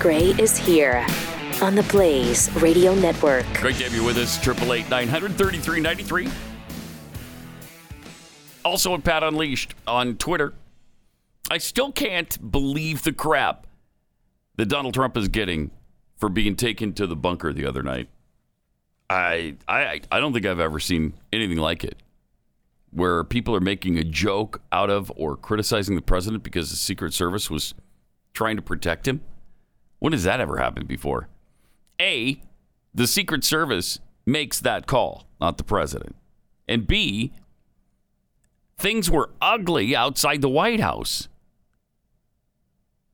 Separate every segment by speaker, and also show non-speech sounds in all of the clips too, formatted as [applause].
Speaker 1: Gray is here on the Blaze Radio Network.
Speaker 2: Great to have you with us. Triple eight nine hundred thirty three ninety three. Also at Pat Unleashed on Twitter. I still can't believe the crap that Donald Trump is getting for being taken to the bunker the other night. I I I don't think I've ever seen anything like it, where people are making a joke out of or criticizing the president because the Secret Service was trying to protect him. When has that ever happened before? A, the Secret Service makes that call, not the president. And B, things were ugly outside the White House.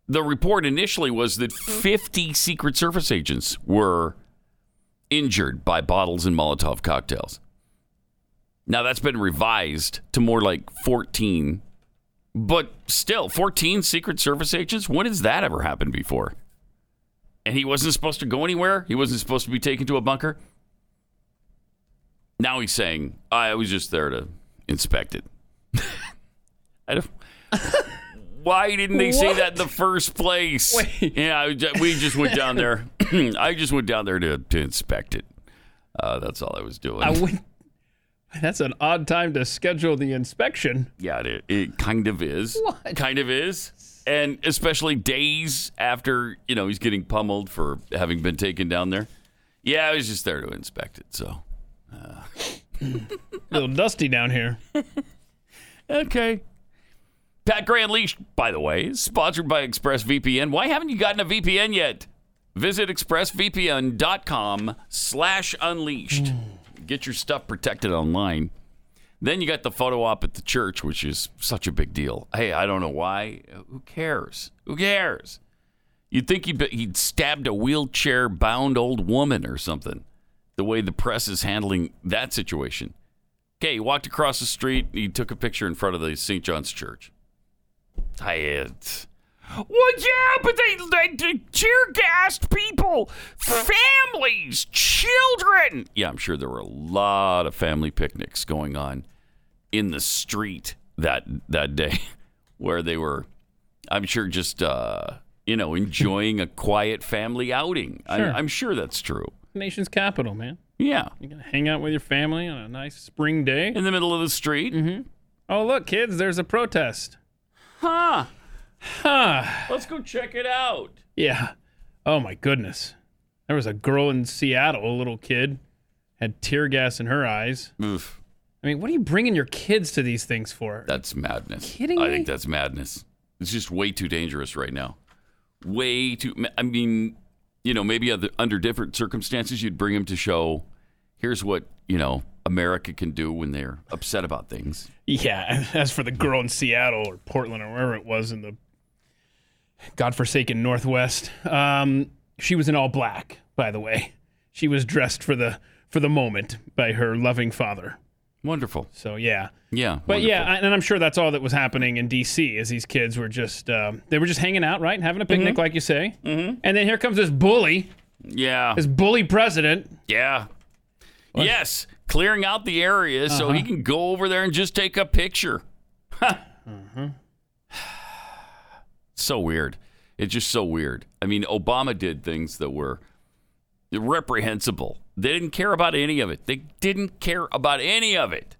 Speaker 2: The report initially was that 50 Secret Service agents were injured by bottles and Molotov cocktails. Now that's been revised to more like 14, but still 14 Secret Service agents? When has that ever happened before? And he wasn't supposed to go anywhere? He wasn't supposed to be taken to a bunker? Now he's saying, I was just there to inspect it. [laughs] I don't. [laughs] Why didn't they say that in the first place? Yeah, I ju- we just went down there. [clears throat] I just went down there to, to inspect it. Uh, that's all I was doing.
Speaker 3: I went. That's an odd time to schedule the inspection.
Speaker 2: Yeah, it, it kind of is.
Speaker 3: What?
Speaker 2: Kind of is. And especially days after, you know, he's getting pummeled for having been taken down there. Yeah, I was just there to inspect it. So,
Speaker 3: A little dusty down here. [laughs]
Speaker 2: okay. Pat Gray Unleashed, by the way, is sponsored by ExpressVPN. Why haven't you gotten a VPN yet? Visit expressvpn.com slash unleashed. Get your stuff protected online. Then you got the photo op at the church, which is such a big deal. Hey, I don't know why. Who cares? Who cares? You'd think he'd, be- he'd stabbed a wheelchair bound old woman or something, the way the press is handling that situation. Okay, he walked across the street. He took a picture in front of the St. John's Church. I. It's, well, yeah, but they, they, they tear gassed people, families, children. Yeah, I'm sure there were a lot of family picnics going on in the street that that day, [laughs] where they were, I'm sure, just uh, you know, enjoying a quiet family outing.
Speaker 3: Sure.
Speaker 2: I, I'm sure that's true.
Speaker 3: Nation's capital, man.
Speaker 2: Yeah,
Speaker 3: You gonna hang out with your family on a nice spring day?
Speaker 2: in the middle of the street.
Speaker 3: Oh, look, kids, there's a protest.
Speaker 2: Huh?
Speaker 3: Huh.
Speaker 2: Let's go check it out.
Speaker 3: Yeah. Oh my goodness. There was a girl in Seattle, a little kid, had tear gas in her eyes.
Speaker 2: Oof.
Speaker 3: I mean, what are you bringing your kids to these things for?
Speaker 2: That's madness.
Speaker 3: kidding
Speaker 2: I
Speaker 3: me?
Speaker 2: think that's madness. It's just way too dangerous right now. Way too. I mean, you know, maybe other, under different circumstances, you'd bring him to show. Here's what you know America can do when they're upset about things.
Speaker 3: Yeah. [laughs] As for the girl in Seattle or Portland or wherever it was in the godforsaken Northwest, um, she was in all black. By the way, she was dressed for the for the moment by her loving father.
Speaker 2: Wonderful.
Speaker 3: So yeah.
Speaker 2: Yeah.
Speaker 3: But
Speaker 2: wonderful.
Speaker 3: yeah, I- and I'm sure that's all that was happening in D.C. is these kids were just um, they were just hanging out, right, and having a picnic, like you say. Mm-hmm. And then here comes this bully,
Speaker 2: yeah.
Speaker 3: this bully president.
Speaker 2: Yeah. Yes, clearing out the area so he can go over there and just take a picture. Huh. [sighs] so weird. It's just so weird. I mean, Obama did things that were reprehensible. They didn't care about any of it. They didn't care about any of it.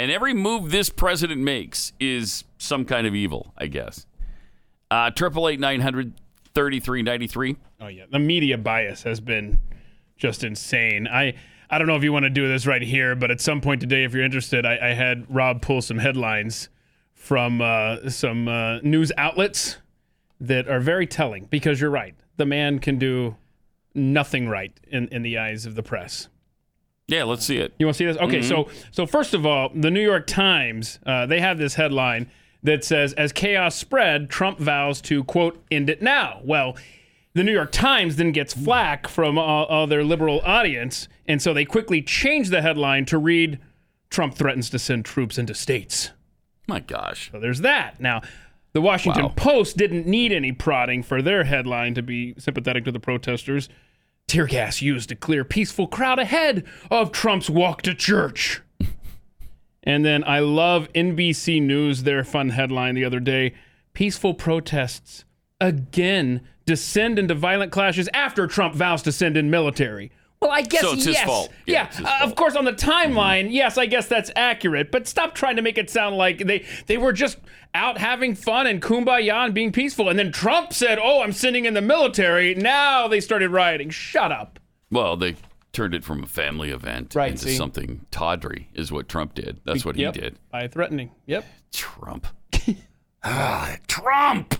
Speaker 2: And every move this president makes is some kind of evil, I guess. Uh, Triple eight nine hundred thirty three ninety three.
Speaker 3: Oh yeah, the media bias has been just insane. I I don't know if you want to do this right here, but at some point today, if you're interested, I, I had Rob pull some headlines from uh, some uh, news outlets that are very telling because you're right. The man can do nothing right in, in the eyes of the press.
Speaker 2: Yeah, let's see it.
Speaker 3: You want to see this? Okay, so so first of all, the New York Times uh, they have this headline that says, "As chaos spread, Trump vows to quote end it now." Well, the New York Times then gets flack from all, all their liberal audience, and so they quickly change the headline to read, "Trump threatens to send troops into states."
Speaker 2: My gosh.
Speaker 3: So there's that. Now, the Washington
Speaker 2: Wow.
Speaker 3: Post didn't need any prodding for their headline to be sympathetic to the protesters. Tear gas used to clear peaceful crowd ahead of Trump's walk to church. and then I love NBC News, their fun headline the other day Peaceful protests again descend into violent clashes after Trump vows to send in military. Well, I guess
Speaker 2: So it's his
Speaker 3: yes.
Speaker 2: fault. Mm-hmm.
Speaker 3: Yeah,
Speaker 2: Yeah, it's his
Speaker 3: uh, of course on the timeline, yes, I guess that's accurate. But stop trying to make it sound like they they were just out having fun and kumbaya and being peaceful, and then Trump said, "Oh, I'm sending in the military." Now they started rioting. Shut up.
Speaker 2: Well, they turned it from a family event
Speaker 3: Right,
Speaker 2: into
Speaker 3: see?
Speaker 2: something tawdry, is what Trump did. That's what
Speaker 3: Yep.
Speaker 2: he did.
Speaker 3: By threatening. Yep. [laughs]
Speaker 2: Trump. Ah, Trump.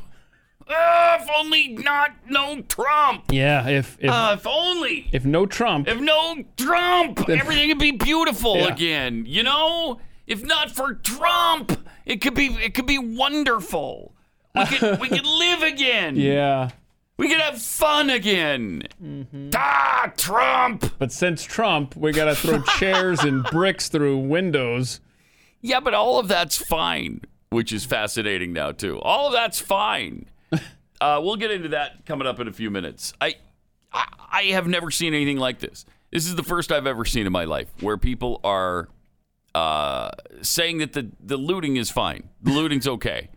Speaker 2: Ah, if only not no Trump.
Speaker 3: Yeah. If if,
Speaker 2: Ah, if only.
Speaker 3: if no Trump,
Speaker 2: If no Trump, everything would be beautiful
Speaker 3: Yeah.
Speaker 2: again. You know, if not for Trump, it could be it could be wonderful. We
Speaker 3: [laughs]
Speaker 2: could we could live again.
Speaker 3: yeah.
Speaker 2: We could have fun again.
Speaker 3: Mm-hmm.
Speaker 2: Ah, Trump.
Speaker 3: But since Trump, we gotta throw chairs and bricks through windows.
Speaker 2: Yeah, but all of that's fine, which is fascinating now too. All of that's fine. Uh, we'll get into that coming up in a few minutes. I, I I have never seen anything like this. This is the first I've ever seen in my life where people are uh, saying that the the looting is fine, the looting's okay.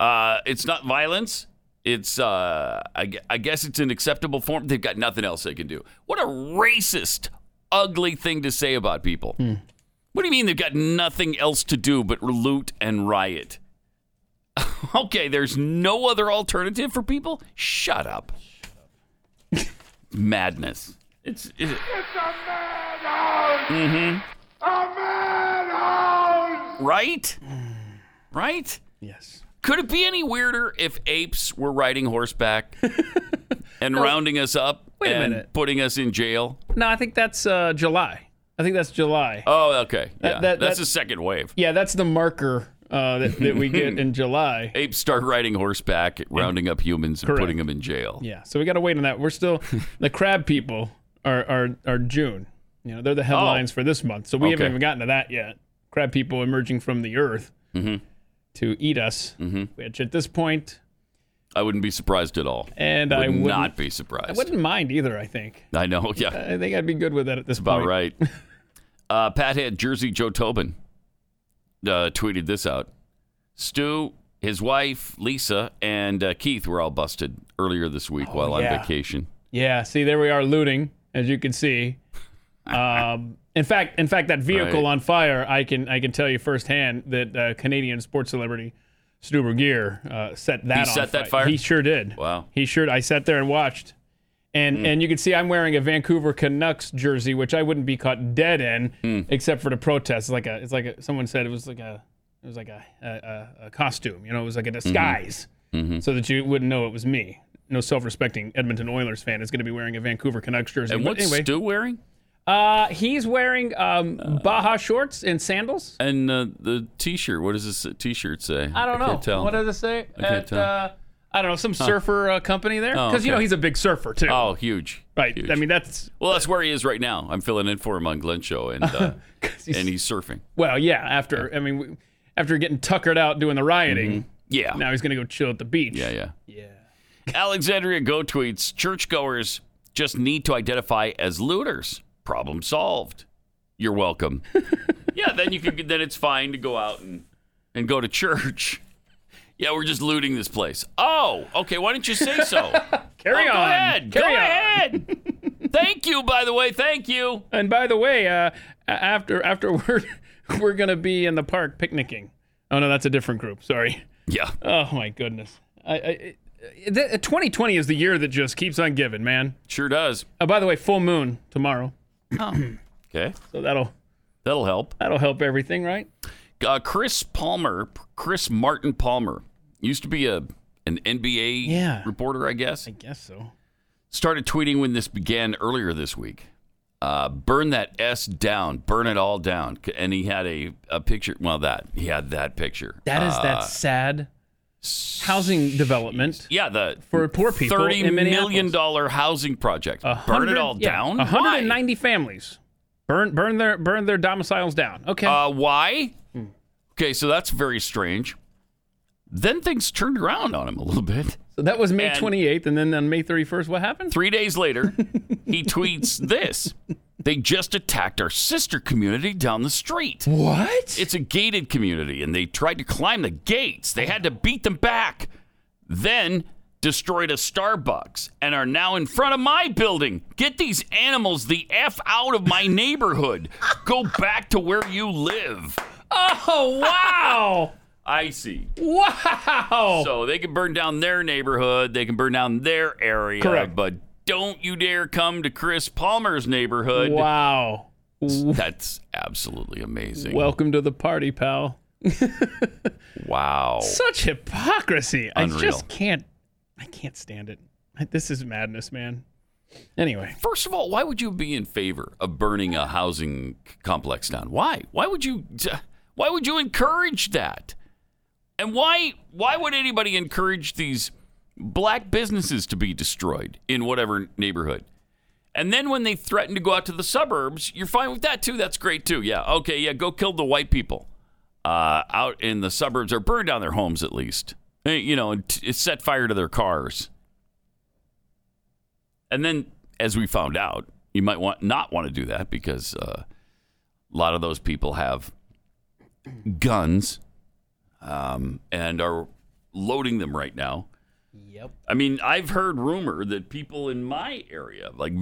Speaker 2: Uh, it's not violence. It's uh, I, gue- I guess it's an acceptable form. They've got nothing else they can do. What a racist, ugly thing to say about people. What do you mean they've got nothing else to do but loot and riot? [laughs] okay, there's no other alternative for people? Shut up. Madness. It's, it- right? Right?
Speaker 3: Yes.
Speaker 2: Could it be any weirder if apes were riding
Speaker 3: [laughs]
Speaker 2: horseback and rounding us up
Speaker 3: Oh. Wait a
Speaker 2: and
Speaker 3: minute.
Speaker 2: putting us in jail?
Speaker 3: No, I think that's uh, July. I think that's July.
Speaker 2: Oh, okay. Yeah.
Speaker 3: that- that-
Speaker 2: That's the second wave.
Speaker 3: yeah, that's the marker uh, that, that we get
Speaker 2: [laughs]
Speaker 3: in July.
Speaker 2: Apes start riding horseback, rounding up humans and
Speaker 3: Correct.
Speaker 2: putting them in jail.
Speaker 3: Yeah, so we gotta wait on that. We're
Speaker 2: [laughs]
Speaker 3: still the crab people are are are June. You know, they're the headlines for this month, so we haven't
Speaker 2: Oh. Okay.
Speaker 3: even gotten to that yet. Crab people emerging from the earth
Speaker 2: Mm-hmm.
Speaker 3: to eat us, which at this point,
Speaker 2: I wouldn't be surprised at all.
Speaker 3: and
Speaker 2: would
Speaker 3: I wouldn't,
Speaker 2: not be
Speaker 3: I
Speaker 2: surprised.
Speaker 3: wouldn't mind either. I think
Speaker 2: I, know. [laughs] Yeah,
Speaker 3: I think I'd be good with that at this
Speaker 2: about
Speaker 3: point. [laughs]
Speaker 2: right. Uh, Pathead Jersey Joe Tobin uh, tweeted this out. Stu, his wife Lisa, and uh, Keith were all busted earlier this week while
Speaker 3: Oh, yeah.
Speaker 2: on vacation.
Speaker 3: Yeah, see, there we are looting, as you can
Speaker 2: [laughs]
Speaker 3: see. Um, in fact, in fact, that vehicle
Speaker 2: Right.
Speaker 3: on fire, I can I can tell you firsthand that uh, Canadian sports celebrity Stu Bergier uh, set that. on
Speaker 2: set that
Speaker 3: fi-
Speaker 2: fire?
Speaker 3: He sure did.
Speaker 2: Wow. Hmm.
Speaker 3: He sure. I sat there and watched, and and you can see I'm wearing a Vancouver Canucks jersey, which I wouldn't be caught dead in,
Speaker 2: Hmm.
Speaker 3: except for the protest. It's like a it's like a, someone said it was like a it was like a a, a, a costume. You know, it was like a
Speaker 2: Mm-hmm.
Speaker 3: disguise so that you wouldn't know it was me. No self-respecting Edmonton Oilers fan is going to be wearing a Vancouver Canucks jersey.
Speaker 2: And
Speaker 3: But
Speaker 2: what's
Speaker 3: anyway,
Speaker 2: Stu wearing?
Speaker 3: uh, he's wearing um, Baja shorts and sandals.
Speaker 2: And uh, the T-shirt. What does this uh, T-shirt say?
Speaker 3: I don't know.
Speaker 2: Can't tell.
Speaker 3: What does it say? I
Speaker 2: can't tell. Oh,
Speaker 3: Uh, I don't know. Some surfer uh, company there because you know
Speaker 2: okay.
Speaker 3: he's a big surfer too.
Speaker 2: oh, huge.
Speaker 3: right.
Speaker 2: Huge.
Speaker 3: I mean uh, that's
Speaker 2: well, that's where he is right now. I'm filling in for him on Glenn Show, and uh,
Speaker 3: [laughs] 'cause he's,
Speaker 2: [laughs] and he's surfing.
Speaker 3: well, yeah. After I mean, we- after getting tuckered out doing the rioting,
Speaker 2: Yeah.
Speaker 3: now he's going to go chill at the beach.
Speaker 2: Mm-hmm. Yeah, yeah.
Speaker 3: Yeah.
Speaker 2: Alexandria Go tweets churchgoers just need to identify as looters. Problem solved. You're [laughs] welcome. yeah, then you can then it's fine to go out and and go to church. Yeah, we're just looting this place. Oh, okay. Why didn't you say [laughs] so?
Speaker 3: Carry
Speaker 2: Oh, Go
Speaker 3: on.
Speaker 2: ahead.
Speaker 3: Carry
Speaker 2: go
Speaker 3: on.
Speaker 2: ahead. Thank you, by the way. Thank you.
Speaker 3: And by the way, uh, a- after afterward, we're [laughs] gonna be in the park picnicking. Oh no, that's a different group. Sorry.
Speaker 2: Yeah.
Speaker 3: Oh my goodness. I, I, it- it- 2020 is the year that just keeps on giving, man.
Speaker 2: Sure does.
Speaker 3: Oh, by the way, full moon tomorrow,
Speaker 2: Okay.
Speaker 3: so that'll
Speaker 2: That'll help.
Speaker 3: that'll help everything, right?
Speaker 2: uh, Chris Palmer, Chris Martin Palmer, used to be a an NBA
Speaker 3: Yeah.
Speaker 2: reporter, I guess.
Speaker 3: Guess so.
Speaker 2: Started tweeting when this began earlier this week. Uh, burn that S down, burn it all down. C- And he had a, a picture. Well, that he had that picture. Uh,
Speaker 3: That is that sad housing development.
Speaker 2: yeah, the
Speaker 3: For poor people
Speaker 2: thirty
Speaker 3: in
Speaker 2: million
Speaker 3: Minneapolis.
Speaker 2: dollar housing project. Burn it all down.
Speaker 3: A hundred and
Speaker 2: Why?
Speaker 3: ninety families. Burn, burn their, burn their domiciles down. Okay.
Speaker 2: Uh, why? Okay, so that's very strange. Then things turned around on him a little bit.
Speaker 3: so that was May
Speaker 2: and-
Speaker 3: 28th, and then on May 31st, what happened?
Speaker 2: Three days later,
Speaker 3: [laughs]
Speaker 2: he tweets this They just attacked our sister community down the street.
Speaker 3: What?
Speaker 2: It's a gated community, and they tried to climb the gates. They had to beat them back. Then destroyed a Starbucks and are now in front of my building. Get these animals the F out of my neighborhood. Go back to where you live.
Speaker 3: Oh wow!
Speaker 2: I see.
Speaker 3: wow!
Speaker 2: So they can burn down their neighborhood, they can burn down their area.
Speaker 3: Correct.
Speaker 2: But don't you dare come to Chris Palmer's neighborhood.
Speaker 3: wow!
Speaker 2: That's absolutely amazing.
Speaker 3: Welcome to the party, pal.
Speaker 2: wow.
Speaker 3: Such hypocrisy. I
Speaker 2: Unreal.
Speaker 3: just can't. I can't stand it. This is madness, man. Anyway,
Speaker 2: First of all, why would you be in favor of burning a housing c- complex down? Why? Why would you? [laughs] Why would you encourage that? And why? Why would anybody encourage these black businesses to be destroyed in whatever neighborhood? And then when they threaten to go out to the suburbs, you're fine with that too. That's great too. Yeah. Okay. Yeah. Go kill the white people uh, out in the suburbs or burn down their homes at least. Eh, You know, and t- set fire to their cars. And then, as we found out, you might want not want to do that because uh, a lot of those people have guns um, and are loading them right now. Yep. I mean, I've heard rumor that people in my area, like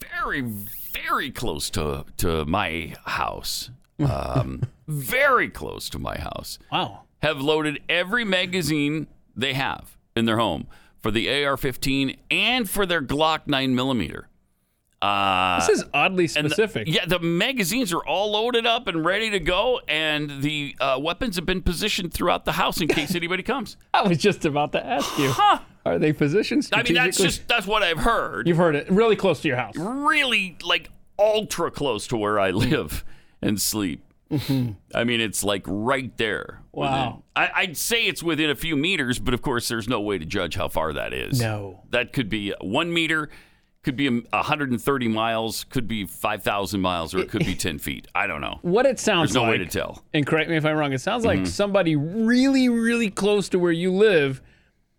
Speaker 2: very, very close to to my house, um, very close to my house,
Speaker 3: wow.
Speaker 2: have loaded every magazine they have in their home for the AR-15 and for their Glock 9 millimeter. Uh,
Speaker 3: This is oddly
Speaker 2: and the-
Speaker 3: specific.
Speaker 2: yeah, the magazines are all loaded up and ready to go, and the uh, weapons have been positioned throughout the house
Speaker 3: [laughs]
Speaker 2: in case anybody comes.
Speaker 3: I was just about to ask you.
Speaker 2: Huh?
Speaker 3: Are they positioned
Speaker 2: I mean,
Speaker 3: strategically?
Speaker 2: that's just that's what I've heard.
Speaker 3: You've heard it. Really close to your house.
Speaker 2: really like ultra close to where I
Speaker 3: Hmm.
Speaker 2: live and sleep. I mean, it's like right there.
Speaker 3: Mm-hmm. Wow.
Speaker 2: Within- I, I'd say it's within a few meters, but of course, there's no way to judge how far that is.
Speaker 3: No.
Speaker 2: That could be one meter, could be 130 miles, could be 5,000 miles, or it could be 10 feet. I don't know.
Speaker 3: What it sounds
Speaker 2: There's no
Speaker 3: like.
Speaker 2: way to tell.
Speaker 3: and correct me if I'm wrong, it sounds like somebody really, really close to where you live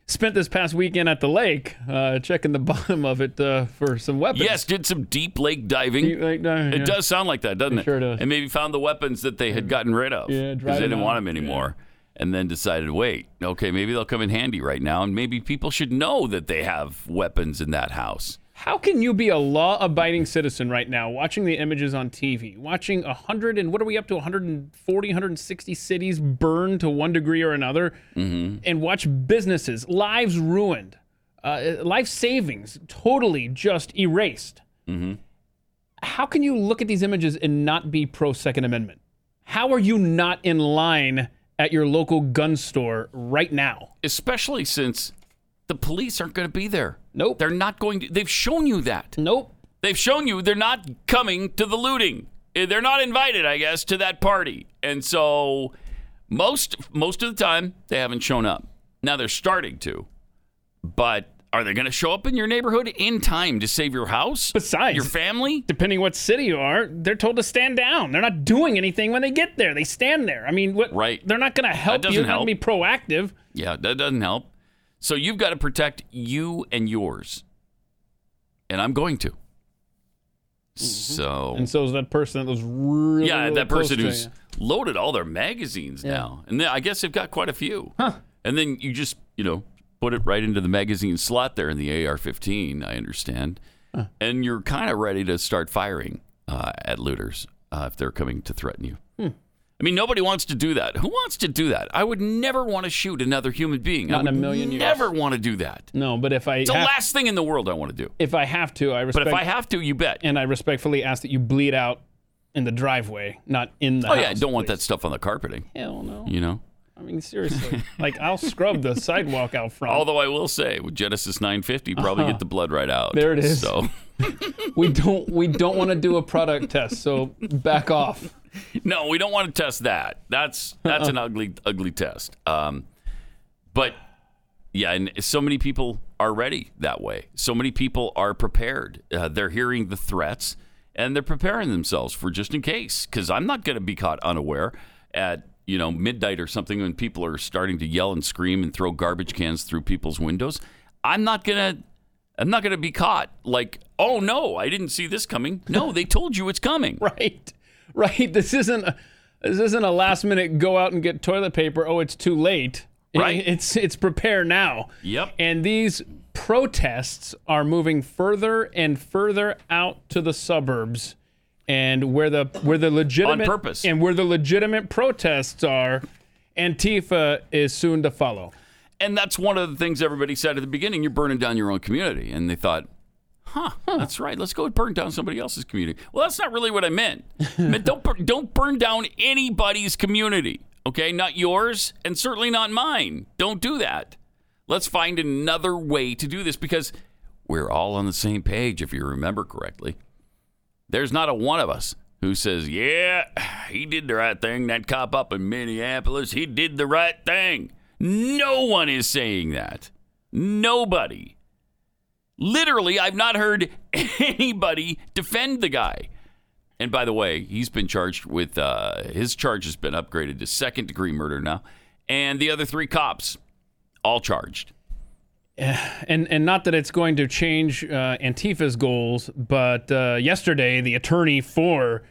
Speaker 3: spent this past weekend at the lake uh, checking the [laughs] bottom of it uh, for some weapons.
Speaker 2: Yes, did some deep lake diving.
Speaker 3: You- like, no,
Speaker 2: It
Speaker 3: yeah.
Speaker 2: does sound like that, doesn't it?
Speaker 3: sure does.
Speaker 2: And maybe found the weapons that they had gotten rid of
Speaker 3: Yeah,
Speaker 2: because
Speaker 3: dried
Speaker 2: they
Speaker 3: them
Speaker 2: didn't
Speaker 3: out.
Speaker 2: want them anymore. And then decided, wait, okay, maybe they'll come in handy right now, and maybe people should know that they have weapons in that house.
Speaker 3: How can you be a law abiding citizen right now watching the images on TV, watching 100 and what are we up to 140, 160 cities burn to one degree or another, and watch businesses, lives ruined, uh, life savings totally just erased? How can you look at these images and not be pro Second Amendment? How are you not in line at your local gun store right now?
Speaker 2: Especially since the police aren't going to be there.
Speaker 3: Nope.
Speaker 2: They're not going to. They've shown you that.
Speaker 3: nope.
Speaker 2: They've shown you they're not coming to the looting. Eh, They're not invited, I guess, to that party. And so most most of the time they haven't shown up. Now they're starting to. But are they going to show up in your neighborhood in time to save your house?
Speaker 3: Besides-
Speaker 2: your family?
Speaker 3: depending what city you are, they're told to stand down. They're not doing anything when they get there. They stand there. I mean, what?
Speaker 2: Right.
Speaker 3: They're not going to help
Speaker 2: That
Speaker 3: you.
Speaker 2: doesn't
Speaker 3: They're not going to be proactive.
Speaker 2: Yeah, that doesn't help. So you've got to protect you and yours. And I'm going to. So
Speaker 3: Mm-hmm. And so is that person that was really,
Speaker 2: yeah,
Speaker 3: really
Speaker 2: that
Speaker 3: close
Speaker 2: person
Speaker 3: to
Speaker 2: who's
Speaker 3: you.
Speaker 2: loaded all their magazines now, and then I guess they've got quite a few.
Speaker 3: Huh.
Speaker 2: And then you just you know put it right into the magazine slot there in the AR-15. I understand, and you're kind of ready to start firing uh, at looters uh, if they're coming to threaten you.
Speaker 3: Hmm.
Speaker 2: I mean, nobody wants to do that. Who wants to do that? I would never want to shoot another human being. I
Speaker 3: Not in a
Speaker 2: would
Speaker 3: million years.
Speaker 2: Never want to do that.
Speaker 3: No, but if I
Speaker 2: It's the
Speaker 3: have,
Speaker 2: last thing in the world I want to do.
Speaker 3: if I have to, I
Speaker 2: But
Speaker 3: respect
Speaker 2: if I have to, you bet.
Speaker 3: and I respectfully ask that you bleed out in the driveway, not in the
Speaker 2: Oh
Speaker 3: house.
Speaker 2: yeah, I don't want that stuff on the carpeting.
Speaker 3: that. Hell no.
Speaker 2: You know.
Speaker 3: I mean,
Speaker 2: [laughs]
Speaker 3: seriously. like I'll scrub the sidewalk out front.
Speaker 2: Although I will say, with Genesis 950, probably get the blood right out.
Speaker 3: Uh-huh. There it is.
Speaker 2: So
Speaker 3: we don't we don't want to do a product test, so back off.
Speaker 2: no, we don't want to test that. That's that's an ugly ugly test. Um, but yeah, and so many people are ready that way. So many people are prepared. Uh, they're hearing the threats and they're preparing themselves for just in case. Because I'm not going to be caught unaware at you know midnight or something when people are starting to yell and scream and throw garbage cans through people's windows. I'm not gonna. I'm not going to be caught like, oh no, I didn't see this coming. No, they told you it's coming.
Speaker 3: [laughs] Right, right. This isn't a, this isn't a last minute go out and get toilet paper. Oh, it's too late. [laughs]
Speaker 2: Right.
Speaker 3: It- it's it's prepare now.
Speaker 2: Yep.
Speaker 3: And these protests are moving further and further out to the suburbs, and where the where the legitimate
Speaker 2: purpose.
Speaker 3: and where the legitimate protests are, Antifa is soon to follow.
Speaker 2: And that's one of the things everybody said at the beginning. You're burning down your own community. And they thought, huh, that's right. Let's go burn down somebody else's community. Well, that's not really what I meant. I meant don't, bur- don't burn down anybody's community, okay? Not yours and certainly not mine. Don't do that. Let's find another way to do this because we're all on the same page, if you remember correctly. There's not a one of us who says, yeah, he did the right thing. That cop up in Minneapolis, he did the right thing. No one is saying that. Nobody. Literally, I've not heard [laughs] anybody defend the guy. And by the way, he's been charged with, uh, his charge has been upgraded to second degree murder now. And the other three cops, all charged.
Speaker 3: and and not that it's going to change uh, Antifa's goals, but uh, yesterday the attorney for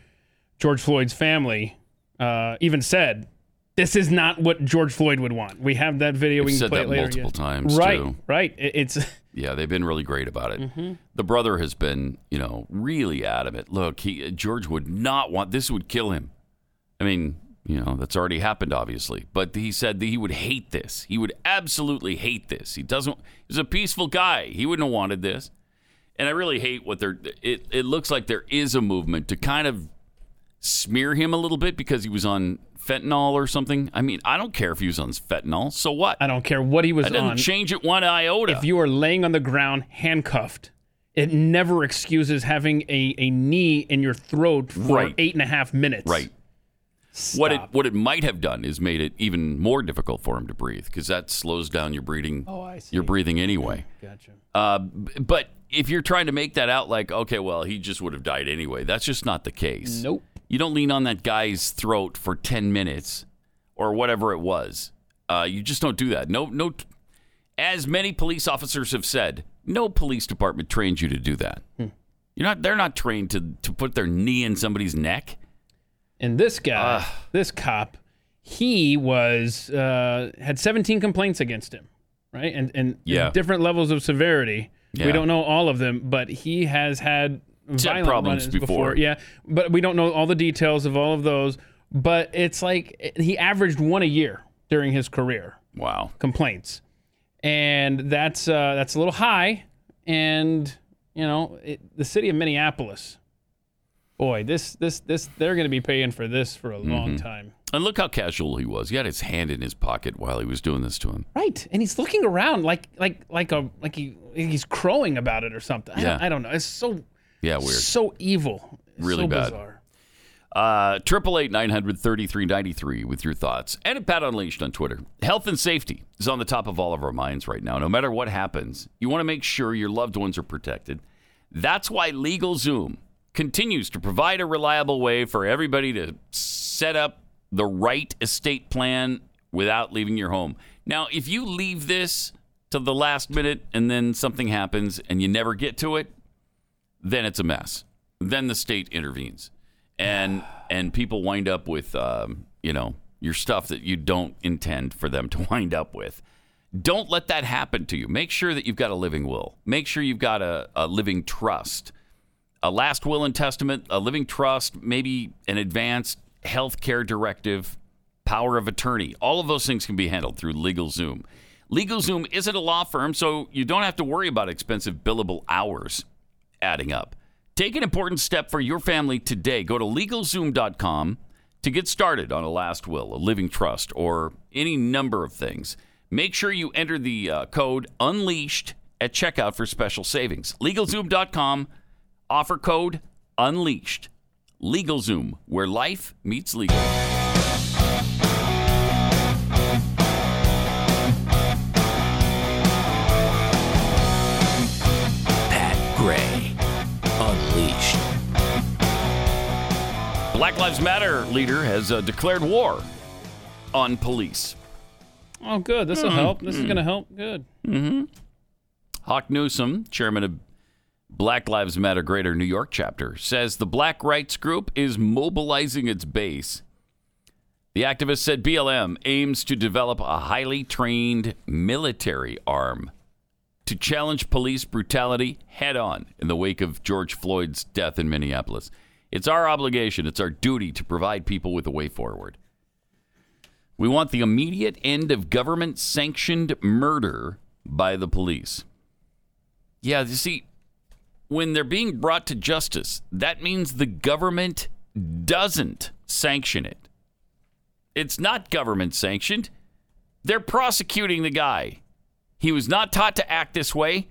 Speaker 3: George Floyd's family uh, even said, "This is not what George Floyd would want." We have that video. we
Speaker 2: They've
Speaker 3: can
Speaker 2: said
Speaker 3: play it
Speaker 2: that
Speaker 3: later.
Speaker 2: multiple
Speaker 3: Yeah.
Speaker 2: times,
Speaker 3: Right,
Speaker 2: too.
Speaker 3: right. It- it's
Speaker 2: Yeah, they've been really great about it. The brother has been, you know, really adamant. Look, he George would not want this would kill him. I mean, you know, that's already happened obviously, but he said that he would hate this. He would absolutely hate this. He doesn't he's a peaceful guy. He wouldn't have wanted this. And I really hate what they're it it looks like there is a movement to kind of smear him a little bit because he was on fentanyl or something. I mean, I don't care if he was on fentanyl. So what?
Speaker 3: I don't care what he was
Speaker 2: That doesn't
Speaker 3: on.
Speaker 2: change it one iota.
Speaker 3: If you are laying on the ground handcuffed, it never excuses having a, a knee in your throat for
Speaker 2: Right.
Speaker 3: eight and a half minutes.
Speaker 2: right. What it
Speaker 3: Stop.
Speaker 2: what it might have done is made it even more difficult for him to breathe because that slows down your breathing.
Speaker 3: Oh, I see.
Speaker 2: Your breathing anyway.
Speaker 3: Gotcha.
Speaker 2: Uh, b- but if you're trying to make that out like, okay, well, he just would have died anyway. That's just not the case.
Speaker 3: Nope.
Speaker 2: You don't lean on that guy's throat for ten minutes or whatever it was. Uh, you just don't do that. No, no. As many police officers have said, no police department trains you to do that.
Speaker 3: Hmm.
Speaker 2: You're not. They're not trained to to put their knee in somebody's neck.
Speaker 3: And this guy, this cop, he was uh, had 17 complaints against him, right? And and
Speaker 2: Yeah.
Speaker 3: different levels of severity.
Speaker 2: Yeah.
Speaker 3: We don't know all of them, but he has had violent
Speaker 2: problems
Speaker 3: run-ins
Speaker 2: before.
Speaker 3: Yeah, but we don't know all the details of all of those. But it's like he averaged one a year during his career
Speaker 2: Wow.
Speaker 3: complaints, and that's uh, that's a little high. And you know, it, the city of Minneapolis, boy, this this this they're going to be paying for this for a long
Speaker 2: Mm-hmm.
Speaker 3: time,
Speaker 2: And look how casual he was. He had his hand in his pocket while he was doing this to him.
Speaker 3: right? And he's looking around like like like a like he he's crowing about it or something. I,
Speaker 2: Yeah.
Speaker 3: don't, I don't know. It's so
Speaker 2: Yeah, weird.
Speaker 3: so evil, It's
Speaker 2: Really
Speaker 3: so
Speaker 2: bad.
Speaker 3: Bizarre.
Speaker 2: Uh, Triple eight nine hundred thirty three ninety three with your thoughts. And at Pat Unleashed on Twitter. Health and safety is on the top of all of our minds right now. No matter what happens, you want to make sure your loved ones are protected. That's why LegalZoom continues to provide a reliable way for everybody to set up the right estate plan without leaving your home. Now, if you leave this to the last minute and then something happens and you never get to it, then it's a mess. Then the state intervenes, and and people wind up with um, you know your stuff that you don't intend for them [laughs] to wind up with. Don't let that happen to you. Make sure that you've got a living will. Make sure you've got a, a living trust, a last will and testament, a living trust, maybe an advanced health care directive, power of attorney. All of those things can be handled through LegalZoom. LegalZoom isn't a law firm, so you don't have to worry about expensive billable hours adding up. Take an important step for your family today. Go to LegalZoom.com to get started on a last will, a living trust, or any number of things. Make sure you enter the uh, code UNLEASHED at checkout for special savings. LegalZoom.com, offer code UNLEASHED. LegalZoom, where life meets legal. Pat Gray, Unleashed. Black Lives Matter leader has uh, declared war on police.
Speaker 3: Oh, good. This will help. This is going to help. Good.
Speaker 2: Hawk Newsom, chairman of Black Lives Matter Greater New York chapter, says the Black Rights Group is mobilizing its base The activist said BLM aims to develop a highly trained military arm to challenge police brutality head on in the wake of George Floyd's death in Minneapolis. It's our obligation, it's our duty to provide people with a way forward. We want the immediate end of government sanctioned murder by the police. Yeah, you see, when they're being brought to justice, that means the government doesn't sanction it. It's not government sanctioned. They're prosecuting the guy. He was not taught to act this way.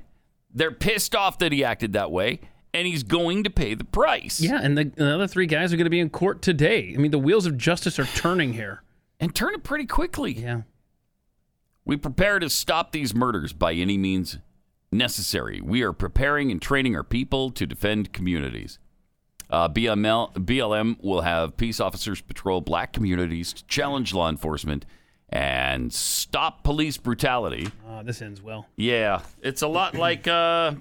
Speaker 2: They're pissed off that he acted that way, and he's going to pay the price.
Speaker 3: Yeah, and the, the other three guys are going to be in court today. I mean, the wheels of justice are turning here.
Speaker 2: And turn it pretty quickly.
Speaker 3: Yeah.
Speaker 2: We prepare to stop these murders by any means necessary. We are preparing and training our people to defend communities. Uh, BML, BLM will have peace officers patrol black communities to challenge law enforcement and stop police brutality.
Speaker 3: Uh, this ends well.
Speaker 2: Yeah, it's a lot like, uh, I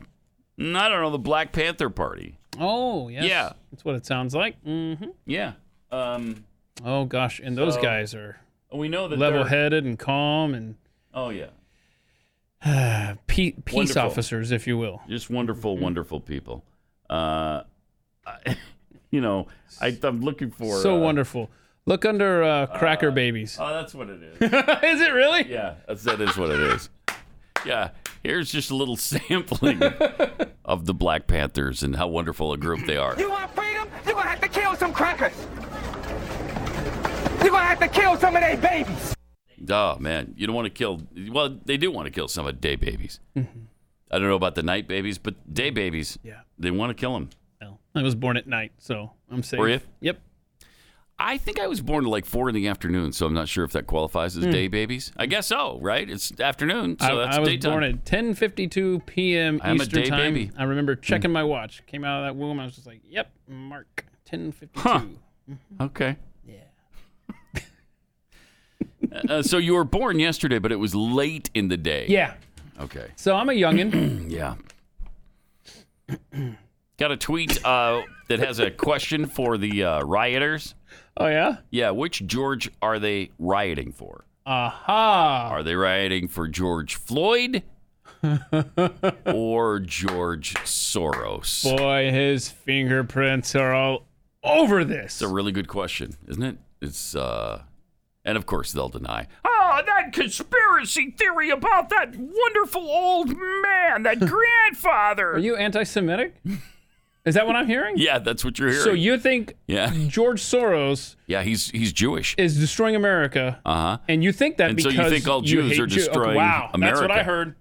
Speaker 2: don't know, the Black Panther Party.
Speaker 3: Oh, yes.
Speaker 2: Yeah.
Speaker 3: That's what it sounds like. Mm-hmm.
Speaker 2: Yeah. Um,
Speaker 3: Oh, gosh. And those guys are
Speaker 2: we know that
Speaker 3: level
Speaker 2: they're-
Speaker 3: headed and calm and
Speaker 2: Oh, yeah.
Speaker 3: pe- peace
Speaker 2: Wonderful.
Speaker 3: officers, if you will.
Speaker 2: just wonderful, wonderful people. Uh, [laughs] I, you know, I, I'm looking for
Speaker 3: so
Speaker 2: uh,
Speaker 3: wonderful. Look under uh, Cracker Babies.
Speaker 2: Oh, that's what it is.
Speaker 3: [laughs] Is it really?
Speaker 2: yeah, that's, that is what it is. Yeah, here's just a little [laughs] sampling of the Black Panthers and how wonderful a group they are.
Speaker 4: You want freedom? You're gonna have to kill some crackers. You're gonna have to kill some of their babies.
Speaker 2: Oh man, you don't want to kill. Well, they do want to kill some of the day babies. I don't know about the night babies, but day babies,
Speaker 3: Mm-hmm. Yeah.
Speaker 2: they want to kill them.
Speaker 3: Well, I was born at night, so I'm safe.
Speaker 2: Were you?
Speaker 3: Yep.
Speaker 2: I think I was born at like four in the afternoon, so I'm not sure if that qualifies as day babies. I guess so, right? It's afternoon, so
Speaker 3: Hmm. I,
Speaker 2: that's
Speaker 3: I was
Speaker 2: daytime.
Speaker 3: born at 10:52 p.m.
Speaker 2: I'm a
Speaker 3: Eastern
Speaker 2: day
Speaker 3: time.
Speaker 2: baby. Hmm.
Speaker 3: I remember checking my watch. Came out of that womb, I was just like, "Yep, mark 10:52."
Speaker 2: Okay. Yeah. [laughs] uh, so you were born yesterday, but it was late in the day.
Speaker 3: Yeah.
Speaker 2: Okay.
Speaker 3: So I'm a youngin.
Speaker 2: [clears throat] Yeah. Got a tweet uh, that has a question for the uh, rioters.
Speaker 3: oh yeah.
Speaker 2: Yeah, which George are they rioting for?
Speaker 3: Aha.
Speaker 2: Are they rioting for George Floyd or George Soros?
Speaker 3: Boy, his fingerprints are all over this.
Speaker 2: It's a really good question, isn't it? It's uh and of course they'll deny. Ah, that conspiracy theory about that wonderful old man, [laughs] that grandfather.
Speaker 3: Are you
Speaker 2: [laughs]
Speaker 3: anti-Semitic? Is that what I'm hearing?
Speaker 2: yeah, that's what you're hearing.
Speaker 3: So you think
Speaker 2: yeah.
Speaker 3: George Soros
Speaker 2: Yeah, he's he's Jewish.
Speaker 3: is destroying America,
Speaker 2: Uh-huh.
Speaker 3: and you think that
Speaker 2: And so
Speaker 3: because
Speaker 2: you think all
Speaker 3: you
Speaker 2: Jews
Speaker 3: hate
Speaker 2: are
Speaker 3: Jew- okay,
Speaker 2: destroying
Speaker 3: wow, that's what
Speaker 2: America.
Speaker 3: I heard.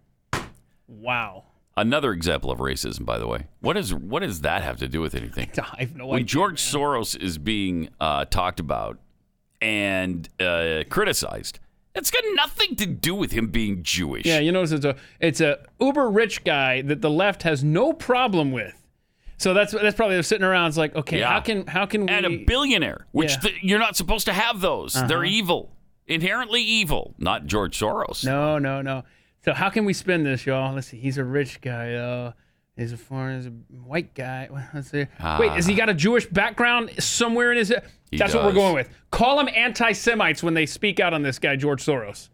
Speaker 3: Wow. [laughs]
Speaker 2: Another example of racism, by the way. What is what does that have to do with anything?
Speaker 3: I have no
Speaker 2: When
Speaker 3: idea.
Speaker 2: George Soros is being uh, talked about and uh, criticized, it's got nothing to do with him being Jewish.
Speaker 3: Yeah, you notice it's a it's a uber rich guy that the left has no problem with. So that's that's probably they're sitting around. It's like, okay,
Speaker 2: Yeah.
Speaker 3: how can how can we?
Speaker 2: and a billionaire, which
Speaker 3: Yeah. Uh-huh.
Speaker 2: th- you're not supposed to have those. They're evil, inherently evil. Not George Soros.
Speaker 3: no, no, no. So how can we spend this, y'all? Let's see. He's a rich guy. Uh, he's a foreign. He's a white guy. [laughs] Let's see. Wait, has he got a Jewish background somewhere in his? uh, that's what we're
Speaker 2: Ah. does.
Speaker 3: going with. Call them anti Semites when they speak out on this guy, George Soros.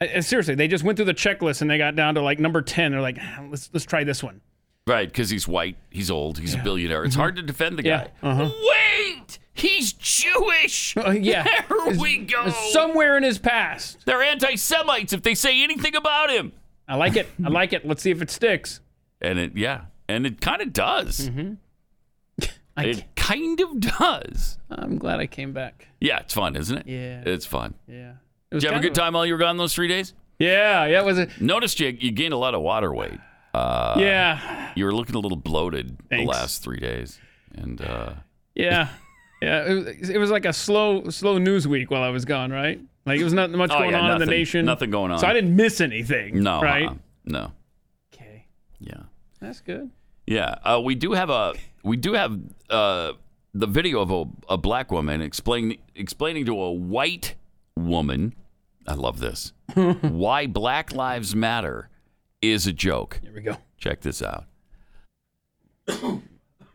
Speaker 3: Uh, uh, seriously, they just went through the checklist and they got down to like number ten. They're like, "Ah, let's let's try this one. [laughs]
Speaker 2: Right, because he's white, he's old, he's a billionaire. It's hard to defend the
Speaker 3: Mm-hmm. Yeah, Uh-huh.
Speaker 2: guy. Wait,
Speaker 3: [laughs]
Speaker 2: he's Jewish.
Speaker 3: Uh, yeah.
Speaker 2: [laughs] There we go.
Speaker 3: Somewhere in his past.
Speaker 2: They're anti Semites if they say anything about him.
Speaker 3: I like it. I like it. Let's see if it sticks.
Speaker 2: And it, yeah, and it kind of does.
Speaker 3: Mm-hmm. I
Speaker 2: It kind of does.
Speaker 3: am glad I came back.
Speaker 2: Yeah, it's fun, isn't it?
Speaker 3: Yeah.
Speaker 2: It's fun.
Speaker 3: Yeah. It was
Speaker 2: Did you have a
Speaker 3: kind
Speaker 2: good
Speaker 3: of
Speaker 2: time while you were gone those three days?
Speaker 3: Yeah. Yeah. It was a,
Speaker 2: Noticed you, you gained a lot of water weight. Uh.
Speaker 3: yeah.
Speaker 2: You were looking a little bloated
Speaker 3: Thanks.
Speaker 2: the last three days, and uh,
Speaker 3: Yeah. Yeah. It was, it was like a slow, slow news week while I was gone, right? Like it was not much
Speaker 2: Oh,
Speaker 3: going
Speaker 2: yeah,
Speaker 3: on in the
Speaker 2: nothing-
Speaker 3: nation.
Speaker 2: nothing going on.
Speaker 3: So I didn't miss anything.
Speaker 2: no,
Speaker 3: Right.
Speaker 2: uh-uh. no,
Speaker 3: Okay.
Speaker 2: yeah,
Speaker 3: That's good.
Speaker 2: yeah. Uh, we do have a we do have uh, the video of a, a black woman explaining explaining to a white woman. I
Speaker 3: [laughs]
Speaker 2: love this. why Black Lives Matter is a joke.
Speaker 3: Here we go.
Speaker 2: Check this out.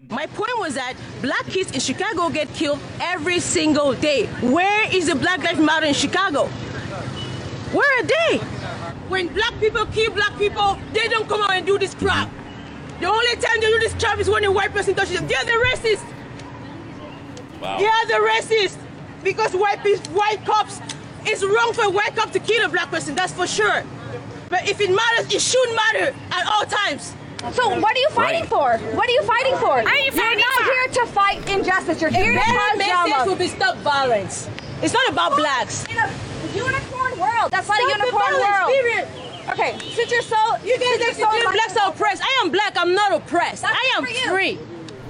Speaker 5: My point was that black kids in Chicago get killed every single day. Where is the Black Lives Matter in Chicago? Where are they? When black people kill black people, they don't come out and do this crap. The only time they do this crap is when a white person touches them. They're the racists.
Speaker 2: Wow.
Speaker 5: They are the racists. Because white pe- white cops, it's wrong for a white cop to kill a black person. That's for sure. But if it matters, it should matter at all times.
Speaker 6: So what are you fighting
Speaker 2: Right.
Speaker 6: for? What are you fighting for?
Speaker 7: are you
Speaker 6: You're
Speaker 7: fighting
Speaker 6: not
Speaker 7: for?
Speaker 6: here to fight injustice. You're here to
Speaker 5: Better
Speaker 6: cause
Speaker 5: message
Speaker 6: drama.
Speaker 5: will be stop violence. It's not about blacks.
Speaker 6: In a unicorn world. That's not a
Speaker 5: Stop the
Speaker 6: unicorn
Speaker 5: violence,
Speaker 6: world.
Speaker 5: period.
Speaker 6: Okay, sit your soul.
Speaker 5: You guys
Speaker 6: sit
Speaker 5: like
Speaker 6: your
Speaker 5: to
Speaker 6: soul
Speaker 5: claim
Speaker 6: in
Speaker 5: blacks
Speaker 6: my-
Speaker 5: are oppressed. I am black. I'm not oppressed.
Speaker 6: That's
Speaker 5: I am
Speaker 6: good for you.
Speaker 5: free.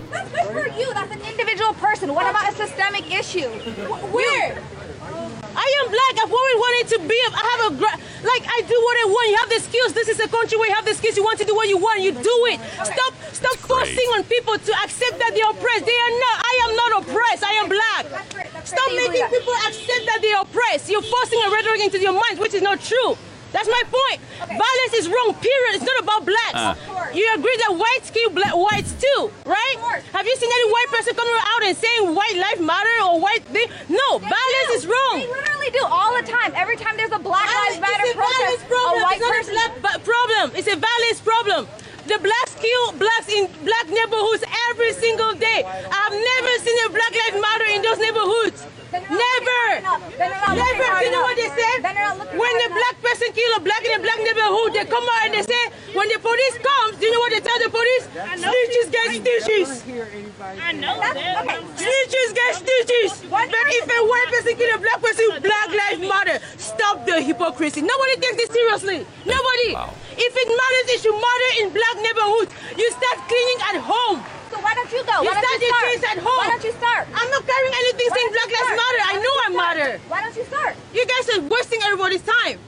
Speaker 6: That's good for you. That's an individual person. What about a systemic issue? Wh- Where?
Speaker 5: I am black. I've always wanted to be. I have a gra- like I do what I want. You have the skills. This is a country where you have the skills. You want to do what you want. You do it. Stop stop forcing on people to accept that they're oppressed. They are not. I am not oppressed. I am black.
Speaker 6: That's right, that's
Speaker 5: Stop
Speaker 6: right. They
Speaker 5: making
Speaker 6: do that.
Speaker 5: people accept that they're oppressed. You're forcing a rhetoric into your minds, which is not true. That's my point.
Speaker 6: Okay.
Speaker 5: Violence is wrong. Period. It's not about blacks.
Speaker 6: Uh.
Speaker 5: You agree that whites kill black whites too, right?
Speaker 6: Of course.
Speaker 5: Have you seen any white person coming out and saying white life matter or white thing? No,
Speaker 6: They
Speaker 5: violence
Speaker 6: do.
Speaker 5: is wrong.
Speaker 6: They literally do all the time. Every time there's a Black Lives
Speaker 5: Violence-
Speaker 6: Matter
Speaker 5: it's a
Speaker 6: protest,
Speaker 5: violence problem.
Speaker 6: a white
Speaker 5: it's not
Speaker 6: person.
Speaker 5: a black bu- problem. It's a violence problem. The blacks kill blacks in black neighborhoods every single day. I've never seen a Black Lives Matter in those neighborhoods.
Speaker 6: Then they're not
Speaker 5: Never.
Speaker 6: looking hard enough. Then they're not looking
Speaker 5: Never.
Speaker 6: hard
Speaker 5: You know what they
Speaker 6: enough. Then
Speaker 5: say?
Speaker 6: they're not looking
Speaker 5: When
Speaker 6: hard
Speaker 5: a
Speaker 6: enough.
Speaker 5: black person kill a black in a black neighborhood, they come out and they say, when the police comes, do you know what they tell the police? Snitches get stitches.
Speaker 6: That's, okay.
Speaker 5: Stitches get stitches.
Speaker 6: One
Speaker 5: But if a white person kill a black person, Black Lives Matter. Stop the hypocrisy. Nobody takes this seriously. Nobody. If it matters, it should matter in black neighborhoods. You start cleaning at home.
Speaker 6: So why don't you go?
Speaker 5: You
Speaker 6: why don't
Speaker 5: start
Speaker 6: you
Speaker 5: the
Speaker 6: start?
Speaker 5: trees at home.
Speaker 6: Why don't you start?
Speaker 5: I'm not carrying anything
Speaker 6: Why
Speaker 5: saying
Speaker 6: don't
Speaker 5: Black
Speaker 6: you
Speaker 5: Lives
Speaker 6: start?
Speaker 5: Matter. I
Speaker 6: Why
Speaker 5: know
Speaker 6: don't
Speaker 5: I
Speaker 6: you start?
Speaker 5: matter.
Speaker 6: Why don't you start?
Speaker 5: You guys are wasting everybody's time.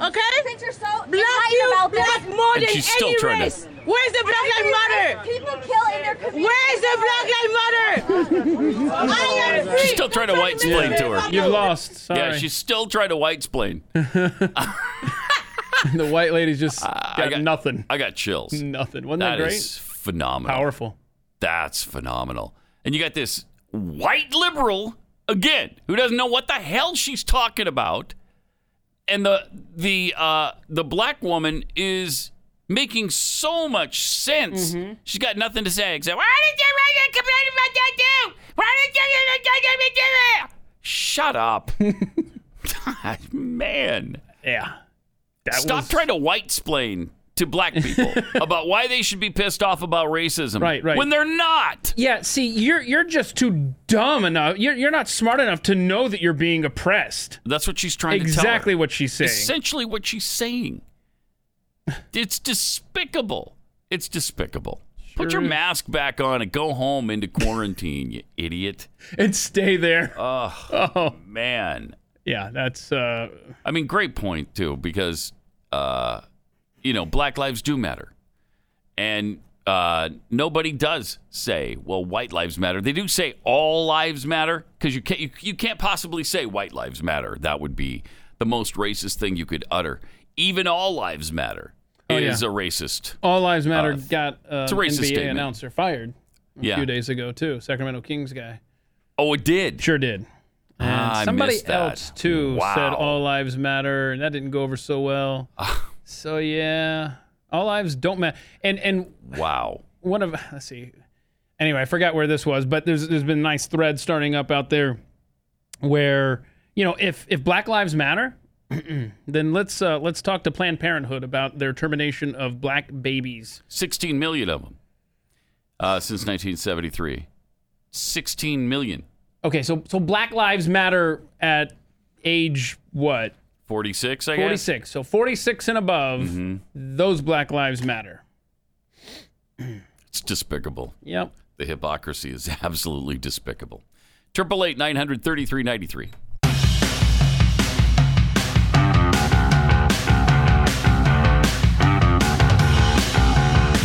Speaker 5: Okay?
Speaker 6: Since you're so
Speaker 5: Black
Speaker 6: enlightened
Speaker 5: you,
Speaker 6: about this.
Speaker 5: black more
Speaker 2: And
Speaker 5: than
Speaker 2: she's still
Speaker 5: any
Speaker 2: trying to-
Speaker 5: race. Where's the Black Lives Matter?
Speaker 6: People kill in their communities.
Speaker 5: Where's the Black Lives
Speaker 6: [laughs]
Speaker 5: Matter? I am free.
Speaker 2: She's still trying to white
Speaker 5: Don't try
Speaker 2: explain to her.
Speaker 3: You've lost. Sorry.
Speaker 2: Yeah, she's still trying to white splain.
Speaker 3: [laughs] the white lady's just got,
Speaker 2: got-
Speaker 3: nothing.
Speaker 2: I got
Speaker 3: [laughs]
Speaker 2: chills.
Speaker 3: Nothing. Wasn't that,
Speaker 2: That
Speaker 3: great?
Speaker 2: is phenomenal.
Speaker 3: Powerful.
Speaker 2: That's phenomenal. And you got this white liberal again who doesn't know what the hell she's talking about, and the the uh, the black woman is making so much sense.
Speaker 3: Mm-hmm.
Speaker 2: She's got nothing to say except why did you make a complaint about that too? Why did you do it? Shut up,
Speaker 3: [laughs]
Speaker 2: [laughs] man!
Speaker 3: Yeah. That
Speaker 2: Stop
Speaker 3: was-
Speaker 2: trying to white splain to
Speaker 3: [laughs]
Speaker 2: black people about why they should be pissed off about racism.
Speaker 3: Right, right.
Speaker 2: When they're not.
Speaker 3: Yeah, see, you're you're just too dumb enough. You're you're not smart enough to know that you're being oppressed.
Speaker 2: That's what she's trying
Speaker 3: Exactly
Speaker 2: to tell her.
Speaker 3: what she's saying.
Speaker 2: Essentially what she's saying. [laughs] It's despicable. It's despicable. Put your
Speaker 3: is.
Speaker 2: mask back on and go home into quarantine, you idiot.
Speaker 3: and stay there.
Speaker 2: Uh, Man.
Speaker 3: yeah, that's uh
Speaker 2: I mean, great point too, because uh, you know, black lives do matter. And uh, nobody does say, well, white lives matter. They do say all lives matter because you can't you, you can't possibly say white lives matter. That would be the most racist thing you could utter. Even all lives matter is
Speaker 3: Oh, yeah.
Speaker 2: a racist.
Speaker 3: All Lives Matter
Speaker 2: Uh,
Speaker 3: got uh,
Speaker 2: a racist
Speaker 3: NBA
Speaker 2: statement.
Speaker 3: announcer fired a
Speaker 2: Yeah.
Speaker 3: few days ago too. Sacramento Kings guy.
Speaker 2: Oh, it did.
Speaker 3: Sure did. And
Speaker 2: Ah, I
Speaker 3: somebody
Speaker 2: missed that.
Speaker 3: else too said
Speaker 2: Wow. Ah.
Speaker 3: all lives matter, and that didn't go over so well. so yeah, all lives don't matter. And and
Speaker 2: Wow.
Speaker 3: one of let's see. Anyway, I forgot where this was, but there's there's been a nice thread starting up out there where you know if if Black Lives Matter, [clears throat] then let's uh, let's talk to Planned Parenthood about their termination of black babies.
Speaker 2: 16 million of them uh, since 1973. 16 million.
Speaker 3: Okay, so so Black Lives Matter at age what
Speaker 2: 46, I guess. Mm-hmm.
Speaker 3: 46. So 46 and above, those Black Lives Matter.
Speaker 2: It's despicable.
Speaker 3: Yep.
Speaker 2: The hypocrisy is [laughs] absolutely despicable. Triple eight nine hundred thirty three ninety three.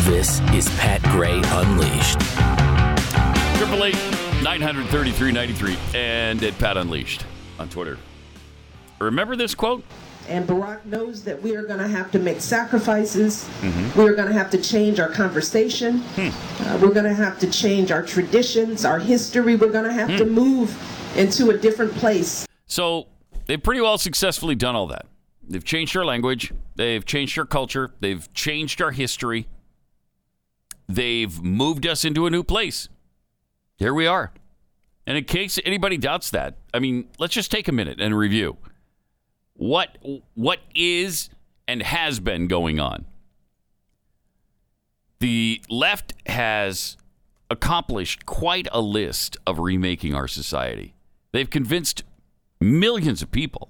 Speaker 8: This is Pat Gray Unleashed.
Speaker 2: Triple eight nine hundred thirty three ninety three. And at Pat Unleashed on Twitter. Remember this quote?
Speaker 7: And Barack knows that we are going to have to make sacrifices.
Speaker 2: Mm-hmm.
Speaker 7: We are going to have to change our conversation.
Speaker 2: Hmm.
Speaker 7: Uh, we're going to have to change our traditions, our history. We're going to have
Speaker 2: Hmm.
Speaker 7: to move into a different place.
Speaker 2: So they've pretty well successfully done all that. They've changed our language, they've changed our culture, they've changed our history, they've moved us into a new place. Here we are. And in case anybody doubts that, I mean, let's just take a minute and review what what is and has been going on. The left has accomplished quite a list of remaking our society. They've convinced millions of people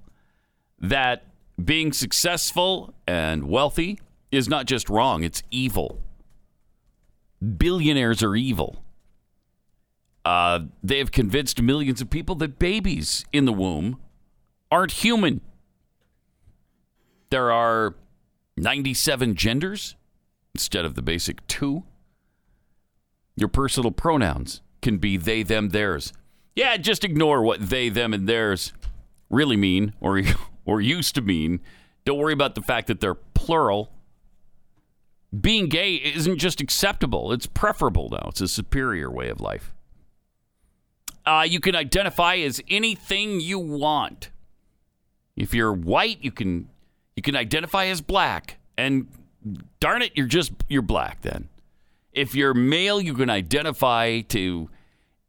Speaker 2: that being successful and wealthy is not just wrong, it's evil. Billionaires are evil. Uh, they have convinced millions of people that babies in the womb aren't human. There are 97 genders instead of the basic two. Your personal pronouns can be they, them, theirs. Yeah, just ignore what they, them, and theirs really mean or [laughs] or used to mean. Don't worry about the fact that they're plural. Being gay isn't just acceptable; it's preferable now. It's a superior way of life. Uh, you can identify as anything you want. If you're white, you can you can identify as black, and darn it, you're just you're black then. If you're male, you can identify to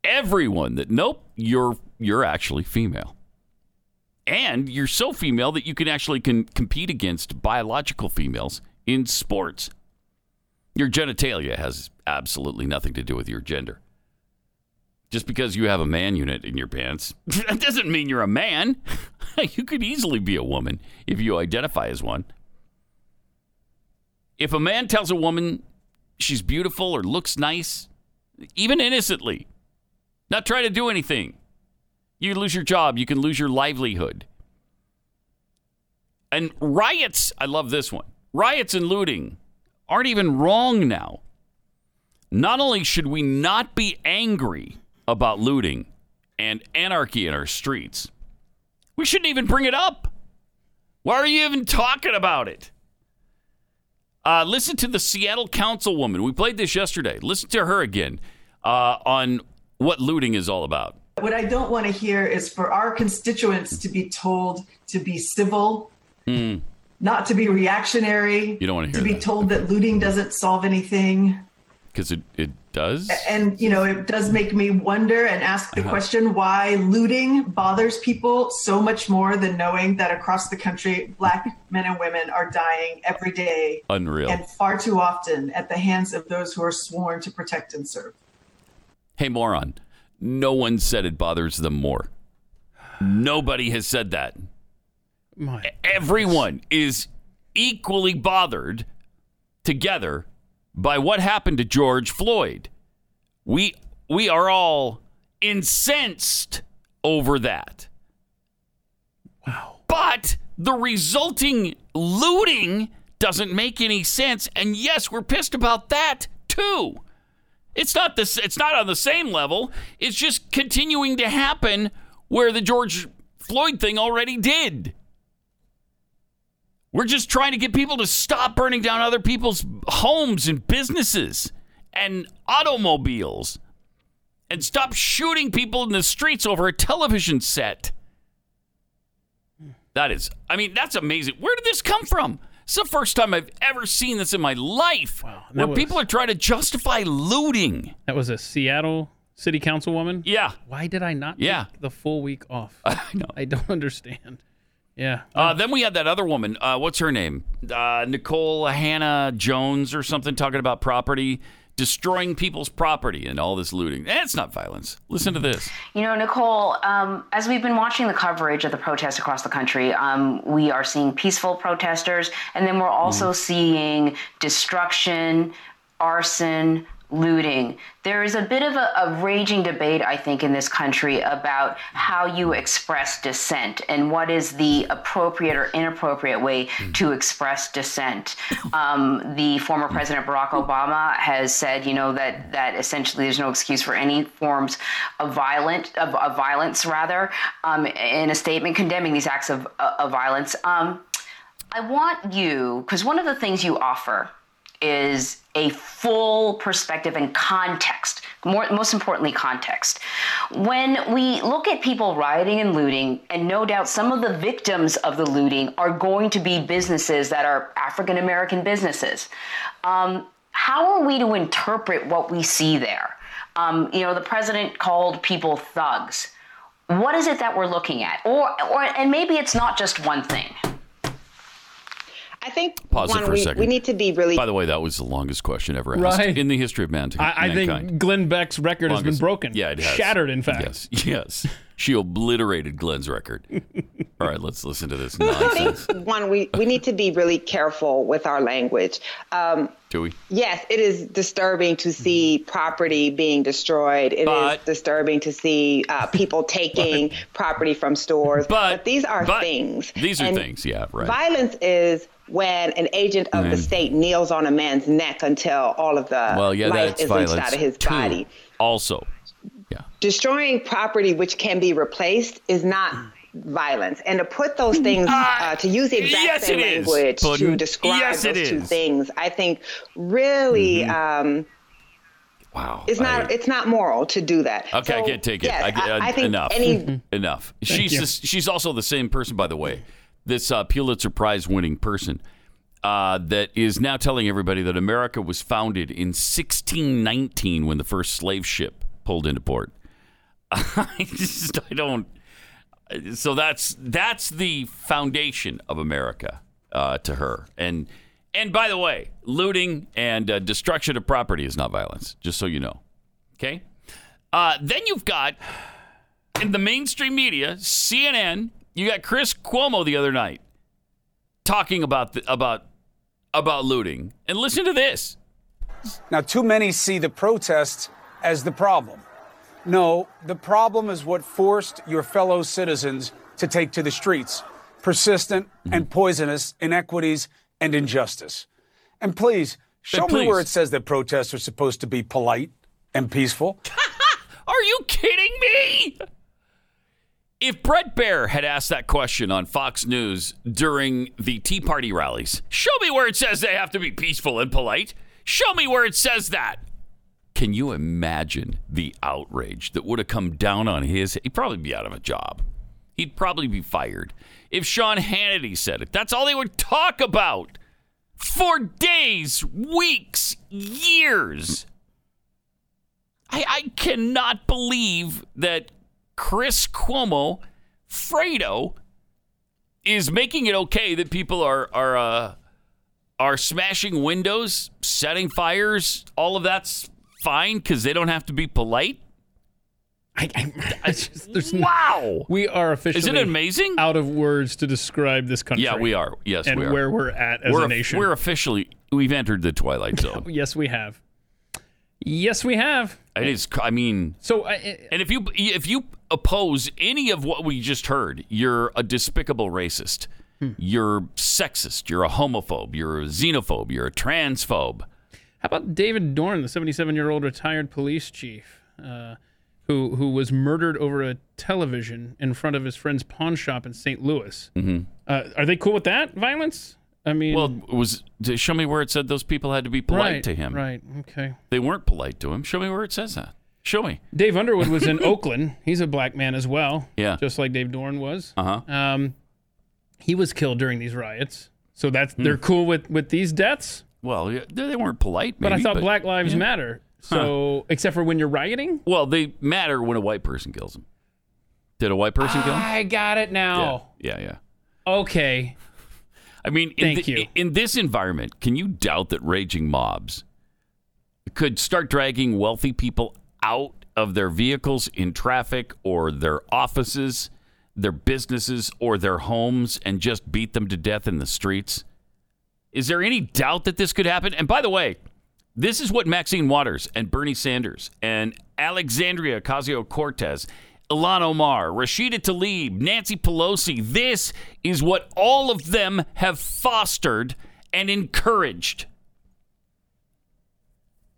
Speaker 2: everyone that nope, you're you're actually female. And you're so female that you can actually can compete against biological females in sports. Your genitalia has absolutely nothing to do with your gender. Just because you have a man unit in your pants, [laughs] that doesn't mean you're a man. [laughs] you could easily be a woman if you identify as one. If a man tells a woman she's beautiful or looks nice, even innocently, not try to do anything. You lose your job, you can lose your livelihood. And riots, I love this one. Riots and looting aren't even wrong now. Not only should we not be angry about looting and anarchy in our streets, we shouldn't even bring it up. Why are you even talking about it? Uh, listen to the Seattle councilwoman. We played this yesterday. Listen to her again uh, on what looting is all about.
Speaker 9: What I don't want to hear is for our constituents to be told to be civil, not to be reactionary.
Speaker 2: Hmm. You don't wanna hear
Speaker 9: to be
Speaker 2: that.
Speaker 9: told that looting doesn't solve anything.
Speaker 2: Because it, it does?
Speaker 9: And you know, it does make me wonder and ask the question why looting bothers people so much more than knowing that across the country, black men and women are dying every day
Speaker 2: Unreal.
Speaker 9: and far too often at the hands of those who are sworn to protect and serve.
Speaker 2: Hey, moron. No one said it bothers them more. Nobody has said that.
Speaker 3: My
Speaker 2: Eh. Everyone is equally bothered together by what happened to George Floyd. We we are all incensed over that. Wow. But the resulting looting doesn't make any sense and yes, we're pissed about that too. It's not this. It's not on the same level. It's just continuing to happen where the George Floyd thing already did. We're just trying to get people to stop burning down other people's homes and businesses and automobiles and stop shooting people in the streets over a television set. That is, I mean, that's amazing. Where did this come from? It's the first time I've ever seen this in my life.
Speaker 3: Wow, that
Speaker 2: where
Speaker 3: was-
Speaker 2: people are trying to justify looting.
Speaker 3: That was a Seattle city councilwoman.
Speaker 2: Yeah.
Speaker 3: Why did I not
Speaker 2: Yeah.
Speaker 3: take the full week
Speaker 2: [laughs]
Speaker 3: off? I don't understand. Yeah.
Speaker 2: Uh, then we had that other woman. Uh, what's her name? Uh, Nicole Hannah Jones or something, talking about property, destroying people's property and all this looting. Eh, it's not violence. Listen to this.
Speaker 10: You know, Nicole, um, as we've been watching the coverage of the protests across the country, um, we are seeing peaceful protesters, and then we're also seeing destruction, arson, looting. There is a bit of a, a raging debate, I think, in this country about how you express dissent and what is the appropriate or inappropriate way
Speaker 11: Hmm.
Speaker 10: to express dissent. Um, the former President Barack Obama has said, you know, that that essentially there's no excuse for any forms of violent of, of violence, rather, um, in a statement condemning these acts of, of violence. Um, I want you, because one of the things you offer is a full perspective and context, more, most importantly, context. When we look at people rioting and looting, and no doubt some of the victims of the looting are going to be businesses that are African American businesses, um, how are we to interpret what we see there? Um, you know, the president called people thugs. What is it that we're looking at? Or, or and maybe it's not just one thing.
Speaker 12: I think
Speaker 2: Pause it
Speaker 12: one,
Speaker 2: for a
Speaker 12: we,
Speaker 2: second.
Speaker 12: we need to be really
Speaker 2: By the way, that was the longest question ever asked
Speaker 3: Right.
Speaker 2: in the history of man-
Speaker 3: I, I
Speaker 2: mankind.
Speaker 3: think Glenn Beck's record has
Speaker 2: Longest-
Speaker 3: been broken.
Speaker 2: Yeah, it has.
Speaker 3: Shattered, in fact.
Speaker 2: Yes, [laughs] yes. She obliterated
Speaker 3: [laughs]
Speaker 2: Glenn's record. All right, let's listen to this
Speaker 12: I [laughs]
Speaker 2: nonsense.
Speaker 12: think one we, we need to be really careful with our language. Um,
Speaker 2: Do we?
Speaker 12: yes, it is disturbing to see
Speaker 2: Mm-hmm.
Speaker 12: property being destroyed. It is disturbing to see uh,
Speaker 2: [laughs]
Speaker 12: people taking property from stores. But, these are things.
Speaker 2: These are
Speaker 12: And
Speaker 2: things. Yeah, right. Mm-hmm.
Speaker 12: Violence is when an agent of the
Speaker 2: Man.
Speaker 12: state kneels on a man's neck until all of the
Speaker 2: well, yeah,
Speaker 12: life
Speaker 2: that's
Speaker 12: is
Speaker 2: violence
Speaker 12: leached out of his
Speaker 2: too.
Speaker 12: body.
Speaker 2: Also,
Speaker 12: destroying property which can be replaced is not
Speaker 2: Mm.
Speaker 12: violence and to put those
Speaker 2: Mm-hmm.
Speaker 12: things uh, to use the exact
Speaker 11: yes,
Speaker 12: same
Speaker 11: it is,
Speaker 12: language
Speaker 11: Puddin'.
Speaker 12: to describe
Speaker 11: Yes, it
Speaker 12: those two
Speaker 11: is.
Speaker 12: things i think really um,
Speaker 2: wow
Speaker 12: it's not it's not moral to do that
Speaker 2: Okay, I
Speaker 12: So,
Speaker 2: can't take it.
Speaker 12: yes,
Speaker 2: I, I,
Speaker 12: I think
Speaker 2: enough.
Speaker 12: any-
Speaker 2: [laughs] enough.
Speaker 12: Thank
Speaker 2: She's
Speaker 12: you.
Speaker 2: this, she's also the same person, by the way. This uh, Pulitzer Prize winning person uh, that is now telling everybody that America was founded in 1619 when the first slave ship pulled into port. [laughs] I just I don't. So that's that's the foundation of America uh, to her. And and by the way, looting and uh, destruction of property is not violence. Just so you know. Okay. Uh, then you've got in the mainstream media, CNN. You got Chris Cuomo the other night talking about the, about about looting. And listen to this.
Speaker 13: Now, too many see the protests as the problem. No, the problem is what forced your fellow citizens to take to the streets persistent and poisonous inequities and injustice. And please, show me where it says that protests are supposed to be polite and peaceful.
Speaker 2: Are you kidding me? If Brett Baer had asked that question on Fox News during the Tea Party rallies, show me where it says they have to be peaceful and polite. Show me where it says that. Can you imagine the outrage that would have come down on his? He'd probably be out of a job. He'd probably be fired. If Sean Hannity said it, that's all they would talk about for days, weeks, years. I, I cannot believe that Chris Cuomo, Fredo, is making it okay that people are are uh, are smashing windows, setting fires, all of that's fine because they don't have to be polite. wow,
Speaker 3: we are officially.
Speaker 2: Isn't it amazing?
Speaker 3: Out of words to describe this country.
Speaker 2: Yeah, we are. Yes,
Speaker 3: and
Speaker 2: we are.
Speaker 3: where we're at as
Speaker 2: We're
Speaker 3: a
Speaker 2: of-
Speaker 3: nation.
Speaker 2: we're officially we've entered the twilight
Speaker 3: [laughs]
Speaker 2: zone.
Speaker 3: yes, we have. Yes, we have.
Speaker 2: It is. I mean,
Speaker 3: so
Speaker 2: and if you if you oppose any of what we just heard, you're a despicable racist. You're sexist. You're a homophobe. You're a xenophobe. You're a transphobe.
Speaker 3: How about David Dorn, the 77 year old retired police chief, uh, who, who was murdered over a television in front of his friend's pawn shop in St. Louis?
Speaker 2: Mhm.
Speaker 3: Uh, are they cool with that violence? I mean,
Speaker 2: Well, was to show me where it said those people had to be polite
Speaker 3: right,
Speaker 2: to him.
Speaker 3: Right. Okay.
Speaker 2: They weren't polite to him. Show me where it says that. Show me.
Speaker 3: Dave Underwood was
Speaker 2: [laughs]
Speaker 3: in Oakland. He's a black man as well.
Speaker 2: Yeah.
Speaker 3: Just like Dave Dorn was.
Speaker 2: Uh huh.
Speaker 3: Um, he was killed during these riots. So that's they're
Speaker 2: Hmm.
Speaker 3: cool with, with these deaths.
Speaker 2: Well, yeah, they they weren't polite.
Speaker 3: But I
Speaker 2: maybe,
Speaker 3: thought Black Lives
Speaker 2: yeah.
Speaker 3: Matter.
Speaker 2: Huh.
Speaker 3: So except for when you're rioting.
Speaker 2: Well, they matter when a white person kills them. Did a white person kill him?
Speaker 3: I got it now.
Speaker 2: Yeah, yeah. yeah.
Speaker 3: Okay.
Speaker 2: I mean, in
Speaker 3: Thank
Speaker 2: thi-
Speaker 3: you.
Speaker 2: In this environment, can you doubt that raging mobs could start dragging wealthy people out of their vehicles in traffic or their offices, their businesses, or their homes and just beat them to death in the streets? Is there any doubt that this could happen? And by the way, this is what Maxine Waters and Bernie Sanders and Alexandria Ocasio Cortez, Ilan Omar, Rashida Tlaib, Nancy Pelosi, this is what all of them have fostered and encouraged.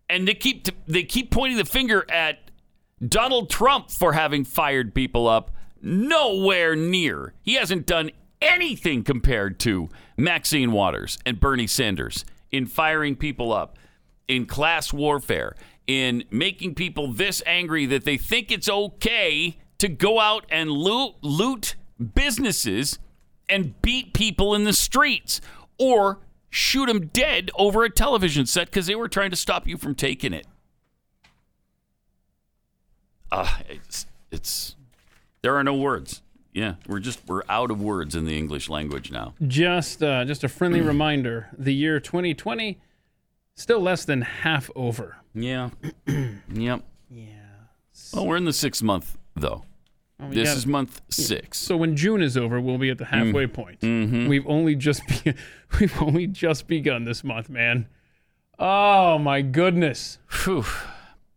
Speaker 2: And they keep they keep pointing the finger at Donald Trump for having fired people up. Nowhere near. He hasn't done anything compared to Maxine Waters and Bernie Sanders in firing people up, in class warfare, in making people this angry that they think it's okay to go out and loot, loot businesses and beat people in the streets or shoot them dead over a television set because they were trying to stop you from taking it. Uh, it's, it's there are no words. Yeah, we're just we're out of words in the English language now.
Speaker 3: Just uh, just a
Speaker 2: [clears throat]
Speaker 3: friendly reminder: the year 2020 still less than half over.
Speaker 2: Yeah. [clears throat] yep. Yeah. Well, we're in the sixth month though.
Speaker 3: Oh,
Speaker 2: this
Speaker 3: yeah.
Speaker 2: is month six.
Speaker 3: So when June is over, we'll be at the halfway
Speaker 2: Mm.
Speaker 3: point.
Speaker 2: Mhm.
Speaker 3: We've only just be- [laughs] we've only just begun this month, man. Oh my goodness.
Speaker 2: Whew.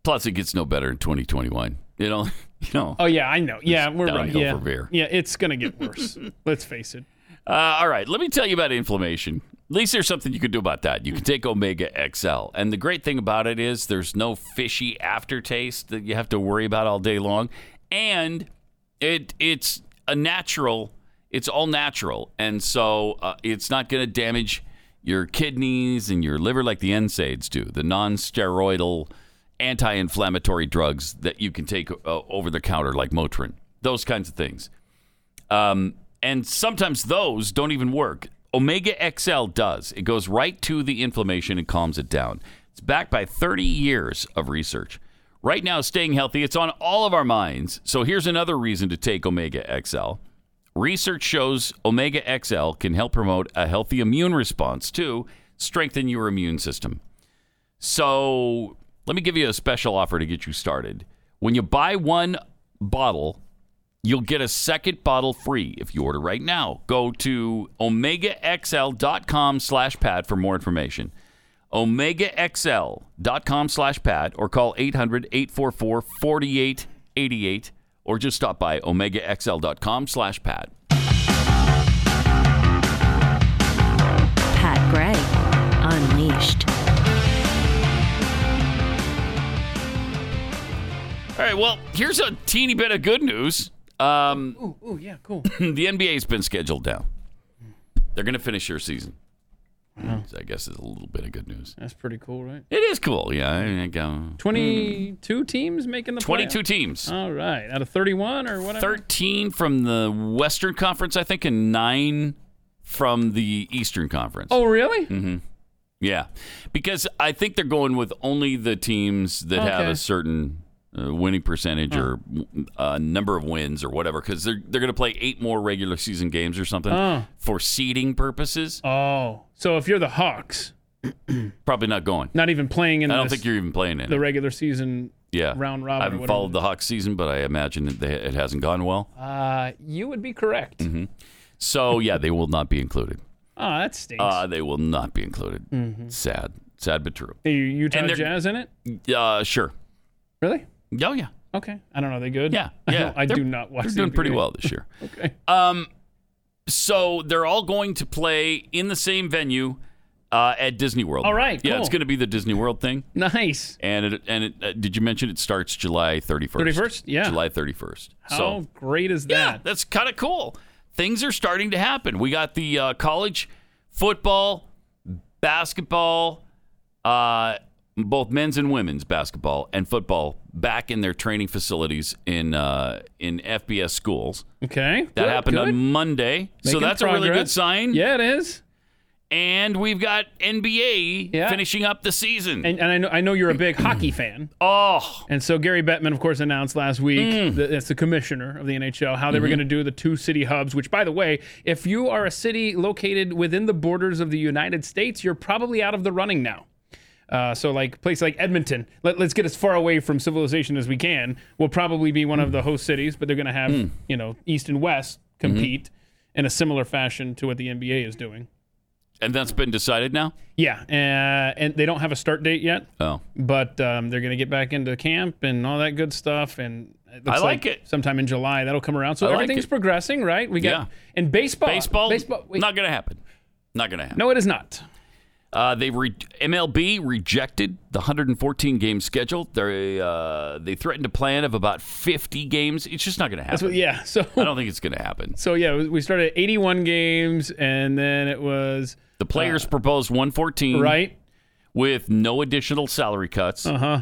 Speaker 2: Plus, it gets no better in 2021. You know, [laughs] you know.
Speaker 3: Oh yeah, I know. Yeah,
Speaker 2: It's
Speaker 3: we're right.
Speaker 2: downhill
Speaker 3: Yeah.
Speaker 2: from here.
Speaker 3: yeah, it's gonna get
Speaker 2: [laughs]
Speaker 3: worse. Let's face it.
Speaker 2: Uh, all right, let me tell you about inflammation. At least there's something you can do about that. You can take Omega XL. And the great thing about it is there's no fishy aftertaste that you have to worry about all day long. And it it's a natural, it's all natural. And so uh, it's not going to damage your kidneys and your liver like the NSAIDs do, the non steroidal anti inflammatory drugs that you can take uh, over the counter like Motrin, those kinds of things. Um, and sometimes those don't even work. Omega XL does. It goes right to the inflammation and calms it down. It's backed by 30 years of research. Right now, staying healthy, it's on all of our minds. So here's another reason to take Omega XL. Research shows Omega XL can help promote a healthy immune response to strengthen your immune system. So let me give you a special offer to get you started. When you buy one bottle, you'll get a second bottle free if you order right now. Go to omegaxl.com slash pad for more information. omegaxl.com slash pad or call 800-844-4888 or just stop by omegaxl.com slash pad.
Speaker 1: Pat Gray Unleashed.
Speaker 2: All right, well, here's a teeny bit of good news. Um,
Speaker 3: Ooh, ooh, yeah, cool.
Speaker 2: the NBA's been scheduled down. They're going to finish their season. So I guess it's a little bit of good news.
Speaker 3: That's pretty cool, right?
Speaker 2: It is cool. Yeah. I think, um,
Speaker 3: 22 teams making the
Speaker 2: 22
Speaker 3: playoff?
Speaker 2: teams.
Speaker 3: All right. Out of 31 or whatever.
Speaker 2: 13 from the Western Conference, I think, and nine from the Eastern Conference.
Speaker 3: Oh, really?
Speaker 2: hmm Yeah. Because I think they're going with only the teams that have
Speaker 3: Okay.
Speaker 2: a certain uh, winning percentage or uh, number of wins or whatever, because they're, they're going to play eight more regular season games or something
Speaker 3: Oh.
Speaker 2: for seeding purposes.
Speaker 3: Oh. So if you're the Hawks,
Speaker 2: Probably not going.
Speaker 3: not even playing in
Speaker 2: I don't
Speaker 3: this-
Speaker 2: think you're even playing in
Speaker 3: the
Speaker 2: it.
Speaker 3: regular season
Speaker 2: Yeah.
Speaker 3: round robin. or
Speaker 2: I haven't
Speaker 3: whatever.
Speaker 2: followed the Hawks season, but I imagine that they, it hasn't gone well.
Speaker 3: Uh, you would be correct.
Speaker 2: hmm So yeah, they will not be included.
Speaker 3: Oh, Mm-hmm. that stinks.
Speaker 2: Uh, they will not be included.
Speaker 3: Mm-hmm.
Speaker 2: Sad, sad but true.
Speaker 3: Are you Utah
Speaker 2: and they're-
Speaker 3: Jazz in it?
Speaker 2: Uh, sure.
Speaker 3: Really?
Speaker 2: Oh yeah.
Speaker 3: Okay. I don't know. Are they good?
Speaker 2: Yeah,
Speaker 3: I
Speaker 2: yeah.
Speaker 3: don't- I, do
Speaker 2: They're-
Speaker 3: not watch.
Speaker 2: They're
Speaker 3: the
Speaker 2: doing pretty
Speaker 3: NBA.
Speaker 2: well
Speaker 3: [laughs]
Speaker 2: this year.
Speaker 3: okay.
Speaker 2: Um, so they're all going to play in the same venue uh, at Disney World.
Speaker 3: All right,
Speaker 2: Yeah, it's
Speaker 3: cool.
Speaker 2: going to be the Disney World thing.
Speaker 3: Nice.
Speaker 2: And it, and it, uh, did you mention it starts July thirty first?
Speaker 3: 31st? Yeah.
Speaker 2: July thirty first.
Speaker 3: How
Speaker 2: so
Speaker 3: great is
Speaker 2: Yeah,
Speaker 3: that?
Speaker 2: that's kind of cool. Things are starting to happen. We got the uh, college football, basketball, uh, both men's and women's basketball and football back in their training facilities in uh, in FBS schools.
Speaker 3: Okay.
Speaker 2: That
Speaker 3: Good,
Speaker 2: happened
Speaker 3: good.
Speaker 2: on Monday, so
Speaker 3: Making
Speaker 2: that's a really good
Speaker 3: progress.
Speaker 2: sign.
Speaker 3: Yeah, it is.
Speaker 2: And we've got NBA
Speaker 3: Yeah.
Speaker 2: finishing up the season.
Speaker 3: And, and I know I know you're a big hockey fan.
Speaker 2: oh,
Speaker 3: And so Gary Bettman, of course, announced last week that that's the commissioner of the NHL how they were
Speaker 2: Mhm.
Speaker 3: going to do the two city hubs. Which, by the way, if you are a city located within the borders of the United States, you're probably out of the running now. Uh, so, like place like Edmonton, let, let's get as far away from civilization as we can. Will probably be one of the host cities, but they're going to have you know East and West compete in a similar fashion to what the NBA is doing.
Speaker 2: and that's been decided now.
Speaker 3: Yeah, uh, and they don't have a start date yet
Speaker 2: Oh,
Speaker 3: but um, they're going to get back into camp and all that good stuff. And it
Speaker 2: I like it.
Speaker 3: Sometime in July, that'll come around. So
Speaker 2: I like
Speaker 3: everything's
Speaker 2: it.
Speaker 3: progressing, right? We got
Speaker 2: Yeah.
Speaker 3: and baseball.
Speaker 2: baseball,
Speaker 3: baseball. wait.
Speaker 2: not going to happen. Not going to happen.
Speaker 3: no, it is not.
Speaker 2: Uh, they re- MLB rejected the 114 game schedule. They uh, they threatened a plan of about 50 games. It's just not going to happen.
Speaker 3: That's what- yeah, so
Speaker 2: I don't think it's going to happen.
Speaker 3: So yeah, we- we started at 81 games, and then it was [laughs]
Speaker 2: The players proposed 114,
Speaker 3: Uh, Right.
Speaker 2: with no additional salary cuts.
Speaker 3: Uh huh.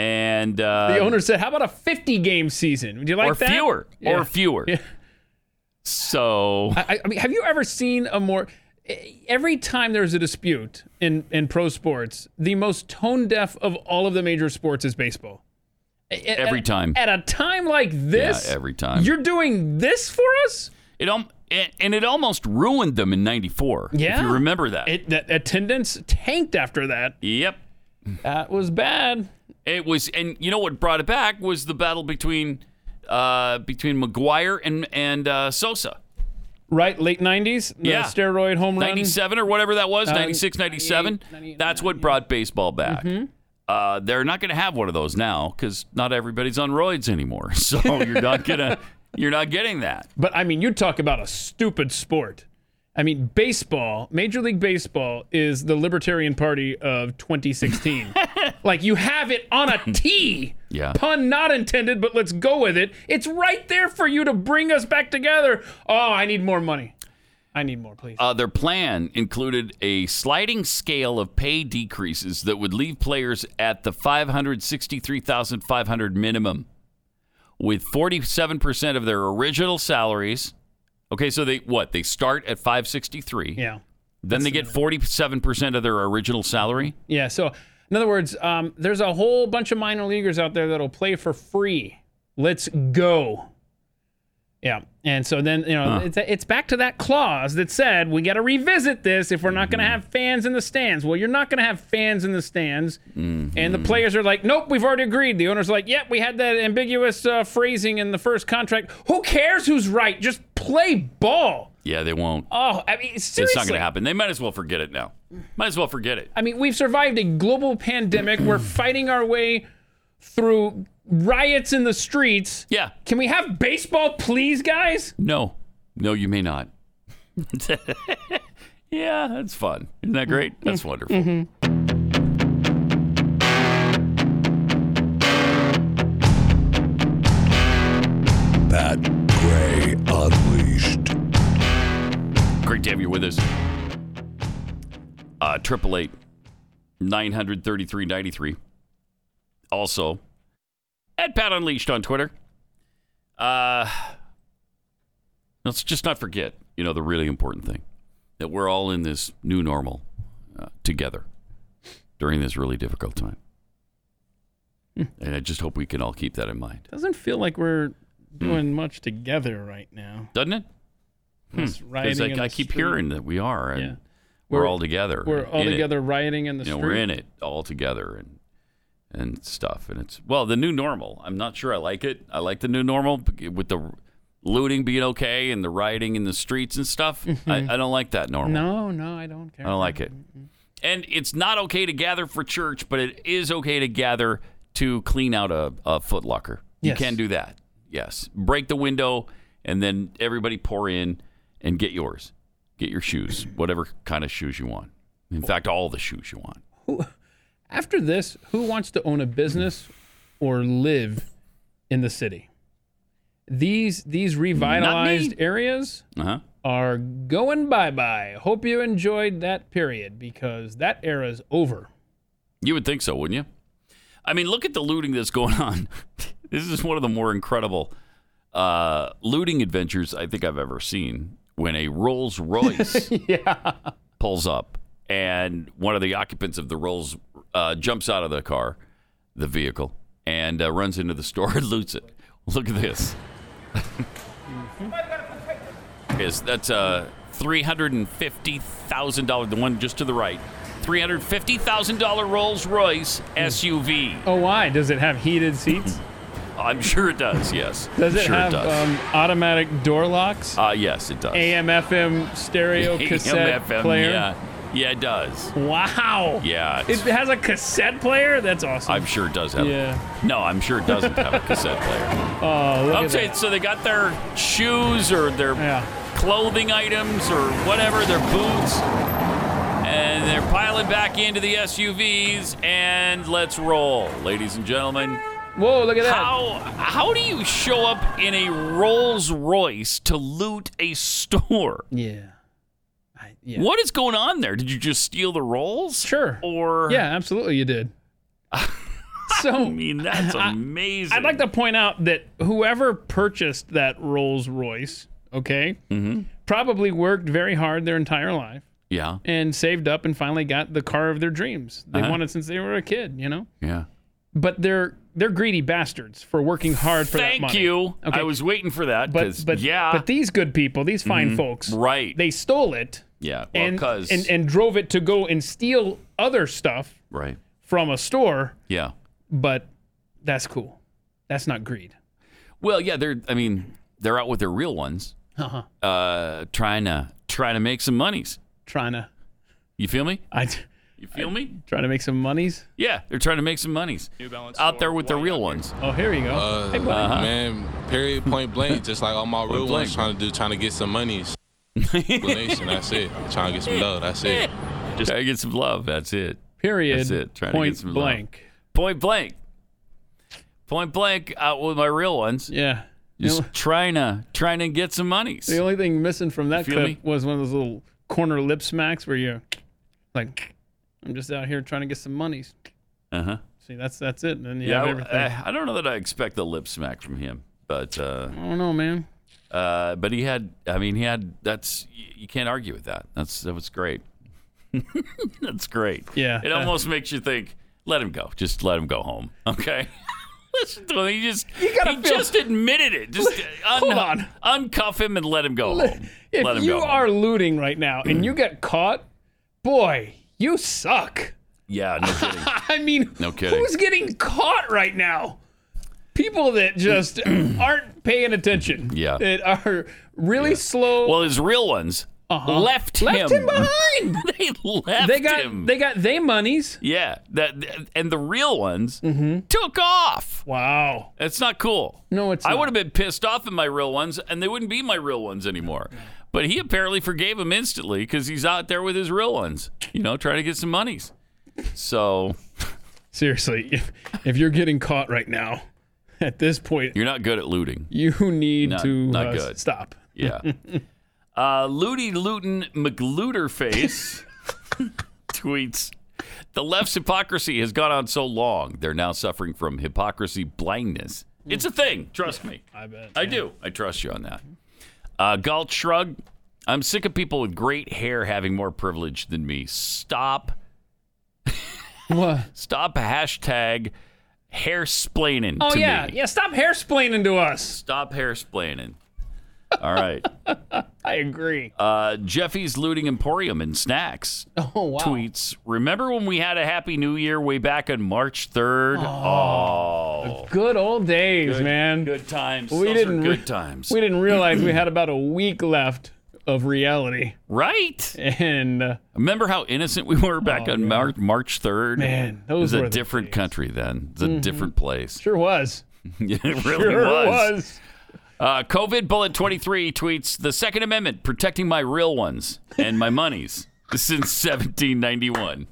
Speaker 2: And uh,
Speaker 3: The owner said, "How about a 50 game season? Would you like
Speaker 2: or
Speaker 3: that?"
Speaker 2: fewer,
Speaker 3: Yeah.
Speaker 2: or fewer. So
Speaker 3: I, I mean, have you ever seen a more? Every time there's a dispute in in pro sports, the most tone deaf of all of the major sports is baseball. A-
Speaker 2: Every
Speaker 3: at-
Speaker 2: time.
Speaker 3: at a time like this,
Speaker 2: Yeah, every time.
Speaker 3: you're doing this for us.
Speaker 2: It um, and it almost ruined them in '94.
Speaker 3: Yeah,
Speaker 2: if you remember that.
Speaker 3: It, that attendance tanked after that.
Speaker 2: yep,
Speaker 3: that was bad.
Speaker 2: It was, and you know what brought it back was the battle between uh, between McGuire and and uh, Sosa.
Speaker 3: Right, late '90s, the
Speaker 2: Yeah.
Speaker 3: steroid home run.
Speaker 2: 97 or whatever that was,
Speaker 3: Uh,
Speaker 2: 96, 97. That's what brought baseball back. Uh, they're not going to have one of those now because not everybody's on roids anymore. [laughs] So you're not gonna, you're not getting that.
Speaker 3: But I mean, you talk about a stupid sport. I mean, baseball, Major League Baseball is the Libertarian Party of
Speaker 2: [laughs]
Speaker 3: 2016. like, you have it on a tee.
Speaker 2: Yeah.
Speaker 3: Pun not intended, but let's go with it. It's right there for you to bring us back together. Oh, I need more money. I need more, please.
Speaker 2: Uh, their plan included a sliding scale of pay decreases that would leave players at the 563,500 minimum, with 47% of their original salaries. Okay, so they what? They start at 563.
Speaker 3: Yeah.
Speaker 2: Then they get 47% of their original salary.
Speaker 3: Yeah. So, in other words, um, there's a whole bunch of minor leaguers out there that'll play for free. Let's go. Yeah. And so then, you know,
Speaker 2: Huh.
Speaker 3: it's, it's back to that clause that said we got to revisit this if we're not going
Speaker 2: Mm-hmm.
Speaker 3: to have fans in the stands. Well, you're not going to have fans in the stands.
Speaker 2: Mm-hmm.
Speaker 3: And the players are like, nope, we've already agreed. The owner's like, yep, we had that ambiguous uh, phrasing in the first contract. Who cares who's right? Just play ball.
Speaker 2: Yeah, they won't.
Speaker 3: Oh, I mean, seriously. Mm.
Speaker 2: It's not going to happen. They might as well forget it now. Might as well forget it.
Speaker 3: I mean, we've survived a global pandemic. [clears throat] We're fighting our way through riots in the streets.
Speaker 2: Yeah.
Speaker 3: Can we have baseball, please, guys?
Speaker 2: No, no, you may
Speaker 3: [laughs]
Speaker 2: not. [laughs] yeah, that's fun. Isn't that great?
Speaker 3: [laughs]
Speaker 2: That's wonderful.
Speaker 11: Pat Gray Unleashed.
Speaker 2: Great to have you with us. Uh Triple eight nine hundred thirty three ninety three. Also, at Pat Unleashed on Twitter. Uh, let's just not forget, you know, the really important thing that we're all in this new normal uh, together during this really difficult time.
Speaker 3: Hmm.
Speaker 2: and I just hope we can all keep that in mind,
Speaker 3: Doesn't feel like we're doing much together right now.
Speaker 2: doesn't it?
Speaker 3: Just
Speaker 2: Hmm.
Speaker 3: rioting
Speaker 2: I,
Speaker 3: in the
Speaker 2: I keep
Speaker 3: street.
Speaker 2: hearing that we are, and
Speaker 3: Yeah.
Speaker 2: we're,
Speaker 3: We're-
Speaker 2: all together.
Speaker 3: We're all
Speaker 2: in it.
Speaker 3: together rioting in the
Speaker 2: you know,
Speaker 3: street.
Speaker 2: we're in it all together and and stuff. And it's well, the new normal. I'm not sure I like it. I like the new normal b- with the looting being okay and the rioting in the streets and stuff. I, I don't like that normal.
Speaker 3: Mm-hmm. No, no, I don't
Speaker 2: I
Speaker 3: care.
Speaker 2: don't like it. And it's not okay to gather for church, but it is okay to gather to clean out a, a foot locker.
Speaker 3: Yes.
Speaker 2: You can do that. Yes. Break the window and then everybody pour in and get yours. Get your shoes, whatever kind of shoes you want. In fact, all the shoes you want.
Speaker 3: After this, who wants to own a business or live in the city? These these revitalized areas
Speaker 2: Uh huh.
Speaker 3: are going bye bye. Hope you enjoyed that period because that era's over.
Speaker 2: You would think so, wouldn't you? I mean, look at the looting that's going on. [laughs] this is one of the more incredible uh, looting adventures I think I've ever seen. When a Rolls Royce pulls up and one of the occupants of the Rolls uh, jumps out of the car, the vehicle, and uh, runs into the store and [laughs] loots it. Look at this. Yes, that's uh, three hundred and fifty thousand dollar. The one just to the right, three hundred fifty thousand dollar Rolls Royce SUV.
Speaker 3: Oh, why? Does it have heated
Speaker 2: [laughs]
Speaker 3: seats?
Speaker 2: I'm sure it does. Yes,
Speaker 3: Does it
Speaker 2: sure
Speaker 3: have
Speaker 2: It does.
Speaker 3: Um, automatic door locks?
Speaker 2: uh, yes, it does.
Speaker 3: AM, FM,
Speaker 2: [laughs]
Speaker 3: stereo, cassette
Speaker 2: FM,
Speaker 3: player?
Speaker 2: Yeah, yeah, it does.
Speaker 3: Wow.
Speaker 2: Yeah,
Speaker 3: It
Speaker 2: it's-
Speaker 3: has a cassette player? That's awesome.
Speaker 2: I'm sure it does have.
Speaker 3: Yeah.
Speaker 2: No, I'm sure it doesn't
Speaker 3: [laughs]
Speaker 2: have a cassette player.
Speaker 3: Oh, look at
Speaker 2: Okay,
Speaker 3: that.
Speaker 2: so they got their shoes or their
Speaker 3: Yeah.
Speaker 2: clothing items or whatever, their boots, and And they're piling back into the SUVs, and let's roll, ladies and gentlemen.
Speaker 14: Whoa, look at that.
Speaker 2: How how do you show up in a Rolls Royce to loot a store?
Speaker 14: Yeah.
Speaker 2: What is going on there? Did you just steal the rolls?
Speaker 14: Sure.
Speaker 2: Or
Speaker 14: Yeah, absolutely you
Speaker 2: [laughs]
Speaker 14: did. so I
Speaker 2: mean
Speaker 3: [laughs]
Speaker 2: that's amazing.
Speaker 3: I'd like to point out that whoever purchased that Rolls Royce, okay,
Speaker 2: Mm-hmm.
Speaker 3: probably worked very hard their entire life
Speaker 2: Yeah.
Speaker 3: and saved up and finally got the car of their dreams. They
Speaker 2: Uh-huh.
Speaker 3: wanted since they were a kid, you know.
Speaker 2: Yeah.
Speaker 3: But they're they're greedy bastards for working hard for that
Speaker 2: Thank
Speaker 3: money.
Speaker 2: you. I was waiting for that.
Speaker 3: but
Speaker 2: 'cause-
Speaker 3: but
Speaker 2: yeah.
Speaker 3: but these good people, these fine
Speaker 2: Mhm.
Speaker 3: folks,
Speaker 2: Right.
Speaker 3: They stole it
Speaker 2: yeah. Well,
Speaker 3: and,
Speaker 2: 'cause-
Speaker 3: and and drove it to go and steal other stuff
Speaker 2: right.
Speaker 3: from a store.
Speaker 2: Yeah.
Speaker 3: But that's cool. That's not greed.
Speaker 2: Well, yeah, they're I mean, they're out with their real ones.
Speaker 3: Uh-huh.
Speaker 2: Uh trying to trying to make some monies.
Speaker 3: Trying to
Speaker 2: You feel me?
Speaker 3: I
Speaker 2: you feel me?
Speaker 3: Trying to make some monies.
Speaker 2: Yeah, they're trying to make some monies. New Balance out there with the real ones.
Speaker 3: Oh, here you go.
Speaker 15: Uh,
Speaker 3: Hey, buddy.
Speaker 15: Man, period, point
Speaker 2: [laughs]
Speaker 15: blank. Just like all my real ones trying to do, trying to get some monies.
Speaker 2: [laughs]
Speaker 15: Explanation. That's it. Trying to get some love. That's it.
Speaker 2: Just trying to get some love. That's it.
Speaker 3: Period.
Speaker 2: That's it. Trying to
Speaker 3: Point
Speaker 2: get some uh, love.
Speaker 3: blank.
Speaker 2: Point blank. Point blank out with my real ones.
Speaker 3: Yeah.
Speaker 2: Just trying to trying to get some monies.
Speaker 3: The only thing missing from that
Speaker 2: feel
Speaker 3: clip
Speaker 2: me?
Speaker 3: was one of those little corner lip smacks where you're like, I'm just out here trying to get some monies.
Speaker 2: Uh huh.
Speaker 3: See, that's that's it. And then you
Speaker 2: Yeah, uh,
Speaker 3: have everything.
Speaker 2: I, I don't know that I expect the lip smack from him, but uh,
Speaker 3: I don't know, man.
Speaker 2: uh, but he had. I mean, he had. That's you you can't argue with that. That's that was great. [laughs] that's great.
Speaker 3: Yeah.
Speaker 2: it
Speaker 3: Uh,
Speaker 2: almost makes you think. Let him go. Just let him go home. [laughs] Okay. Listen to him. He just he just admitted it. Just un-
Speaker 3: Hold on.
Speaker 2: uncuff him and let him go home.
Speaker 3: If
Speaker 2: uh, let him
Speaker 3: you
Speaker 2: go. home.
Speaker 3: are looting right now and you get caught, boy, you suck.
Speaker 2: Yeah, no kidding.
Speaker 3: I mean,
Speaker 2: No kidding.
Speaker 3: who's getting caught right now? People that just
Speaker 2: [clears throat]
Speaker 3: aren't paying attention.
Speaker 2: Yeah.
Speaker 3: That are really slow.
Speaker 2: well, his real ones
Speaker 3: Uh-huh.
Speaker 2: left him.
Speaker 3: Left him behind.
Speaker 2: [laughs] they left
Speaker 3: they got,
Speaker 2: him.
Speaker 3: They got they monies.
Speaker 2: Yeah, that and the real ones took off.
Speaker 3: Wow,
Speaker 2: that's not cool.
Speaker 3: Mm-hmm. No, it's
Speaker 2: I
Speaker 3: not.
Speaker 2: would have been pissed off at my real ones, and they wouldn't be my real ones anymore. But he apparently forgave him instantly because he's out there with his real ones, you know, trying to get some monies. So
Speaker 3: Seriously, if, if you're getting caught right now, at this point,
Speaker 2: you're not good at looting.
Speaker 3: you need
Speaker 2: Not-
Speaker 3: to
Speaker 2: not
Speaker 3: uh,
Speaker 2: good.
Speaker 3: stop. [laughs]
Speaker 2: Yeah. Uh, Looty Luton McLooterface tweets The left's hypocrisy has gone on so long, they're now suffering from hypocrisy blindness. It's a thing, trust me.
Speaker 3: I bet.
Speaker 2: I do. I trust you on that. Uh, Galt Shrug, I'm sick of people with great hair having more privilege than me. Stop.
Speaker 3: What?
Speaker 2: Stop hashtag hairsplaining.
Speaker 3: Oh
Speaker 2: to
Speaker 3: yeah,
Speaker 2: me.
Speaker 3: yeah. Stop hairsplaining to us.
Speaker 2: Stop hairsplaining. All right.
Speaker 3: I agree.
Speaker 2: Uh, Jeffy's Looting Emporium and Snacks
Speaker 3: Oh wow.
Speaker 2: tweets. Remember when we had a Happy New Year way back on March 3rd? Oh.
Speaker 3: Good old days,
Speaker 2: Good-
Speaker 3: man.
Speaker 2: Good times.
Speaker 3: We
Speaker 2: Those are
Speaker 3: didn't
Speaker 2: good times.
Speaker 3: We didn't realize we had about a week left of reality.
Speaker 2: Right?
Speaker 3: And uh,
Speaker 2: Remember how innocent we were back on March, March 3rd?
Speaker 3: Oh, Man,
Speaker 2: it was
Speaker 3: those were
Speaker 2: a
Speaker 3: the
Speaker 2: different country then. It's a
Speaker 3: Mhm.
Speaker 2: different place. [laughs]
Speaker 3: sure was.
Speaker 2: it really
Speaker 3: sure
Speaker 2: Uh, COVID Bullet 23 tweets The Second Amendment protecting my real ones and my monies [laughs] since 1791.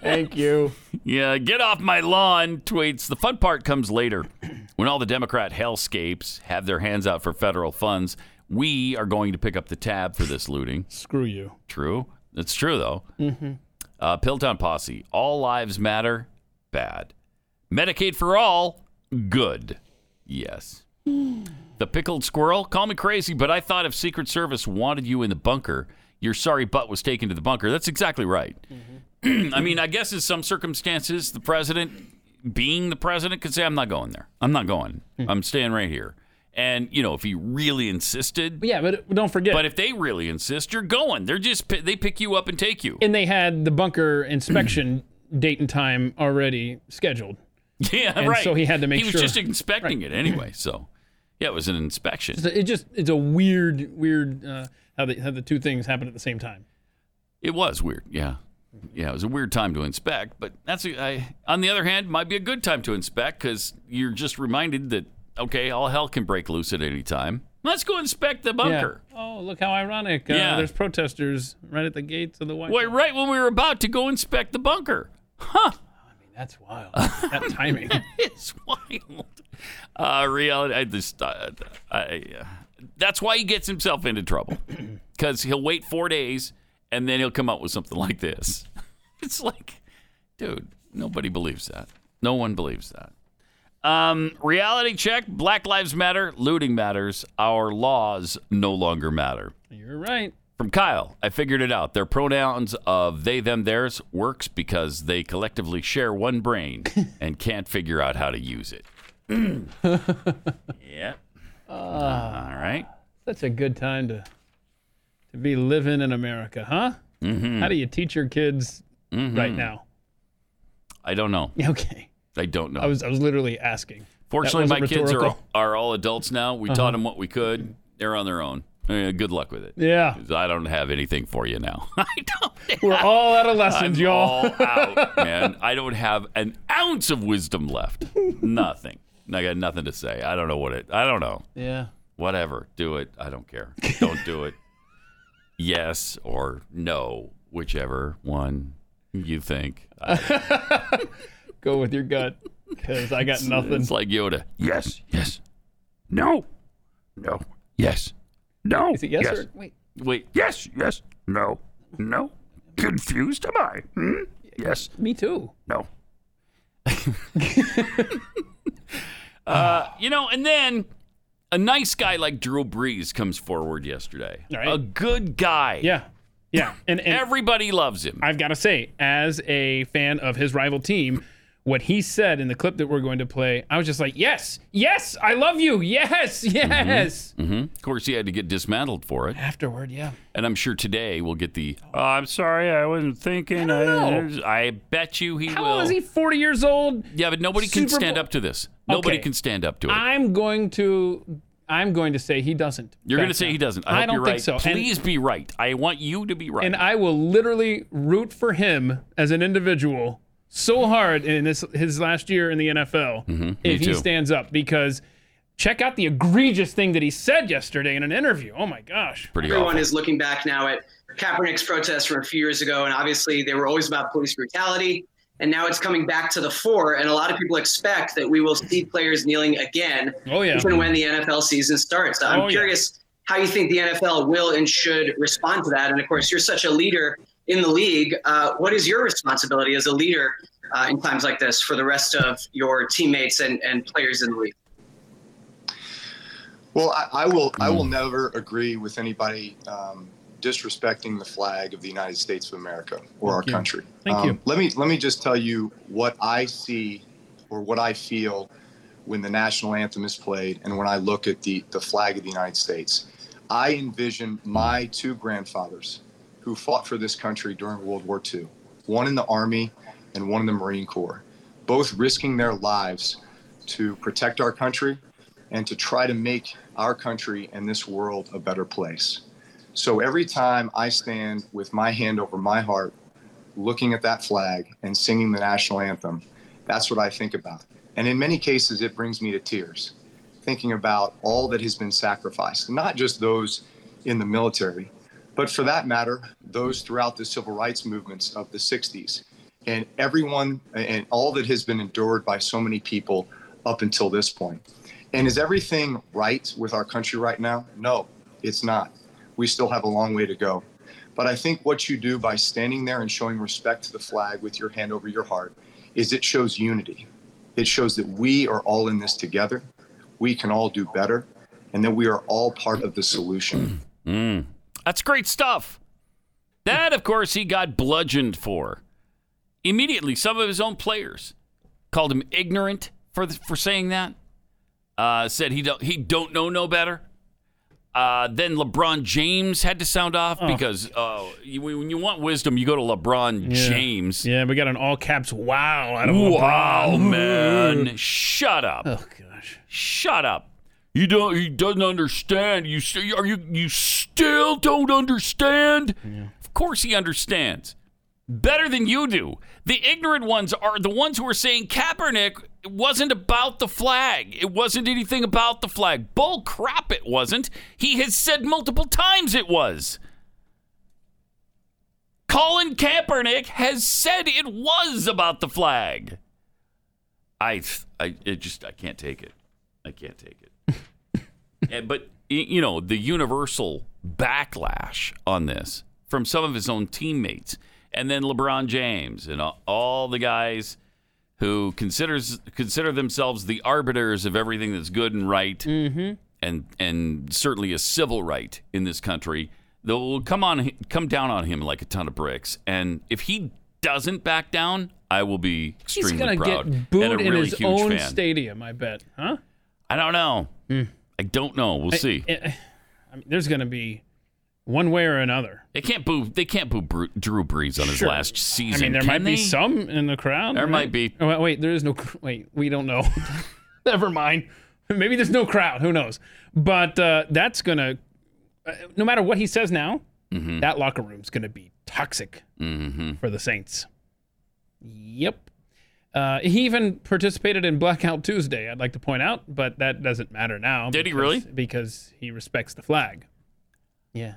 Speaker 3: Thank you.
Speaker 2: Yeah, get off my lawn tweets. The fun part comes later. [clears throat] When all the Democrat hellscapes have their hands out for federal funds, we are going to pick up the tab for this looting.
Speaker 3: Screw you.
Speaker 2: True. That's true, though.
Speaker 3: Mm-hmm.
Speaker 2: Uh, Piltown Posse, all lives matter. Bad. Medicaid for all. Good. Yes. The pickled squirrel. Call me crazy, but I thought if Secret Service wanted you in the bunker, your sorry butt was taken to the bunker. That's exactly right. [clears throat] I mean, I guess in some circumstances, the president, being the president, could say, "I'm not going there. I'm not going. I'm staying right here." And you know, if he really insisted,
Speaker 3: yeah, but don't forget.
Speaker 2: But if they really insist, you're going. They're just pi- they pick you up and take you.
Speaker 3: And they had the bunker inspection [clears throat] date and time already scheduled.
Speaker 2: [laughs] Yeah,
Speaker 3: And
Speaker 2: right.
Speaker 3: so he had to make
Speaker 2: He was
Speaker 3: sure-
Speaker 2: just inspecting it anyway. So, yeah, it was an inspection.
Speaker 3: It's a- It just it's a weird weird uh, how the how the two things happen at the same time.
Speaker 2: It was weird. Yeah. Yeah, it was a weird time to inspect, but that's a, I, on the other hand, might be a good time to inspect because you're just reminded that okay, all hell can break loose at any time. Let's go inspect the bunker.
Speaker 3: Oh, look how ironic. Uh,
Speaker 2: Yeah.
Speaker 3: There's protesters right at the gates of the White
Speaker 2: Wait, right when we were about to go inspect the bunker.
Speaker 3: That's wild. that
Speaker 2: [laughs]
Speaker 3: timing.
Speaker 2: it's wild. Uh, reality. I just. Uh, I, uh, that's why he gets himself into trouble, [clears throat] because he'll wait four days and then he'll come up with something like this. [laughs] It's like, dude, nobody believes that. No one believes that. Um, reality check: Black Lives Matter, looting matters. Our laws no longer matter.
Speaker 3: You're right.
Speaker 2: From Kyle, I figured it out. Their pronouns of they, them, theirs works because they collectively share one brain and can't figure out how to use it. yeah. All right.
Speaker 3: That's a good time to to be living in America, huh?
Speaker 2: Mhm.
Speaker 3: How do you teach your kids
Speaker 2: Mhm.
Speaker 3: right now? [laughs]
Speaker 2: I don't know.
Speaker 3: Okay.
Speaker 2: I don't know.
Speaker 3: I was I was literally asking. That
Speaker 2: Fortunately, my
Speaker 3: wasn't
Speaker 2: kids are
Speaker 3: rhetorical.
Speaker 2: all, are all adults now. We
Speaker 3: Uh-huh.
Speaker 2: taught them what we could. They're on their own. Uh, good luck with it. [laughs]
Speaker 3: Yeah.
Speaker 2: 'Cause I don't have anything for you now. [laughs]
Speaker 3: We're all out of lessons,
Speaker 2: I'm
Speaker 3: [laughs] y'all.
Speaker 2: all out, man. I don't have an ounce of wisdom
Speaker 3: [laughs]
Speaker 2: left. nothing. I got nothing to say. I don't know what it. I don't know.
Speaker 3: Yeah.
Speaker 2: Whatever. Do it. I don't care. Don't do [laughs] it. Yes or no, whichever one you think.
Speaker 3: Go with your gut, because I got
Speaker 2: It's-
Speaker 3: nothing.
Speaker 2: It's like Yoda. Yes. Yes. No. No. Yes. No.
Speaker 3: Is it yes, or wait?
Speaker 2: Wait. Yes. Yes. No. No. Confused am I? Hmm? Yes.
Speaker 3: Me too.
Speaker 2: No. uh, you know, and then a nice guy like Drew Brees comes forward yesterday. A good guy.
Speaker 3: Yeah. Yeah. And, and
Speaker 2: everybody loves him.
Speaker 3: I've got to say, as a fan of his rival team, what he said in the clip that we're going to play, I was just like, yes, yes, I love you. Yes,
Speaker 2: Mm-hmm.
Speaker 3: yes.
Speaker 2: hmm Of course, he had to get dismantled for it.
Speaker 3: Afterward, yeah.
Speaker 2: And I'm sure today we'll get the. Oh, I'm sorry, I wasn't thinking. I,
Speaker 3: don't
Speaker 2: I bet you he
Speaker 3: How
Speaker 2: will.
Speaker 3: old is he? 40 years old?
Speaker 2: Yeah, but nobody can
Speaker 3: Super
Speaker 2: stand
Speaker 3: Bowl-
Speaker 2: up to this. Nobody
Speaker 3: Okay.
Speaker 2: can stand up to it.
Speaker 3: I'm going to I'm going to say he doesn't.
Speaker 2: You're going to
Speaker 3: Back
Speaker 2: say
Speaker 3: down.
Speaker 2: he doesn't. I,
Speaker 3: I
Speaker 2: hope
Speaker 3: don't
Speaker 2: you're
Speaker 3: think
Speaker 2: right.
Speaker 3: so. And-
Speaker 2: Please be right. I want you to be right.
Speaker 3: And I will literally root for him as an individual so hard in this his last year in the NFL
Speaker 2: Mhm, me
Speaker 3: if he
Speaker 2: too.
Speaker 3: stands up because check out the egregious thing that he said yesterday in an interview. Oh my gosh.
Speaker 2: Pretty
Speaker 16: Everyone is looking back now at Kaepernick's protests from a few years ago, and obviously they were always about police brutality. And now it's coming back to the fore, and a lot of people expect that we will see players kneeling again,
Speaker 3: Oh, yeah.
Speaker 16: even when the NFL season starts. I'm
Speaker 3: Oh, yeah.
Speaker 16: curious how you think the NFL will and should respond to that. And of course, you're such a leader in the league. Uh, what is your responsibility as a leader uh, in times like this for the rest of your teammates and, and players in the league?
Speaker 17: Well, I, I will. I will never agree with anybody um, disrespecting the flag of the United States of America or our
Speaker 13: Thank you.
Speaker 17: country. Um,
Speaker 13: Thank you.
Speaker 17: Let me let me just tell you what I see or what I feel when the national anthem is played and when I look at the the flag of the United States. I envision my two grandfathers who fought for this country during World War II, one in the Army and one in the Marine Corps, both risking their lives to protect our country and to try to make our country and this world a better place. So every time I stand with my hand over my heart, looking at that flag and singing the national anthem, that's what I think about. And in many cases, it brings me to tears, thinking about all that has been sacrificed, not just those in the military, but for that matter, those throughout the civil rights movements of the 60s and everyone and all that has been endured by so many people up until this point. And is everything right with our country right now? No, it's not. We still have a long way to go. But I think what you do by standing there and showing respect to the flag with your hand over your heart is it shows unity. It shows that we are all in this together. We can all do better and that we are all part of the solution.
Speaker 2: That's great stuff. That, of course, he got bludgeoned for. Immediately, some of his own players called him ignorant for th- for saying that. Uh, said he don't he don't know no better. Uh, then LeBron James had to sound off because uh, you, when you want wisdom, you go to LeBron James.
Speaker 3: Yeah, we got an all caps wow out of
Speaker 2: Wow,
Speaker 3: LeBron.
Speaker 2: man! Shut up! Oh gosh! Shut up! You don't. He doesn't understand. You st- are you you still don't understand? Of course he understands better than you do. The ignorant ones are the ones who are saying Kaepernick it wasn't about the flag. It wasn't anything about the flag. Bull crap, it wasn't. He has said multiple times it was. Colin Kaepernick has said it was about the flag. I, I it just, I can't take it. I can't take it. [laughs] And- but, y- you know, the universal backlash on this from some of his own teammates, and then LeBron James and all- all the guys who considers consider themselves the arbiters of everything that's good and right,
Speaker 3: Mm-hmm.
Speaker 2: and and certainly a civil right in this country. They'll come on, come down on him like a ton of bricks. And if he doesn't back down, I will be
Speaker 3: He's gonna
Speaker 2: extremely proud
Speaker 3: get booed
Speaker 2: and a
Speaker 3: in
Speaker 2: really
Speaker 3: his
Speaker 2: huge
Speaker 3: own
Speaker 2: fan.
Speaker 3: stadium, I bet. Huh?
Speaker 2: I don't know. I don't know. We'll
Speaker 3: Hmm. I-
Speaker 2: see.
Speaker 3: I- I mean, there's gonna be one way or another.
Speaker 2: They can't boo. They can't boo Bru- Drew Brees on his
Speaker 3: Sure.
Speaker 2: last season.
Speaker 3: I mean, there
Speaker 2: can
Speaker 3: might be
Speaker 2: they?
Speaker 3: some in the crowd.
Speaker 2: There might be.
Speaker 3: Oh, wait, wait, there is no. cr- Wait, we don't know. [laughs] Never mind. Maybe there's no crowd. Who knows? But uh, that's gonna. Uh, no matter what he says now,
Speaker 2: Mhm.
Speaker 3: that locker room's gonna be toxic
Speaker 2: Mm-hmm.
Speaker 3: for the Saints. Yep. Uh, he even participated in Blackout Tuesday. I'd like to point out, but that doesn't matter now.
Speaker 2: Did he
Speaker 3: because-
Speaker 2: really?
Speaker 3: Because he respects the flag. Yeah.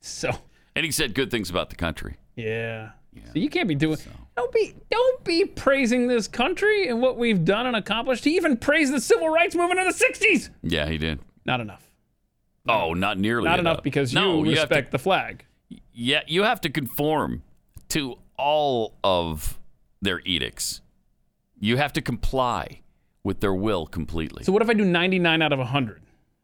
Speaker 3: So
Speaker 2: And he said good things about the country.
Speaker 3: yeah. So you can't be doing. Don't be. Don't be praising this country and what we've done and accomplished. He even praised the civil rights movement of the '60s.
Speaker 2: Yeah, he did.
Speaker 3: Not enough.
Speaker 2: Oh, not nearly.
Speaker 3: Not enough because
Speaker 2: no,
Speaker 3: you
Speaker 2: have
Speaker 3: respect
Speaker 2: to
Speaker 3: the flag.
Speaker 2: Yeah, you have to conform to all of their edicts. You have to comply with their will completely.
Speaker 3: So what if I do 99 out of 100,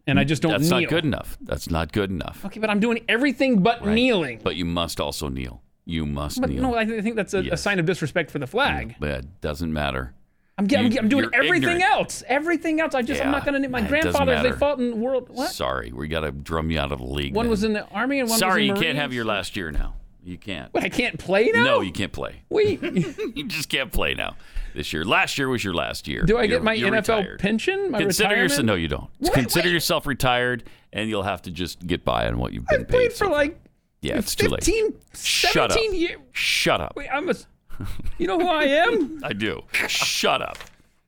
Speaker 3: and I just don't
Speaker 2: That's
Speaker 3: kneel?
Speaker 2: not good enough. That's not good enough.
Speaker 3: Okay, but I'm doing everything but
Speaker 2: right?
Speaker 3: kneeling.
Speaker 2: But you must also kneel. You must
Speaker 3: But
Speaker 2: kneel.
Speaker 3: no, I, th- I think that's a, a
Speaker 2: Yes.
Speaker 3: sign of disrespect for the flag.
Speaker 2: But it doesn't matter.
Speaker 3: I'm, ge- I'm,
Speaker 2: You-
Speaker 3: ge- I'm doing
Speaker 2: you're
Speaker 3: everything
Speaker 2: ignorant.
Speaker 3: else. Everything else. I just I'm
Speaker 2: Yeah,
Speaker 3: not going to. My
Speaker 2: it doesn't
Speaker 3: grandfathers they
Speaker 2: matter.
Speaker 3: fought in world. What?
Speaker 2: Sorry, we got to drum you out of the league.
Speaker 3: one
Speaker 2: then.
Speaker 3: was in the army and one
Speaker 2: Sorry,
Speaker 3: was in
Speaker 2: you
Speaker 3: the
Speaker 2: can't have
Speaker 3: Marines.
Speaker 2: your last year now. You can't.
Speaker 3: What, I can't play now.
Speaker 2: No, you can't play. [laughs]
Speaker 3: Wait,
Speaker 2: you just can't play now. This year, last year was your last year.
Speaker 3: do I
Speaker 2: You're-
Speaker 3: get my
Speaker 2: you're
Speaker 3: NFL
Speaker 2: retired.
Speaker 3: pension? My
Speaker 2: Consider
Speaker 3: retirement?
Speaker 2: yourself. No, you don't. Consider yourself retired, and you'll have to just get by on what you've been paid.
Speaker 3: played for like
Speaker 2: yeah, it's too late.
Speaker 3: 15,
Speaker 2: Shut up.
Speaker 3: 17 years.
Speaker 2: Shut up.
Speaker 3: Wait, I'm a. You know who I
Speaker 2: [laughs]
Speaker 3: am?
Speaker 2: I do. Shut up.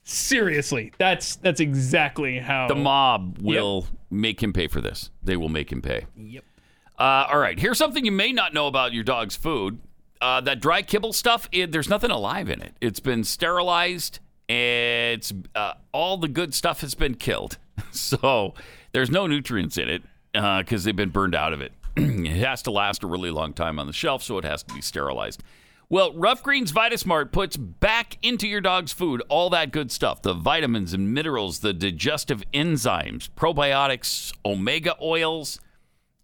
Speaker 3: Seriously, that's that's exactly how
Speaker 2: The mob will make him pay for this. They will make him pay. Yep. Uh, all right. Here's something you may not know about your dog's food. Uh, that dry kibble stuff. It, there's nothing alive in it. It's been sterilized. It's uh, all the good stuff has been killed. [laughs] So there's no nutrients in it because they've been burned out of it. [clears throat] it has to last a really long time on the shelf, so it has to be sterilized. Well, Rough Greens VitaSmart puts back into your dog's food all that good stuff the vitamins and minerals, the digestive enzymes, probiotics, omega oils,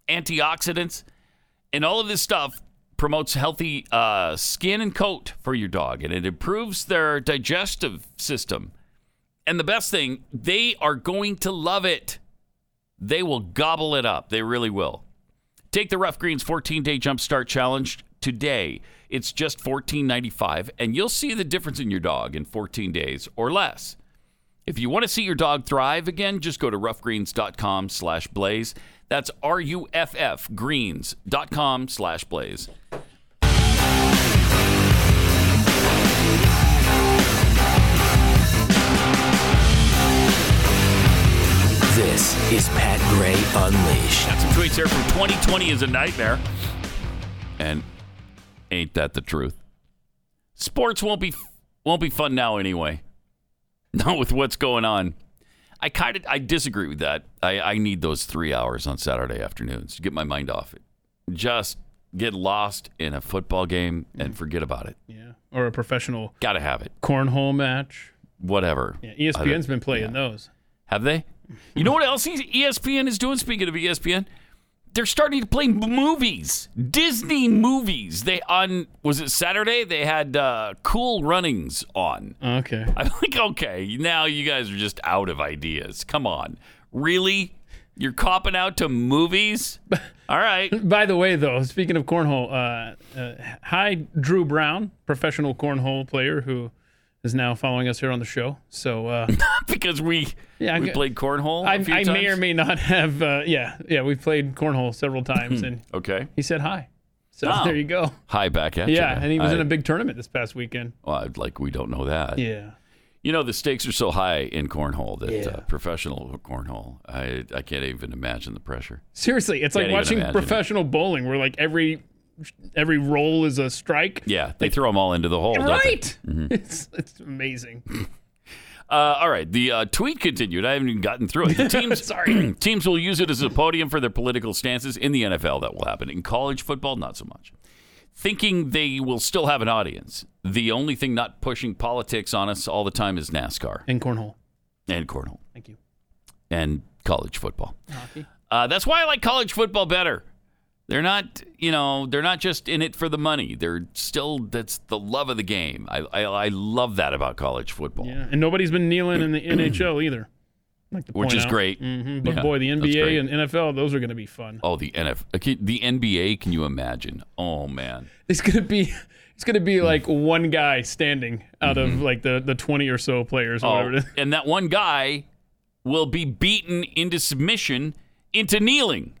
Speaker 2: antioxidants, and all of this stuff promotes healthy uh, skin and coat for your dog, and it improves their digestive system. And the best thing, they are going to love it. They will gobble it up. They really will. Take the Rough Greens 14 Day Jumpstart Challenge today. It's just $14.95, and you'll see the difference in your dog in 14 days or less. If you want to see your dog thrive again, just go to roughgreens.com slash blaze. That's R-U-F-F greens.com slash blaze.
Speaker 18: This is Pat Gray Unleashed.
Speaker 2: Got some tweets here from 2020 is a nightmare. And ain't that the truth? Sports won't be won't be fun now anyway. [laughs] Not with what's going on. I kind of I disagree with that. I, I need those three hours on Saturday afternoons to get my mind off it. Just get lost in a football game and forget about it.
Speaker 3: Yeah. Or a professional
Speaker 2: Gotta have it.
Speaker 3: cornhole match.
Speaker 2: Whatever.
Speaker 3: Yeah, E
Speaker 2: Other-
Speaker 3: ESPN's been playing those.
Speaker 2: have they? You know what else E he's- ESPN is doing? Speaking of E ESPN, they're starting to play m- movies, Disney movies. They on was it Saturday? They had uh, Cool Runnings on. [laughs]
Speaker 3: Okay.
Speaker 2: I'm like, okay, now you guys are just out of ideas. Come on, really? You're copping out
Speaker 3: [laughs]
Speaker 2: to movies? All right. [laughs]
Speaker 3: By the way, though, speaking of cornhole, uh, uh, hi Drew Brown, professional cornhole player who is now following us here on the show. So
Speaker 2: [laughs]
Speaker 3: uh,
Speaker 2: because we
Speaker 3: yeah,
Speaker 2: we
Speaker 3: I-
Speaker 2: played cornhole. a
Speaker 3: I,
Speaker 2: few
Speaker 3: I may or
Speaker 2: times.
Speaker 3: may not [laughs] have. Uh, yeah, yeah, we played cornhole several times,
Speaker 2: Hmm.
Speaker 3: and
Speaker 2: Okay.
Speaker 3: he said hi. So
Speaker 2: Wow.
Speaker 3: there you go.
Speaker 2: Hi back at you.
Speaker 3: yeah, and he was
Speaker 2: I-
Speaker 3: in a big tournament this past weekend.
Speaker 2: Well, I'd- like we don't know that.
Speaker 3: Yeah.
Speaker 2: You know, the stakes are so high in cornhole that uh, professional cornhole, I, I can't even imagine the pressure.
Speaker 3: Seriously, it's like
Speaker 2: Can't even
Speaker 3: watching
Speaker 2: imagine it.
Speaker 3: professional bowling, where like every every roll is a strike.
Speaker 2: Yeah, they throw them all into the hole. don't they?
Speaker 3: right.
Speaker 2: Mhm.
Speaker 3: It's it's amazing.
Speaker 2: Uh, all right, the uh, tweet continued. I haven't even gotten through it. The teams, Sorry. [clears throat] teams will use it as a podium for their political stances in the NFL. That will happen in college football, not so much. Thinking they will still have an audience. The only thing not pushing politics on us all the time is NASCAR
Speaker 3: And cornhole.
Speaker 2: and cornhole
Speaker 3: Thank you.
Speaker 2: and college football. Uh, that's why I like college football better. They're not, you know, they're not just in it for the money. They're still that's the love of the game. I I, I love that about college football.
Speaker 3: Yeah, and nobody's been kneeling
Speaker 2: [clears throat]
Speaker 3: in the NHL either. I'd Like to
Speaker 2: Which
Speaker 3: point
Speaker 2: is
Speaker 3: out.
Speaker 2: great.
Speaker 3: Mhm, But
Speaker 2: Yeah,
Speaker 3: boy, the
Speaker 2: that's
Speaker 3: NBA
Speaker 2: great.
Speaker 3: and NFL, those are going to be fun.
Speaker 2: Oh, the NF, okay, the NBA. Can you imagine? Oh man,
Speaker 3: It's going to be it's going to
Speaker 2: Mm.
Speaker 3: be like one guy standing out of like the the twenty or so players. Or
Speaker 2: Mm-hmm. Oh,
Speaker 3: whatever. it is.
Speaker 2: and that one guy will be beaten into submission, into kneeling,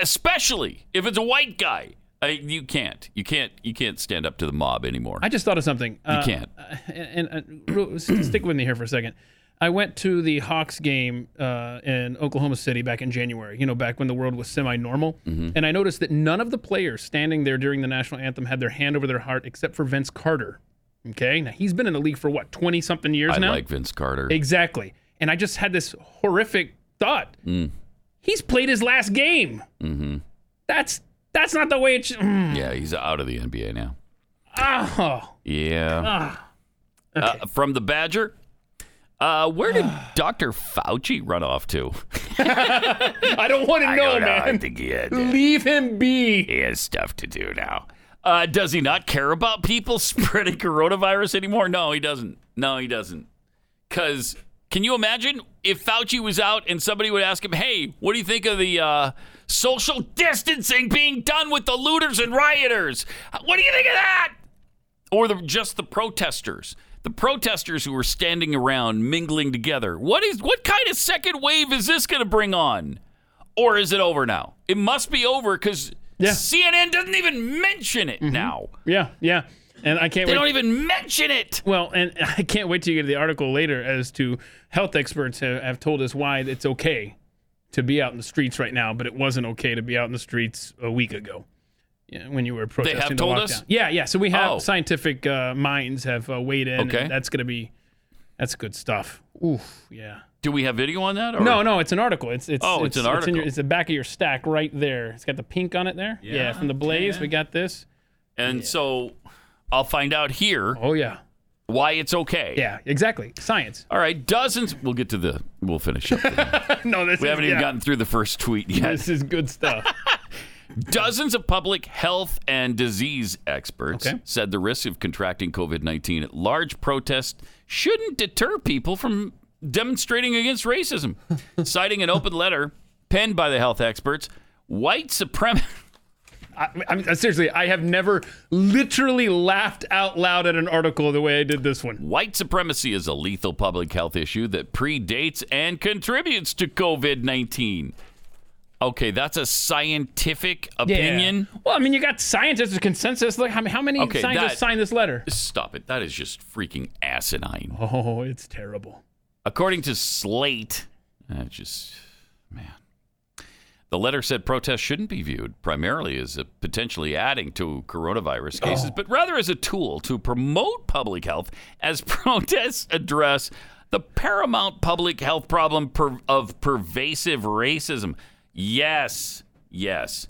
Speaker 2: especially if it's a white guy. I, you can't, you can't, you can't stand up to the mob anymore.
Speaker 3: I just thought of something.
Speaker 2: You can't.
Speaker 3: And, and uh, real- s- [clears throat] stick with me here for a second. I went to the Hawks game uh, in Oklahoma City back in January. You know, back when the world was semi-normal.
Speaker 2: Mhm.
Speaker 3: And I noticed that none of the players standing there during the national anthem had their hand over their heart, except for Vince Carter. Okay, now he's been in the league for what twenty something years
Speaker 2: I
Speaker 3: now.
Speaker 2: like Vince Carter.
Speaker 3: Exactly. And I just had this horrific thought.
Speaker 2: Mm,
Speaker 3: He's played his last game.
Speaker 2: hmm
Speaker 3: That's that's not the way it mm, should.
Speaker 2: Yeah, he's out of the NBA now.
Speaker 3: Ah, Oh.
Speaker 2: Yeah.
Speaker 3: Ah.
Speaker 2: Uh, from the Badger. Uh,
Speaker 3: [sighs]
Speaker 2: where did Dr. Fauci run off to?
Speaker 3: I don't want to
Speaker 2: I
Speaker 3: know,
Speaker 2: don't know. I
Speaker 3: man.
Speaker 2: think he had that.
Speaker 3: Leave him be.
Speaker 2: He has stuff to do now. Uh, does he not care about people [laughs] spreading coronavirus anymore? No, he doesn't. No, he doesn't. Because can you imagine if Fauci was out and somebody would ask him, hey, what do you think of the uh, social distancing being done with the looters and rioters? What do you think of that? Or the, just the protesters? The protesters who are standing around mingling together. What is what kind of second wave is this going to bring on? Or is it over now? It must be over because CNN doesn't even mention it
Speaker 3: Mm-hmm.
Speaker 2: now.
Speaker 3: Yeah, yeah. And I can't
Speaker 2: They
Speaker 3: wait.
Speaker 2: don't even mention it.
Speaker 3: [laughs] Well, and [laughs] I can't wait till you get to the article later as to health experts have, have told us why it's okay to be out in the streets right now, but it wasn't okay to be out in the streets a week ago yeah, when you were protesting the
Speaker 2: told
Speaker 3: lockdown.
Speaker 2: us?
Speaker 3: Yeah, yeah. So we have
Speaker 2: Oh.
Speaker 3: scientific uh, minds have uh, weighed in. and
Speaker 2: Okay.
Speaker 3: that's going to be that's good stuff. Oof, yeah.
Speaker 2: Do we have video on that? Or?
Speaker 3: No, no, it's an article. It's it's
Speaker 2: Oh, it's an
Speaker 3: in your,
Speaker 2: article.
Speaker 3: it's the back of your stack right there. It's got the pink on it there. Yeah, from the Blaze. We got this.
Speaker 2: And so I'll find out here.
Speaker 3: Oh yeah.
Speaker 2: Why it's okay.
Speaker 3: Yeah, exactly. Science.
Speaker 2: All right, dozens. We'll get to the. We'll finish
Speaker 3: [laughs]
Speaker 2: up.
Speaker 3: no, this
Speaker 2: we
Speaker 3: is,
Speaker 2: haven't even
Speaker 3: yeah.
Speaker 2: gotten through the first tweet yet.
Speaker 3: This is good
Speaker 2: [laughs]
Speaker 3: stuff.
Speaker 2: Dozens of public health and disease experts said the risk of contracting COVID 19 at large protests shouldn't deter people from demonstrating against racism. Citing an open letter penned by the health experts, white supremacy.
Speaker 3: I, I mean, seriously, I have never literally laughed out loud at an article the way I did this one.
Speaker 2: White supremacy is a lethal public health issue that predates and contributes to COVID 19. Okay, that's a scientific opinion.
Speaker 3: Well, I mean, you got scientists with consensus. Like, how, how many
Speaker 2: Okay,
Speaker 3: scientists
Speaker 2: that-
Speaker 3: signed this letter?
Speaker 2: Stop it. That is just freaking asinine.
Speaker 3: Oh, it's terrible.
Speaker 2: According to Slate, uh, just man, the letter said protests shouldn't be viewed primarily as a potentially adding to coronavirus cases, but rather as a tool to promote public health as [laughs] protests address the paramount public health problem per- of pervasive racism. Yes, yes.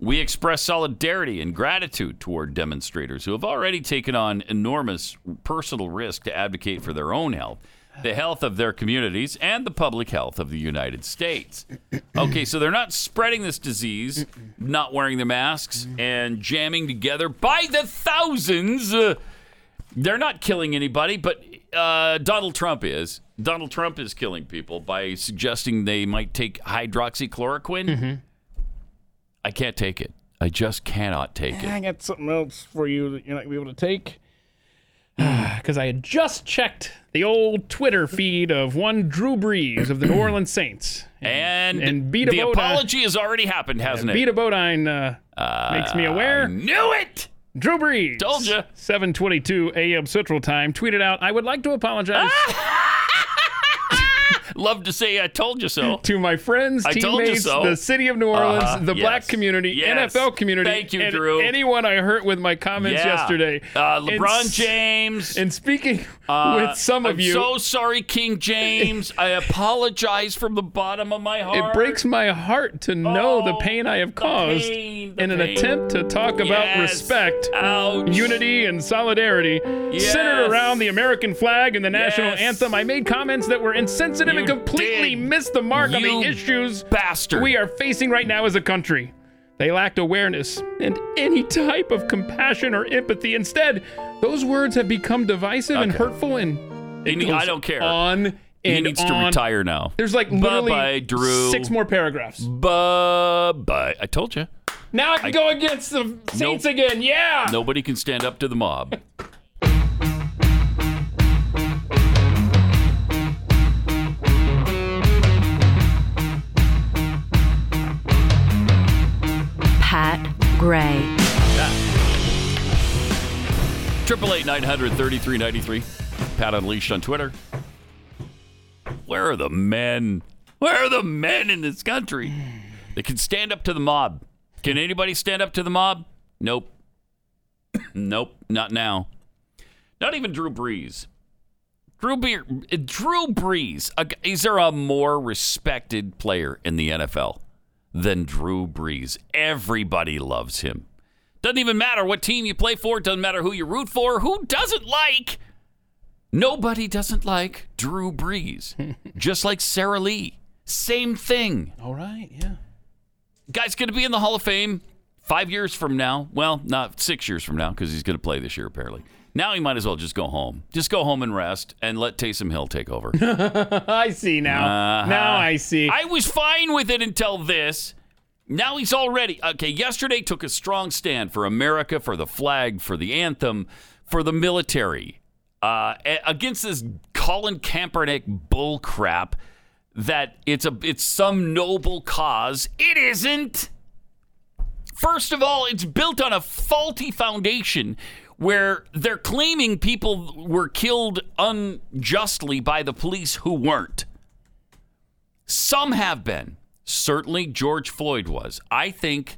Speaker 2: We express solidarity and gratitude toward demonstrators who have already taken on enormous personal risk to advocate for their own health, the health of their communities, and the public health of the United States. Okay, so they're not spreading this disease, not wearing their masks, and jamming together by the thousands. Uh, they're not killing anybody, but uh, Donald Trump is. Donald Trump is killing people by suggesting they might take hydroxychloroquine.
Speaker 3: Mm-hmm.
Speaker 2: I can't take it. I just cannot take it.
Speaker 3: I got something else for you that you're not gonna be able to take. [sighs] Because I had just checked the old Twitter feed of one Drew Brees of the New Orleans Saints.
Speaker 2: And,
Speaker 3: and Beta
Speaker 2: the
Speaker 3: Boda-
Speaker 2: apology has already happened, hasn't
Speaker 3: Vita
Speaker 2: it?
Speaker 3: Bodine uh, makes me aware.
Speaker 2: I knew it.
Speaker 3: Drew Brees.
Speaker 2: Told ya.
Speaker 3: 7:22 a.m. Central Time. Tweeted out, "I would like to apologize
Speaker 2: Ah! Love to say I told
Speaker 3: [laughs]
Speaker 2: you so.
Speaker 3: to my friends,
Speaker 2: I told you
Speaker 3: teammates,
Speaker 2: so.
Speaker 3: the city of New Orleans,
Speaker 2: Uh-huh,
Speaker 3: the black
Speaker 2: yes.
Speaker 3: community,
Speaker 2: Yes.
Speaker 3: NFL community,
Speaker 2: Thank you,
Speaker 3: and
Speaker 2: Drew.
Speaker 3: anyone I hurt with my comments
Speaker 2: Yeah.
Speaker 3: yesterday.
Speaker 2: Uh,
Speaker 3: And
Speaker 2: LeBron
Speaker 3: s-
Speaker 2: James.
Speaker 3: And speaking
Speaker 2: Uh,
Speaker 3: with some of
Speaker 2: I'm
Speaker 3: you,
Speaker 2: so sorry, King James. I apologize from the bottom of my heart.
Speaker 3: it breaks my heart to know the pain I have caused
Speaker 2: Oh, pain, the
Speaker 3: in an
Speaker 2: pain.
Speaker 3: attempt to talk about
Speaker 2: Yes.
Speaker 3: respect,
Speaker 2: Ouch.
Speaker 3: unity, and solidarity centered
Speaker 2: Yes.
Speaker 3: around the American flag and the national
Speaker 2: Yes.
Speaker 3: anthem. I made comments that were insensitive and
Speaker 2: You
Speaker 3: completely
Speaker 2: did.
Speaker 3: missed the mark on
Speaker 2: You
Speaker 3: the issues
Speaker 2: bastard.
Speaker 3: we are facing right now as a country. They lacked awareness and any type of compassion or empathy. Instead, those words have become divisive and hurtful and
Speaker 2: He ne- I don't care.
Speaker 3: on and
Speaker 2: he needs to
Speaker 3: on.
Speaker 2: retire now.
Speaker 3: There's like literally
Speaker 2: Bye-bye, Drew.
Speaker 3: six more paragraphs.
Speaker 2: Bye bye. I told you.
Speaker 3: Now I can
Speaker 2: I-
Speaker 3: go against the Saints
Speaker 2: Nope.
Speaker 3: again. Yeah.
Speaker 2: Nobody can stand up to the mob.
Speaker 12: Pat Gray.
Speaker 2: Triple eight nine hundred thirty three ninety three. Pat Unleashed on Twitter. Where are the men? Where are the men in this country that can stand up to the mob? Can anybody stand up to the mob? Nope. [clears throat] nope. Not now. Not even Drew Brees. Drew Beer, Drew Brees. a g- Is there a more respected player in the NFL than Drew Brees? Everybody loves him. Doesn't even matter what team you play for. Doesn't matter who you root for. Who doesn't like? Nobody doesn't like Drew Brees. Just like Sarah Lee. Same thing.
Speaker 3: All right. Yeah.
Speaker 2: Guy's going to be in the Hall of Fame five years from now. Well, not six years from now because he's going to play this year, apparently. Now he might as well just go home. Just go home and rest and let Taysom Hill take over.
Speaker 3: [laughs] I see now. Now I see.
Speaker 2: Uh-huh. I was fine with it until this. Now he's already okay. Yesterday took a strong stand for America, for the flag, for the anthem, for the military, uh, a- against this Colin Kaepernick bull crap. That it's a it's some noble cause. It isn't. First of all, it's built on a faulty foundation where they're claiming people were killed unjustly by the police who weren't. Some have been. Certainly George Floyd was. I think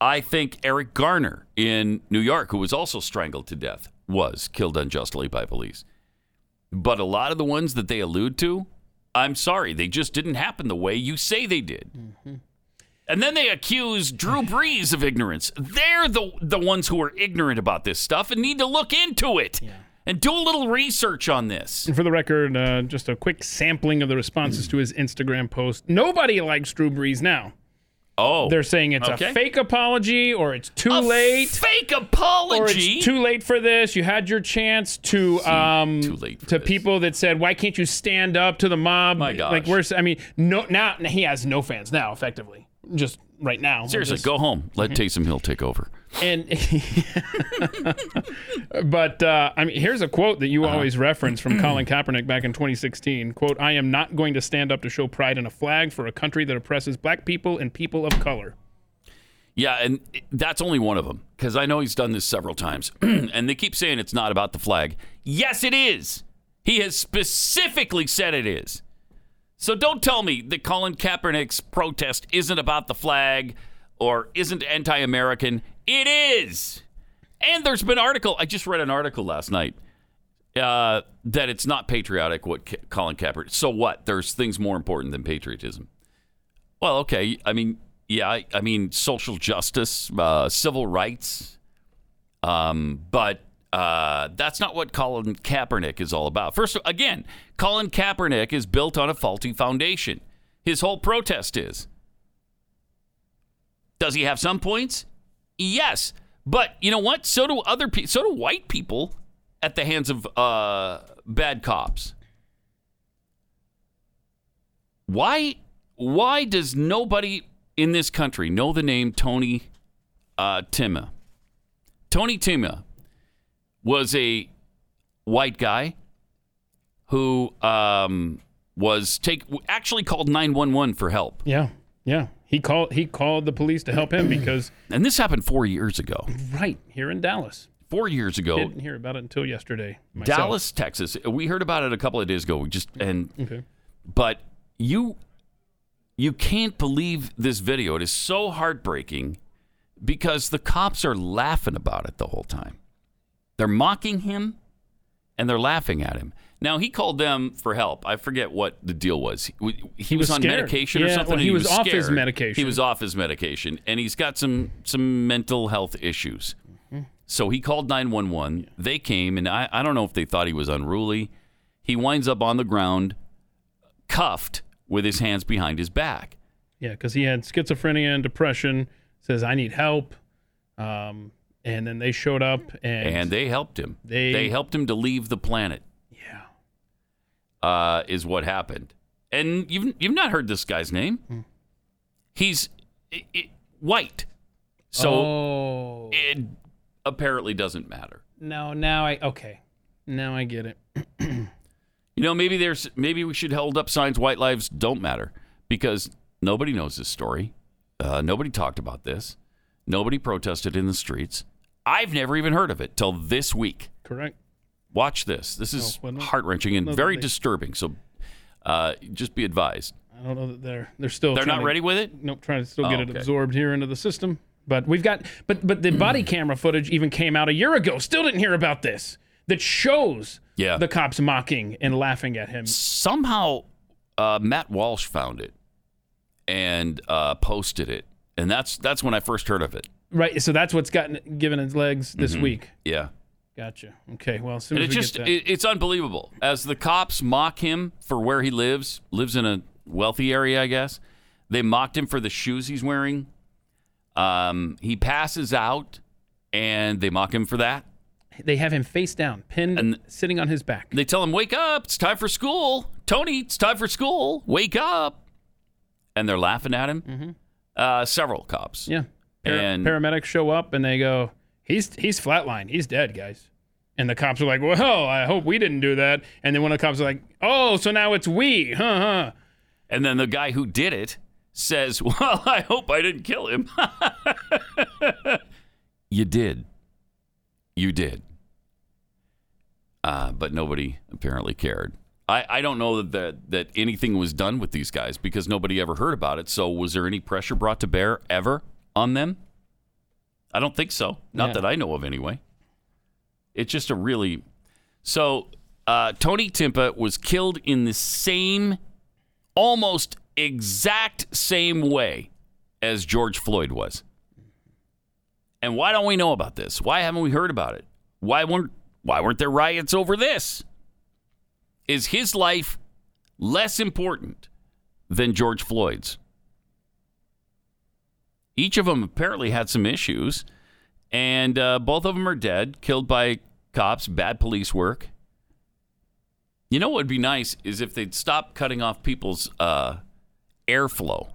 Speaker 2: I think Eric Garner in New York, who was also strangled to death, was killed unjustly by police. But a lot of the ones that they allude to, I'm sorry, they just didn't happen the way you say they did.
Speaker 3: Mm-hmm.
Speaker 2: And then they
Speaker 3: [laughs]
Speaker 2: accuse Drew Brees of ignorance. They're the the ones who are ignorant about this stuff and need to look into it and do a little research
Speaker 3: [laughs]
Speaker 2: on this.
Speaker 3: And for the record, uh, just a quick sampling of the responses to his Instagram post. Nobody likes Drew Brees now.
Speaker 2: Oh,
Speaker 3: They're saying it's
Speaker 2: okay.
Speaker 3: a fake apology or it's too
Speaker 2: A
Speaker 3: late.
Speaker 2: fake
Speaker 3: or
Speaker 2: apology.
Speaker 3: it's too late for this. You had your chance to um to people that said, "Why can't you stand up to the mob?" My
Speaker 2: gosh.
Speaker 3: like we're s- I mean, no, now he has no fans now, effectively, just right now.
Speaker 2: Seriously,
Speaker 3: Just-
Speaker 2: go home. Let Taysom Hill take over.
Speaker 3: And [laughs] but uh, I mean, here's a quote that
Speaker 2: Uh-huh.
Speaker 3: you always reference
Speaker 2: [clears throat]
Speaker 3: from Colin Kaepernick back in 2016. "Quote: I am not going to stand up to show pride in a flag for a country that oppresses black people and people of color."
Speaker 2: Yeah, and that's only one of them because I know he's done this several times, [clears throat] and they keep saying it's not about the flag. Yes, it is. He has specifically said it is. So don't tell me that Colin Kaepernick's protest isn't about the flag or isn't anti-American. It is. And there's been article. I just read an article last night uh, that it's not patriotic. What Ka- Colin Kaepernick? So what? There's things more important than patriotism. Well, okay. I mean, yeah. I, I mean, social justice, uh, civil rights. Um, but uh, that's not what Colin Kaepernick is all about. First, again, Colin Kaepernick is built on a faulty foundation. His whole protest is. Does he have some points? Yes, but you know what? So do other people. So do white people at the hands of uh, bad cops. Why? Why does nobody in this country know the name Tony uh, Tima? Tony Tima was a white guy who um, was take actually called nine one one for help.
Speaker 3: Yeah, yeah. He He called he called the police to help him
Speaker 2: [clears throat]
Speaker 3: because
Speaker 2: And this happened four years ago.
Speaker 3: right here in Dallas.
Speaker 2: Four years ago,
Speaker 3: Didn't hear about it until yesterday. myself.
Speaker 2: Dallas, Texas. We heard about it a couple of days ago. We just and
Speaker 3: Okay.
Speaker 2: but you you can't believe this video. It is so heartbreaking because the cops are laughing about it the whole time. They're mocking him and they're laughing at him. Now he called them for help. I forget what the deal was. He, he was,
Speaker 3: was
Speaker 2: on
Speaker 3: scared.
Speaker 2: medication or
Speaker 3: Yeah,
Speaker 2: something.
Speaker 3: well,
Speaker 2: and
Speaker 3: he was off his
Speaker 2: scared.
Speaker 3: medication.
Speaker 2: He was off his medication, and he's got some some mental health issues.
Speaker 3: Mhm.
Speaker 2: So he called 911. They came, and I, I don't know if they thought he was unruly. He winds up on the ground, cuffed with his hands behind his back.
Speaker 3: Yeah, because he had schizophrenia and depression. Says I need help, um, and then they showed up and,
Speaker 2: And, they helped him.
Speaker 3: they-
Speaker 2: helped him to leave the planet. Yeah. Uh, is what happened. And you've, you've not heard this guy's name. He's i i white. So
Speaker 3: Oh.
Speaker 2: it apparently doesn't matter.
Speaker 3: no, now I okay, now I get it.
Speaker 2: You know, maybe there's maybe we should hold up signs white lives don't matter because nobody knows this story. Uh, nobody talked about this. Nobody protested in the streets. I've never even heard of it till this week.
Speaker 3: Correct.
Speaker 2: Watch this. This is
Speaker 3: No, when-
Speaker 2: heart wrenching and
Speaker 3: no,
Speaker 2: very
Speaker 3: they-
Speaker 2: disturbing. So uh, just be advised.
Speaker 3: I don't know that they're they're still
Speaker 2: They're
Speaker 3: trying
Speaker 2: not
Speaker 3: to-
Speaker 2: ready with it?
Speaker 3: Nope, trying to still
Speaker 2: Oh,
Speaker 3: get it
Speaker 2: okay.
Speaker 3: absorbed here into the system. But we've got but but the body
Speaker 2: [clears throat]
Speaker 3: camera footage even came out a year ago. Still didn't hear about this. That shows
Speaker 2: Yeah.
Speaker 3: the cops mocking and laughing at him.
Speaker 2: Somehow uh, Matt Walsh found it and uh, posted it, and that's that's when I first heard of it.
Speaker 3: Right. So that's what's gotten given its legs this
Speaker 2: Mhm.
Speaker 3: week.
Speaker 2: Yeah.
Speaker 3: Gotcha. Okay. Well, as soon
Speaker 2: And
Speaker 3: as
Speaker 2: it
Speaker 3: we
Speaker 2: just
Speaker 3: get that,
Speaker 2: it, it's unbelievable as the cops mock him for where he lives lives in a wealthy area i guess they mocked him for the shoes he's wearing um, he passes out and they mock him for that
Speaker 3: they have him face down, pinned, sitting on his back.
Speaker 2: they tell him wake up it's time for school tony it's time for school wake up and they're laughing at him uh, several cops
Speaker 3: Mm-hmm. Yeah. Par-
Speaker 2: and
Speaker 3: paramedics show up and they go, "He's he's flatlined. He's dead, guys." And the cops are like, "Well, I hope we didn't do that." And then one of the cops are like, "Oh, so now it's we, huh?" huh.
Speaker 2: and then the guy who did it says [laughs] well i hope i didn't kill him [laughs] You did. You did. Uh, but nobody apparently cared. I, I don't know that, that that anything was done with these guys because nobody ever heard about it. So was there any pressure brought to bear ever on them? I don't think so. Not
Speaker 3: Yeah.
Speaker 2: that I know of anyway. It's just a really so uh, Tony Timpa was killed in the same almost exact same way as George Floyd was. And why don't we know about this? Why haven't we heard about it? Why weren't why weren't there riots over this? Is his life less important than George Floyd's? Each of them apparently had some issues, and uh, both of them are dead, killed by cops, bad police work. You know what would be nice is if they'd stop cutting off people's uh, airflow.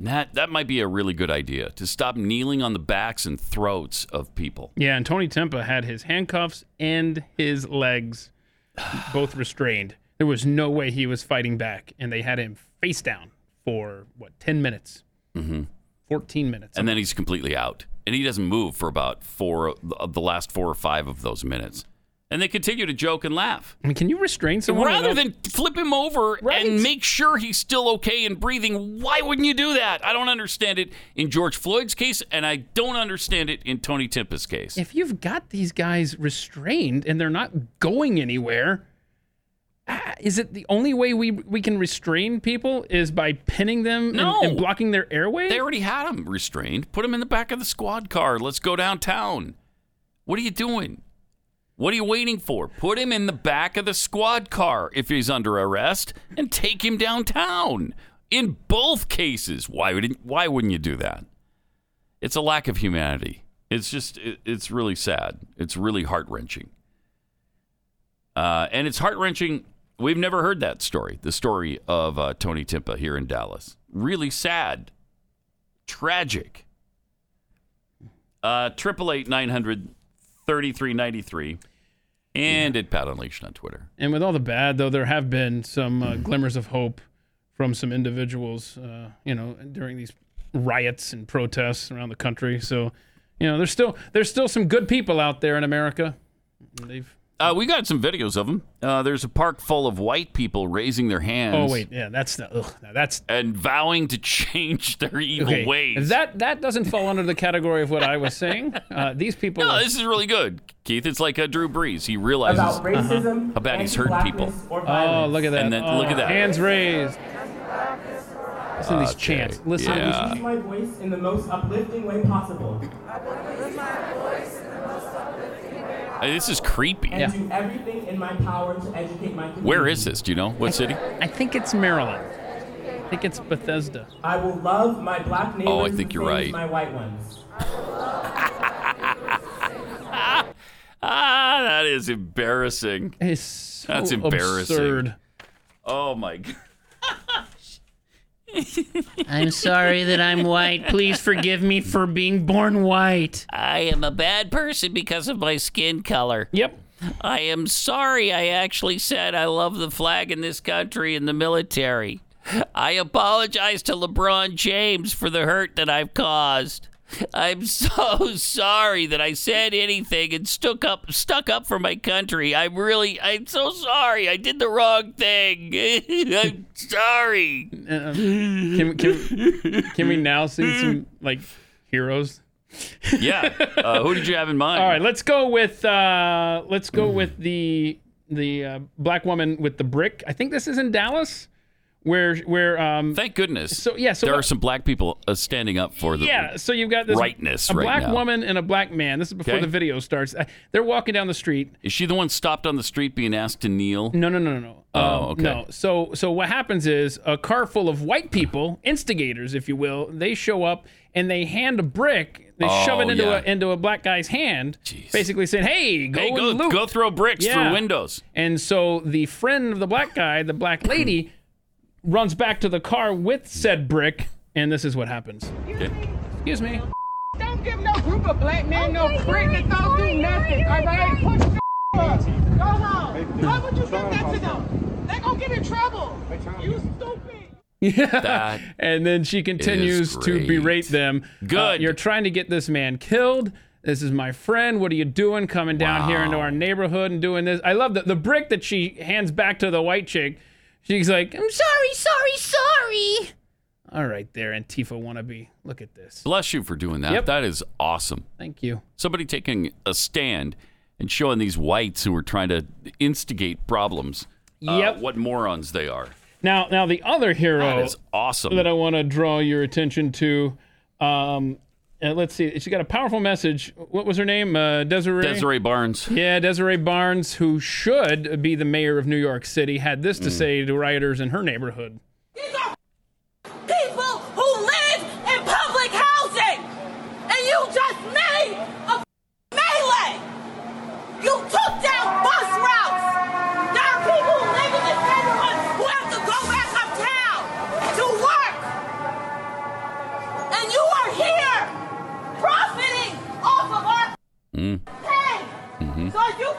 Speaker 2: That that might be a really good idea to stop kneeling on the backs and throats of people.
Speaker 3: Yeah, and Tony Tempa had his handcuffs and his legs [sighs] both restrained. There was no way he was fighting back, and they had him face down for what ten minutes,
Speaker 2: Mm-hmm.
Speaker 3: fourteen minutes.
Speaker 2: And then he's completely out, and he doesn't move for about four of the last four or five of those minutes. And they continue to joke and laugh.
Speaker 3: I mean, can you restrain someone
Speaker 2: Rather
Speaker 3: without-
Speaker 2: than flip him over and make sure he's still okay and breathing, why wouldn't you do that? I don't understand it in George Floyd's case, and I don't understand it in Tony Timpa's case.
Speaker 3: if you've got these guys restrained and they're not going anywhere ah, is it the only way we we can restrain people is by pinning them and-
Speaker 2: No.
Speaker 3: and, blocking their airway
Speaker 2: They already had him restrained. Put him in the back of the squad car. Let's go downtown. What are you doing? What are you waiting for? Put him in the back of the squad car if he's under arrest and take him downtown. In both cases, why wouldn't why wouldn't you do that? It's a lack of humanity. It's just it, it's really sad. It's really heart-wrenching. Uh, and it's heart wrenching. We've never heard that story, the story of uh, Tony Timpa here in Dallas. Really sad, tragic. Uh, Triple eight nine hundred thirty three ninety three, and at Pat Unleashed on Twitter.
Speaker 3: and with all the bad though there have been some uh, glimmers of hope from some individuals uh, you know during these riots and protests around the country. So, you know, there's still there's still some good people out there in America. They've
Speaker 2: Uh, we got some videos of them. Uh, there's a park full of white people raising their hands.
Speaker 3: Oh wait, yeah, that's not, ugh, now that's
Speaker 2: and vowing to [laughs] change their evil
Speaker 3: okay.
Speaker 2: ways.
Speaker 3: That that doesn't fall under the category of what I was saying. Uh, these people.
Speaker 2: [laughs] no,
Speaker 3: are-
Speaker 2: this is really good, Keith. It's like a Drew Brees. He
Speaker 18: Mm-hmm.
Speaker 2: realizes
Speaker 3: About racism,
Speaker 2: how bad he's hurt people.
Speaker 3: oh, look at that!
Speaker 2: And then
Speaker 3: Oh,
Speaker 2: look at that.
Speaker 3: Hands raised. Listen to these
Speaker 2: Okay,
Speaker 3: chants. Listen.
Speaker 2: yeah.
Speaker 18: I use my voice in the most uplifting way possible.
Speaker 2: Uh, This is creepy.
Speaker 18: And do everything in my power to educate my community.
Speaker 2: Where is this? Do you know what city?
Speaker 3: I think it's Maryland. I think it's Bethesda.
Speaker 18: I will love my black neighbors.
Speaker 2: Oh, I think you're
Speaker 18: the same
Speaker 2: right.
Speaker 18: as My white ones.
Speaker 2: [laughs] Ah, that is embarrassing.
Speaker 3: It's
Speaker 2: That's
Speaker 3: so
Speaker 2: embarrassing.
Speaker 3: absurd.
Speaker 2: Oh my god.
Speaker 3: I'm sorry that I'm white. Please forgive me for being born white.
Speaker 2: I am a bad person because of my skin color.
Speaker 3: Yep.
Speaker 2: I am sorry I actually said I love the flag in this country and the military. I apologize to LeBron James for the hurt that I've caused. I'm [laughs] so sorry that I said anything and stuck up stuck up for my country. I'm really I'm so sorry. I did the wrong thing. [laughs] I'm sorry.
Speaker 3: Uh, can, can, can we now see some like heroes?
Speaker 2: Yeah. Uh, who did you have in mind?
Speaker 3: All right, let's go with uh, let's go with the the uh, black woman with the brick. I think this is in Dallas, where where um.
Speaker 2: Thank goodness.
Speaker 3: So yeah, so
Speaker 2: there are some black people uh, standing up for the
Speaker 3: yeah, so you've got this
Speaker 2: rightness
Speaker 3: a
Speaker 2: right
Speaker 3: black
Speaker 2: now.
Speaker 3: woman and a black man. This is before
Speaker 2: Okay.
Speaker 3: the video starts. Uh, They're walking down the street.
Speaker 2: Is she the one stopped on the street being asked to kneel?
Speaker 3: No, no, no, no, no.
Speaker 2: Oh,
Speaker 3: Um,
Speaker 2: okay.
Speaker 3: No. So, so what happens is a car full of white people, instigators, if you will, they show up and they hand a brick. They shove
Speaker 2: Oh,
Speaker 3: it into
Speaker 2: yeah.
Speaker 3: a into a black guy's hand, basically saying, "Hey, go
Speaker 2: Hey,
Speaker 3: and
Speaker 2: go-
Speaker 3: loot.
Speaker 2: go throw bricks through
Speaker 3: Yeah. [laughs]
Speaker 2: windows."
Speaker 3: And so the friend of the black guy, the black lady, runs back to the car with said brick, and this is what happens. Excuse me.
Speaker 19: Don't give no group of black men no credit that don't do nothing, all right? Put [laughs] your up. Go home. Why would you give that to them? They gonna get in trouble. You stupid.
Speaker 3: Yeah. and then she continues to
Speaker 2: great.
Speaker 3: berate them. Uh,
Speaker 2: Good.
Speaker 3: you're trying to get this man killed. This is my friend. What are you doing coming down here into our neighborhood and doing this? I love the, the brick that she hands back to the white chick. She's like, I'm sorry, sorry, sorry. All right, there, Antifa wannabe. Look at this.
Speaker 2: Bless you for doing that.
Speaker 3: Yep.
Speaker 2: That is awesome.
Speaker 3: Thank you.
Speaker 2: Somebody taking a stand and showing these whites who are trying to instigate problems. uh,
Speaker 3: Yep.
Speaker 2: what morons they are.
Speaker 3: Now, now the other hero
Speaker 2: That is awesome.
Speaker 3: that I want to draw your attention to. Um, uh, let's see. She got a powerful message. What was her name? Uh, Desiree.
Speaker 2: Desiree Barnes.
Speaker 3: Yeah, Desiree Barnes, who should be the mayor of New York City, had this
Speaker 2: Mm.
Speaker 3: to say to rioters in her neighborhood.
Speaker 19: People who live in public housing, and you just made a melee. You took down bus routes. There are people who live in this neighborhood who have to go back uptown to work, and you are here profiting off of our
Speaker 2: Mm.
Speaker 19: pay.
Speaker 2: Mhm.
Speaker 19: So you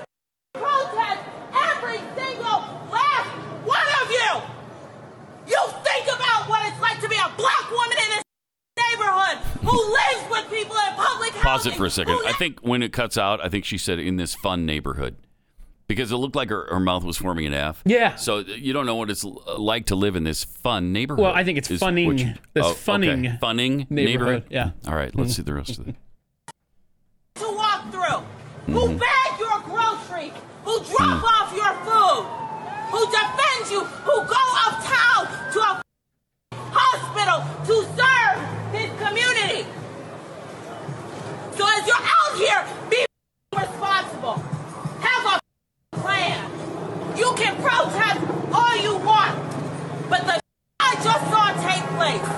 Speaker 19: protest every single last one of you. You think about what it's like to be a black woman in this neighborhood who lives with people in public
Speaker 2: Pause
Speaker 19: housing.
Speaker 2: it for
Speaker 3: Oh,
Speaker 2: a second. I think when it cuts out, I think she said in this fun neighborhood because it looked like her, her mouth was forming an F.
Speaker 3: Yeah.
Speaker 2: So uh, you don't know what it's l- like to live in this fun neighborhood.
Speaker 3: Well, I think it's
Speaker 2: is
Speaker 3: funning.
Speaker 2: what you-
Speaker 3: This
Speaker 2: oh, okay.
Speaker 3: funning
Speaker 2: Funning
Speaker 3: neighborhood, yeah.
Speaker 2: All right. Let's see the rest of it.
Speaker 19: To walk through, who
Speaker 2: Mhm.
Speaker 19: bag your groceries, who drop off your food, who defends you, who go uptown to a hospital to serve this community. So as you're out here, be responsible. Have a plan. You can protest all you want, but the I just saw take place.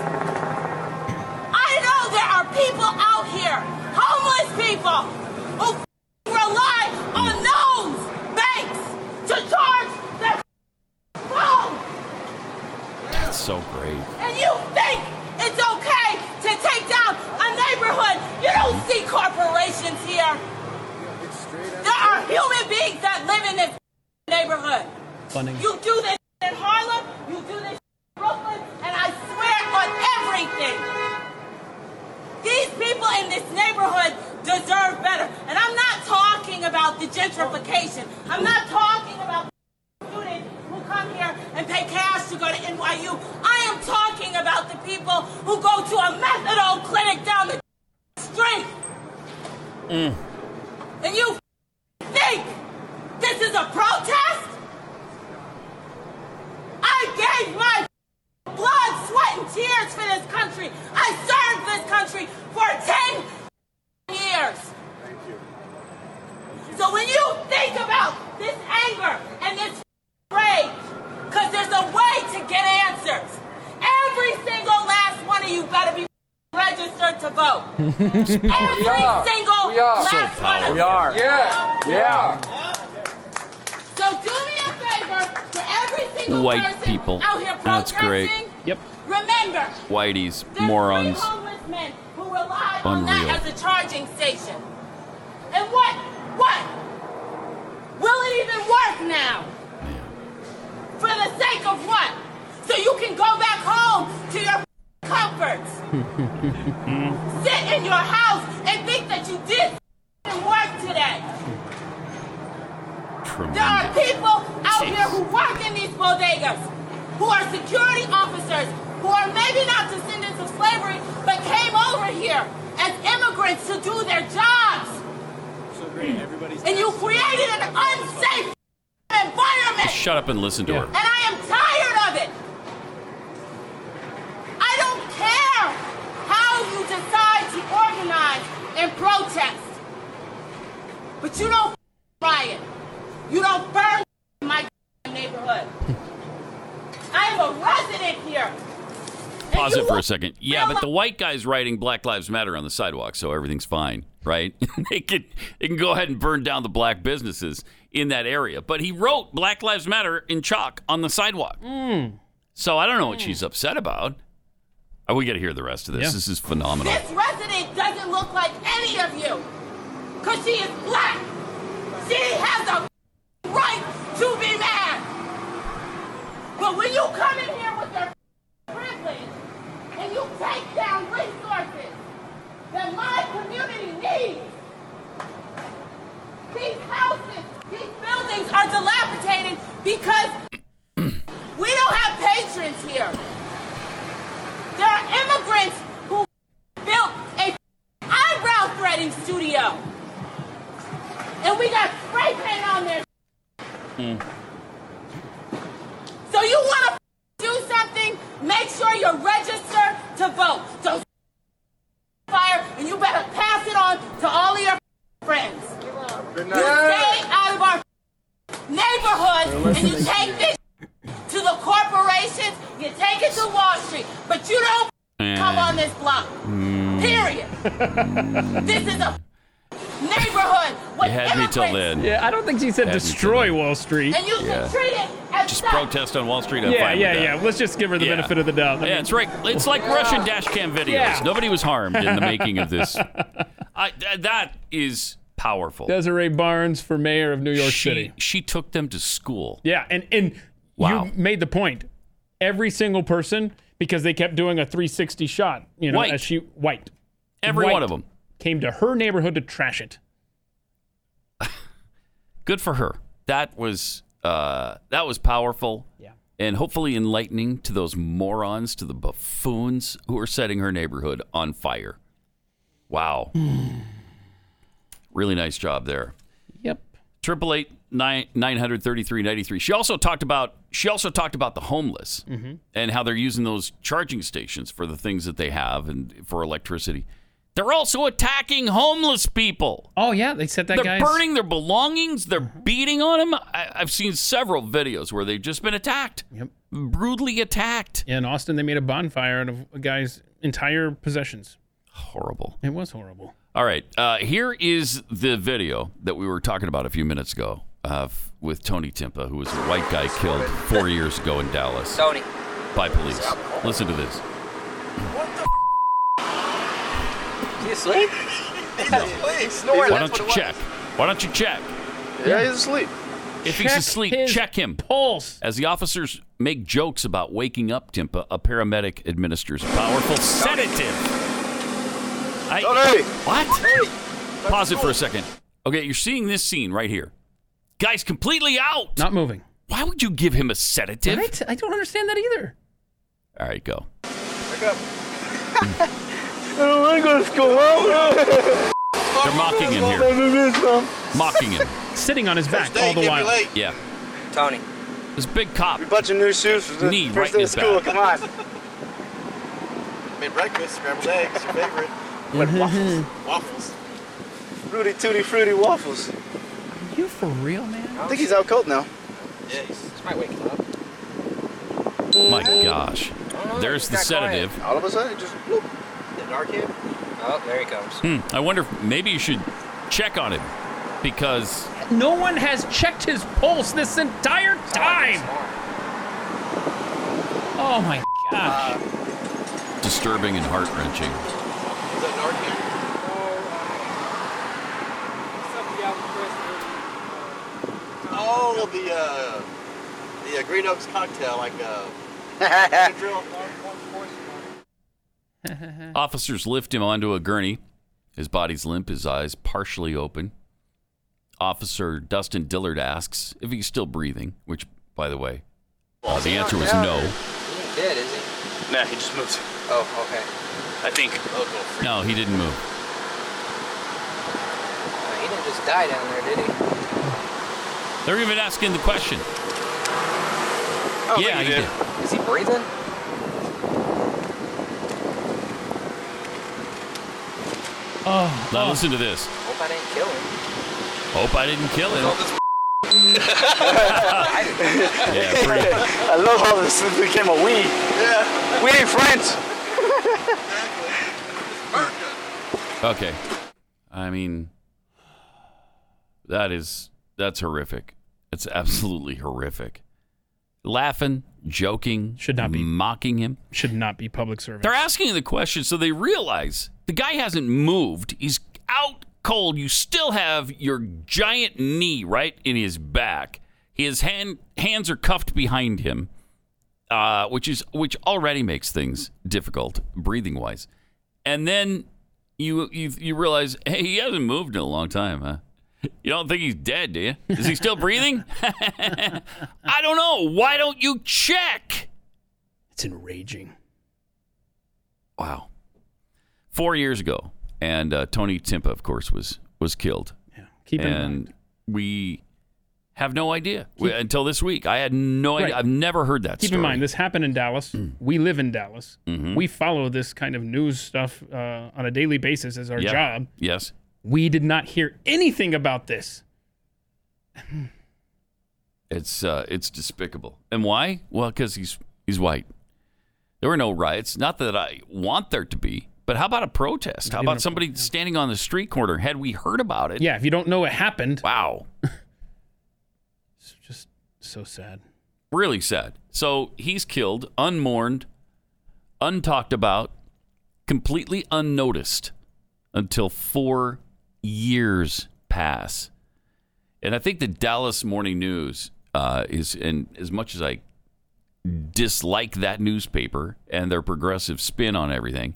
Speaker 19: I know there are people out here, homeless people, who rely on those banks to charge their phones.
Speaker 2: That's so great.
Speaker 19: And you think it's okay to take down a neighborhood? You don't see corporations here. There are human beings that live in this neighborhood.
Speaker 3: Funny.
Speaker 19: You do this in Harlem, you do this in Brooklyn, and I swear on everything. the gentrification. I'm not talking about students who come here and pay cash to go to NYU. I am talking about the people who go to a methadone clinic down the street.
Speaker 2: Mm.
Speaker 19: And you think this is a protest? I gave my blood, sweat, and tears for this country. I served this country for 10 years. So when you think about this anger and this rage, because there's a way to get answers. Every single last one of you better be registered to vote. Every single last one of you.
Speaker 18: Yeah. Yeah.
Speaker 19: So do me a favor to every single
Speaker 2: White
Speaker 19: person
Speaker 2: people.
Speaker 19: out here
Speaker 2: That's great.
Speaker 19: protesting.
Speaker 2: Yep.
Speaker 19: Remember,
Speaker 2: Whiteys,
Speaker 19: there's
Speaker 2: morons.
Speaker 19: three homeless men who rely on
Speaker 2: Unreal.
Speaker 19: that as a charging station. And what? What? Will it even work now? For the sake of what? So you can go back home to your [laughs] comforts. Sit in your house and think that you did work today. There are people out here who work in these bodegas, who are security officers, who are maybe not descendants of slavery, but came over here as immigrants to do their jobs. And you created an unsafe environment.
Speaker 2: Shut up and listen to her.
Speaker 19: And I am tired of it. I don't care how you decide to organize and protest. But you don't riot. You don't burn my
Speaker 2: [laughs]
Speaker 19: neighborhood. I'm a resident here.
Speaker 2: Pause it for a second. Yeah, but the white guy's writing Black Lives Matter on the sidewalk, so everything's fine, right? [laughs] they can they can go ahead and burn down the black businesses in that area. But he wrote Black Lives Matter in chalk on the sidewalk.
Speaker 14: Mm.
Speaker 2: So I don't know what
Speaker 19: Mm.
Speaker 2: she's upset about. Oh, we got to hear the rest of this. This is phenomenal.
Speaker 19: This resident doesn't look like any of you. Because she is black. She has a right to be mad. But when you come in here with your privilege and you take down resources that my community needs, these houses, these buildings are dilapidated because we don't have patrons here. There are immigrants who built a eyebrow threading studio. And we got spray paint on there. So you want to do something, make sure you're registered to vote. So fire, and you better pass it on to all of your friends. You stay out of our neighborhood and you take this to the corporations, you take it to Wall Street, but you don't come on this block.
Speaker 2: Mm.
Speaker 19: Period.
Speaker 2: [laughs]
Speaker 19: this is a neighborhood with
Speaker 2: Eh, You had me till then.
Speaker 14: Yeah, I don't think she said
Speaker 2: Had me till
Speaker 14: destroy Wall Street.
Speaker 19: and you should
Speaker 2: Yeah.
Speaker 19: treat it as
Speaker 2: Just
Speaker 19: such.
Speaker 2: protest on Wall Street. I'm
Speaker 14: yeah,
Speaker 2: fine
Speaker 14: yeah,
Speaker 2: with that.
Speaker 14: yeah. Let's just give her the
Speaker 2: Yeah.
Speaker 14: benefit of the doubt. I
Speaker 2: Yeah,
Speaker 14: mean-
Speaker 2: it's right. It's like Russian dash cam videos.
Speaker 14: Yeah.
Speaker 2: Nobody was harmed in the making
Speaker 14: [laughs]
Speaker 2: of this. I, th- that is powerful.
Speaker 14: Desiree Barnes for mayor of New York
Speaker 2: she,
Speaker 14: City.
Speaker 2: She took them to school.
Speaker 14: Yeah, and and
Speaker 2: Wow.
Speaker 14: you made the point. Every single person, because they kept doing a 360 shot. You know,
Speaker 2: White.
Speaker 14: as she white.
Speaker 2: Every
Speaker 14: White
Speaker 2: one of them.
Speaker 14: came to her neighborhood to trash it.
Speaker 2: Good for her. That was uh, that was powerful. Yeah. And hopefully enlightening to those morons, to the buffoons who are setting her neighborhood on fire.
Speaker 14: [sighs]
Speaker 2: Wow. really nice job there.
Speaker 14: Yep.
Speaker 2: Triple eight nine nine hundred thirty three ninety three. She also talked about she also talked about the homeless
Speaker 14: Mhm.
Speaker 2: and how they're using those charging stations for the things that they have and for electricity. They're also attacking homeless people.
Speaker 14: Oh yeah, they set that
Speaker 2: they're
Speaker 14: guy's-
Speaker 2: burning their belongings. They're beating on them. I, I've seen several videos where they've just been attacked. Yep. Brutally attacked.
Speaker 14: In Austin, they made a bonfire out of a guy's entire possessions.
Speaker 2: Horrible.
Speaker 14: It was horrible.
Speaker 2: All right. Uh, here is the video that we were talking about a few minutes ago uh, f- with Tony Timpa, who was a white guy killed four years ago in Dallas.
Speaker 20: Tony.
Speaker 2: By police. Listen to this.
Speaker 20: You
Speaker 18: [laughs]
Speaker 20: asleep? He's
Speaker 2: Why
Speaker 20: snoring.
Speaker 2: don't you check? Why don't you check?
Speaker 20: Yeah, he's asleep.
Speaker 2: If he's
Speaker 20: Check
Speaker 2: asleep,
Speaker 20: his
Speaker 2: check him.
Speaker 14: Pulse.
Speaker 2: As the officers make jokes about waking up Timpa, a paramedic administers a powerful sedative. I, What? Pause it for a second. Okay, you're seeing this scene right here. Guy's completely out. Not moving. Why would you give him a sedative?
Speaker 14: Right? I don't understand that either.
Speaker 2: All right, go.
Speaker 18: Wake up. [laughs] I don't want to go to school. Oh, no.
Speaker 2: They're mocking him here.
Speaker 18: here.
Speaker 2: Mocking him.
Speaker 14: Sitting on his back
Speaker 18: day,
Speaker 14: all
Speaker 18: can't
Speaker 14: the
Speaker 18: be
Speaker 14: while.
Speaker 18: late.
Speaker 2: Yeah.
Speaker 18: Tony.
Speaker 2: This big cop.
Speaker 18: You're bunching new shoes for the
Speaker 2: Knee
Speaker 18: first
Speaker 2: right in
Speaker 18: day of
Speaker 2: his
Speaker 18: school.
Speaker 2: back.
Speaker 18: Come on. Made breakfast, scrambled eggs, your favorite. What, waffles? Waffles. Fruity tooty fruity waffles.
Speaker 14: You for real, man?
Speaker 18: I think he's out cold now. Yeah, he's, he's might wake him up.
Speaker 2: My gosh. There's the sedative.
Speaker 18: All of a sudden, it just bloop. The Narcan. Oh, there he comes.
Speaker 2: Hmm, I wonder if maybe you should check on him because
Speaker 14: No one has checked his pulse this entire time. Oh my gosh.
Speaker 2: disturbing and heart wrenching.
Speaker 18: Oh, the uh, the uh, Green Oaks cocktail, like uh, Benadryl.
Speaker 2: Officers lift him onto a gurney. His body's limp, his eyes partially open. Officer Dustin Dillard asks if he's still breathing, which, by the way, uh, the answer was no.
Speaker 18: He ain't dead, is he? Nah, he just moved. Oh, okay. I think. Oh, cool.
Speaker 2: No, he didn't move.
Speaker 18: Uh, He didn't just die down there, did he?
Speaker 2: They're even asking the question. yeah, he did.
Speaker 18: Is he breathing?
Speaker 14: Oh,
Speaker 2: Now listen to this.
Speaker 18: Hope I didn't kill him.
Speaker 2: Hope I didn't kill him. [laughs]
Speaker 18: yeah,
Speaker 2: pretty.
Speaker 18: I love how this became a we. Yeah. We ain't friends.
Speaker 2: Okay. I mean, that is that's horrific. It's absolutely horrific. Laughing, joking, should not be mocking him.
Speaker 14: Should not be public service.
Speaker 2: They're asking the question so they realize the guy hasn't moved. He's out cold. You still have your giant knee right in his back. His hand hands are cuffed behind him, uh, which is which already makes things difficult breathing wise. And then you you you realize, hey, he hasn't moved in a long time, huh? You don't think he's dead, do you? Is he still breathing? [laughs] I don't know. Why don't you check?
Speaker 14: It's enraging.
Speaker 2: Wow. Four years ago, and uh, Tony Timpa, of course, was was killed. Yeah,
Speaker 14: keep it in
Speaker 2: and we have no idea we, until this week. I had no idea.
Speaker 14: Right.
Speaker 2: I've never heard that.
Speaker 14: Keep
Speaker 2: story. Mm.
Speaker 14: in mind, this happened in Dallas. We live in Dallas.
Speaker 2: Mhm.
Speaker 14: We follow this kind of news stuff uh, on a daily basis as our
Speaker 2: Yeah.
Speaker 14: job.
Speaker 2: Yes.
Speaker 14: We did not hear anything about this.
Speaker 2: It's uh, it's despicable. And why? Well, because he's he's white. There were no riots. Not that I want there to be. But how about a protest? How about somebody standing on the street corner? Had we heard about it?
Speaker 14: Yeah, if you don't know it happened.
Speaker 2: Wow.
Speaker 14: it's just so sad.
Speaker 2: Really sad. So he's killed, unmourned, untalked about, completely unnoticed until four years pass. And I think the Dallas Morning News uh, is, and as much as I dislike that newspaper and their progressive spin on everything,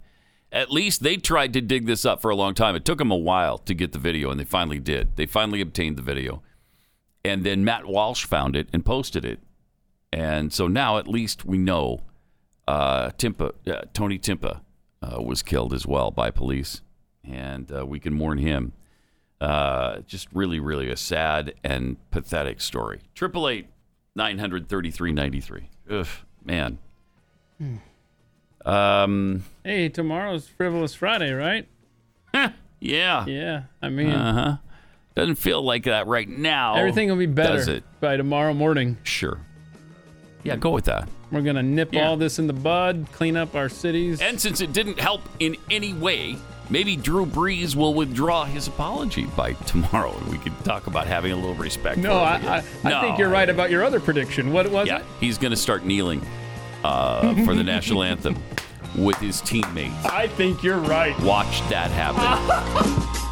Speaker 2: at least they tried to dig this up for a long time. It took them a while to get the video, and they finally did. They finally obtained the video. And then Matt Walsh found it and posted it. And so now at least we know uh, Timpa, uh, Tony Timpa uh, was killed as well by police. And uh, we can mourn him. Uh, just really, really a sad and pathetic story. Triple eight nine hundred thirty three ninety three. Ugh, man.
Speaker 14: Hmm.
Speaker 2: Um,
Speaker 14: Hey, tomorrow's Frivolous Friday, right?
Speaker 2: yeah.
Speaker 14: Yeah, I mean,
Speaker 2: Uh huh. Doesn't feel like that right now.
Speaker 14: everything will be better
Speaker 2: Does it?
Speaker 14: by tomorrow morning.
Speaker 2: Sure. Yeah, go with that.
Speaker 14: We're going to nip
Speaker 2: Yeah.
Speaker 14: all this in the bud, clean up our cities.
Speaker 2: And since it didn't help in any way, maybe Drew Brees will withdraw his apology by tomorrow, and we could talk about having a little respect.
Speaker 14: No,
Speaker 2: for him
Speaker 14: I,
Speaker 2: again.
Speaker 14: I, I think
Speaker 2: No,
Speaker 14: you're right about your other prediction. What was
Speaker 2: Yeah,
Speaker 14: it?
Speaker 2: he's going to start kneeling uh, for
Speaker 14: [laughs]
Speaker 2: the national anthem with his teammates.
Speaker 14: I think you're right.
Speaker 2: Watch that happen.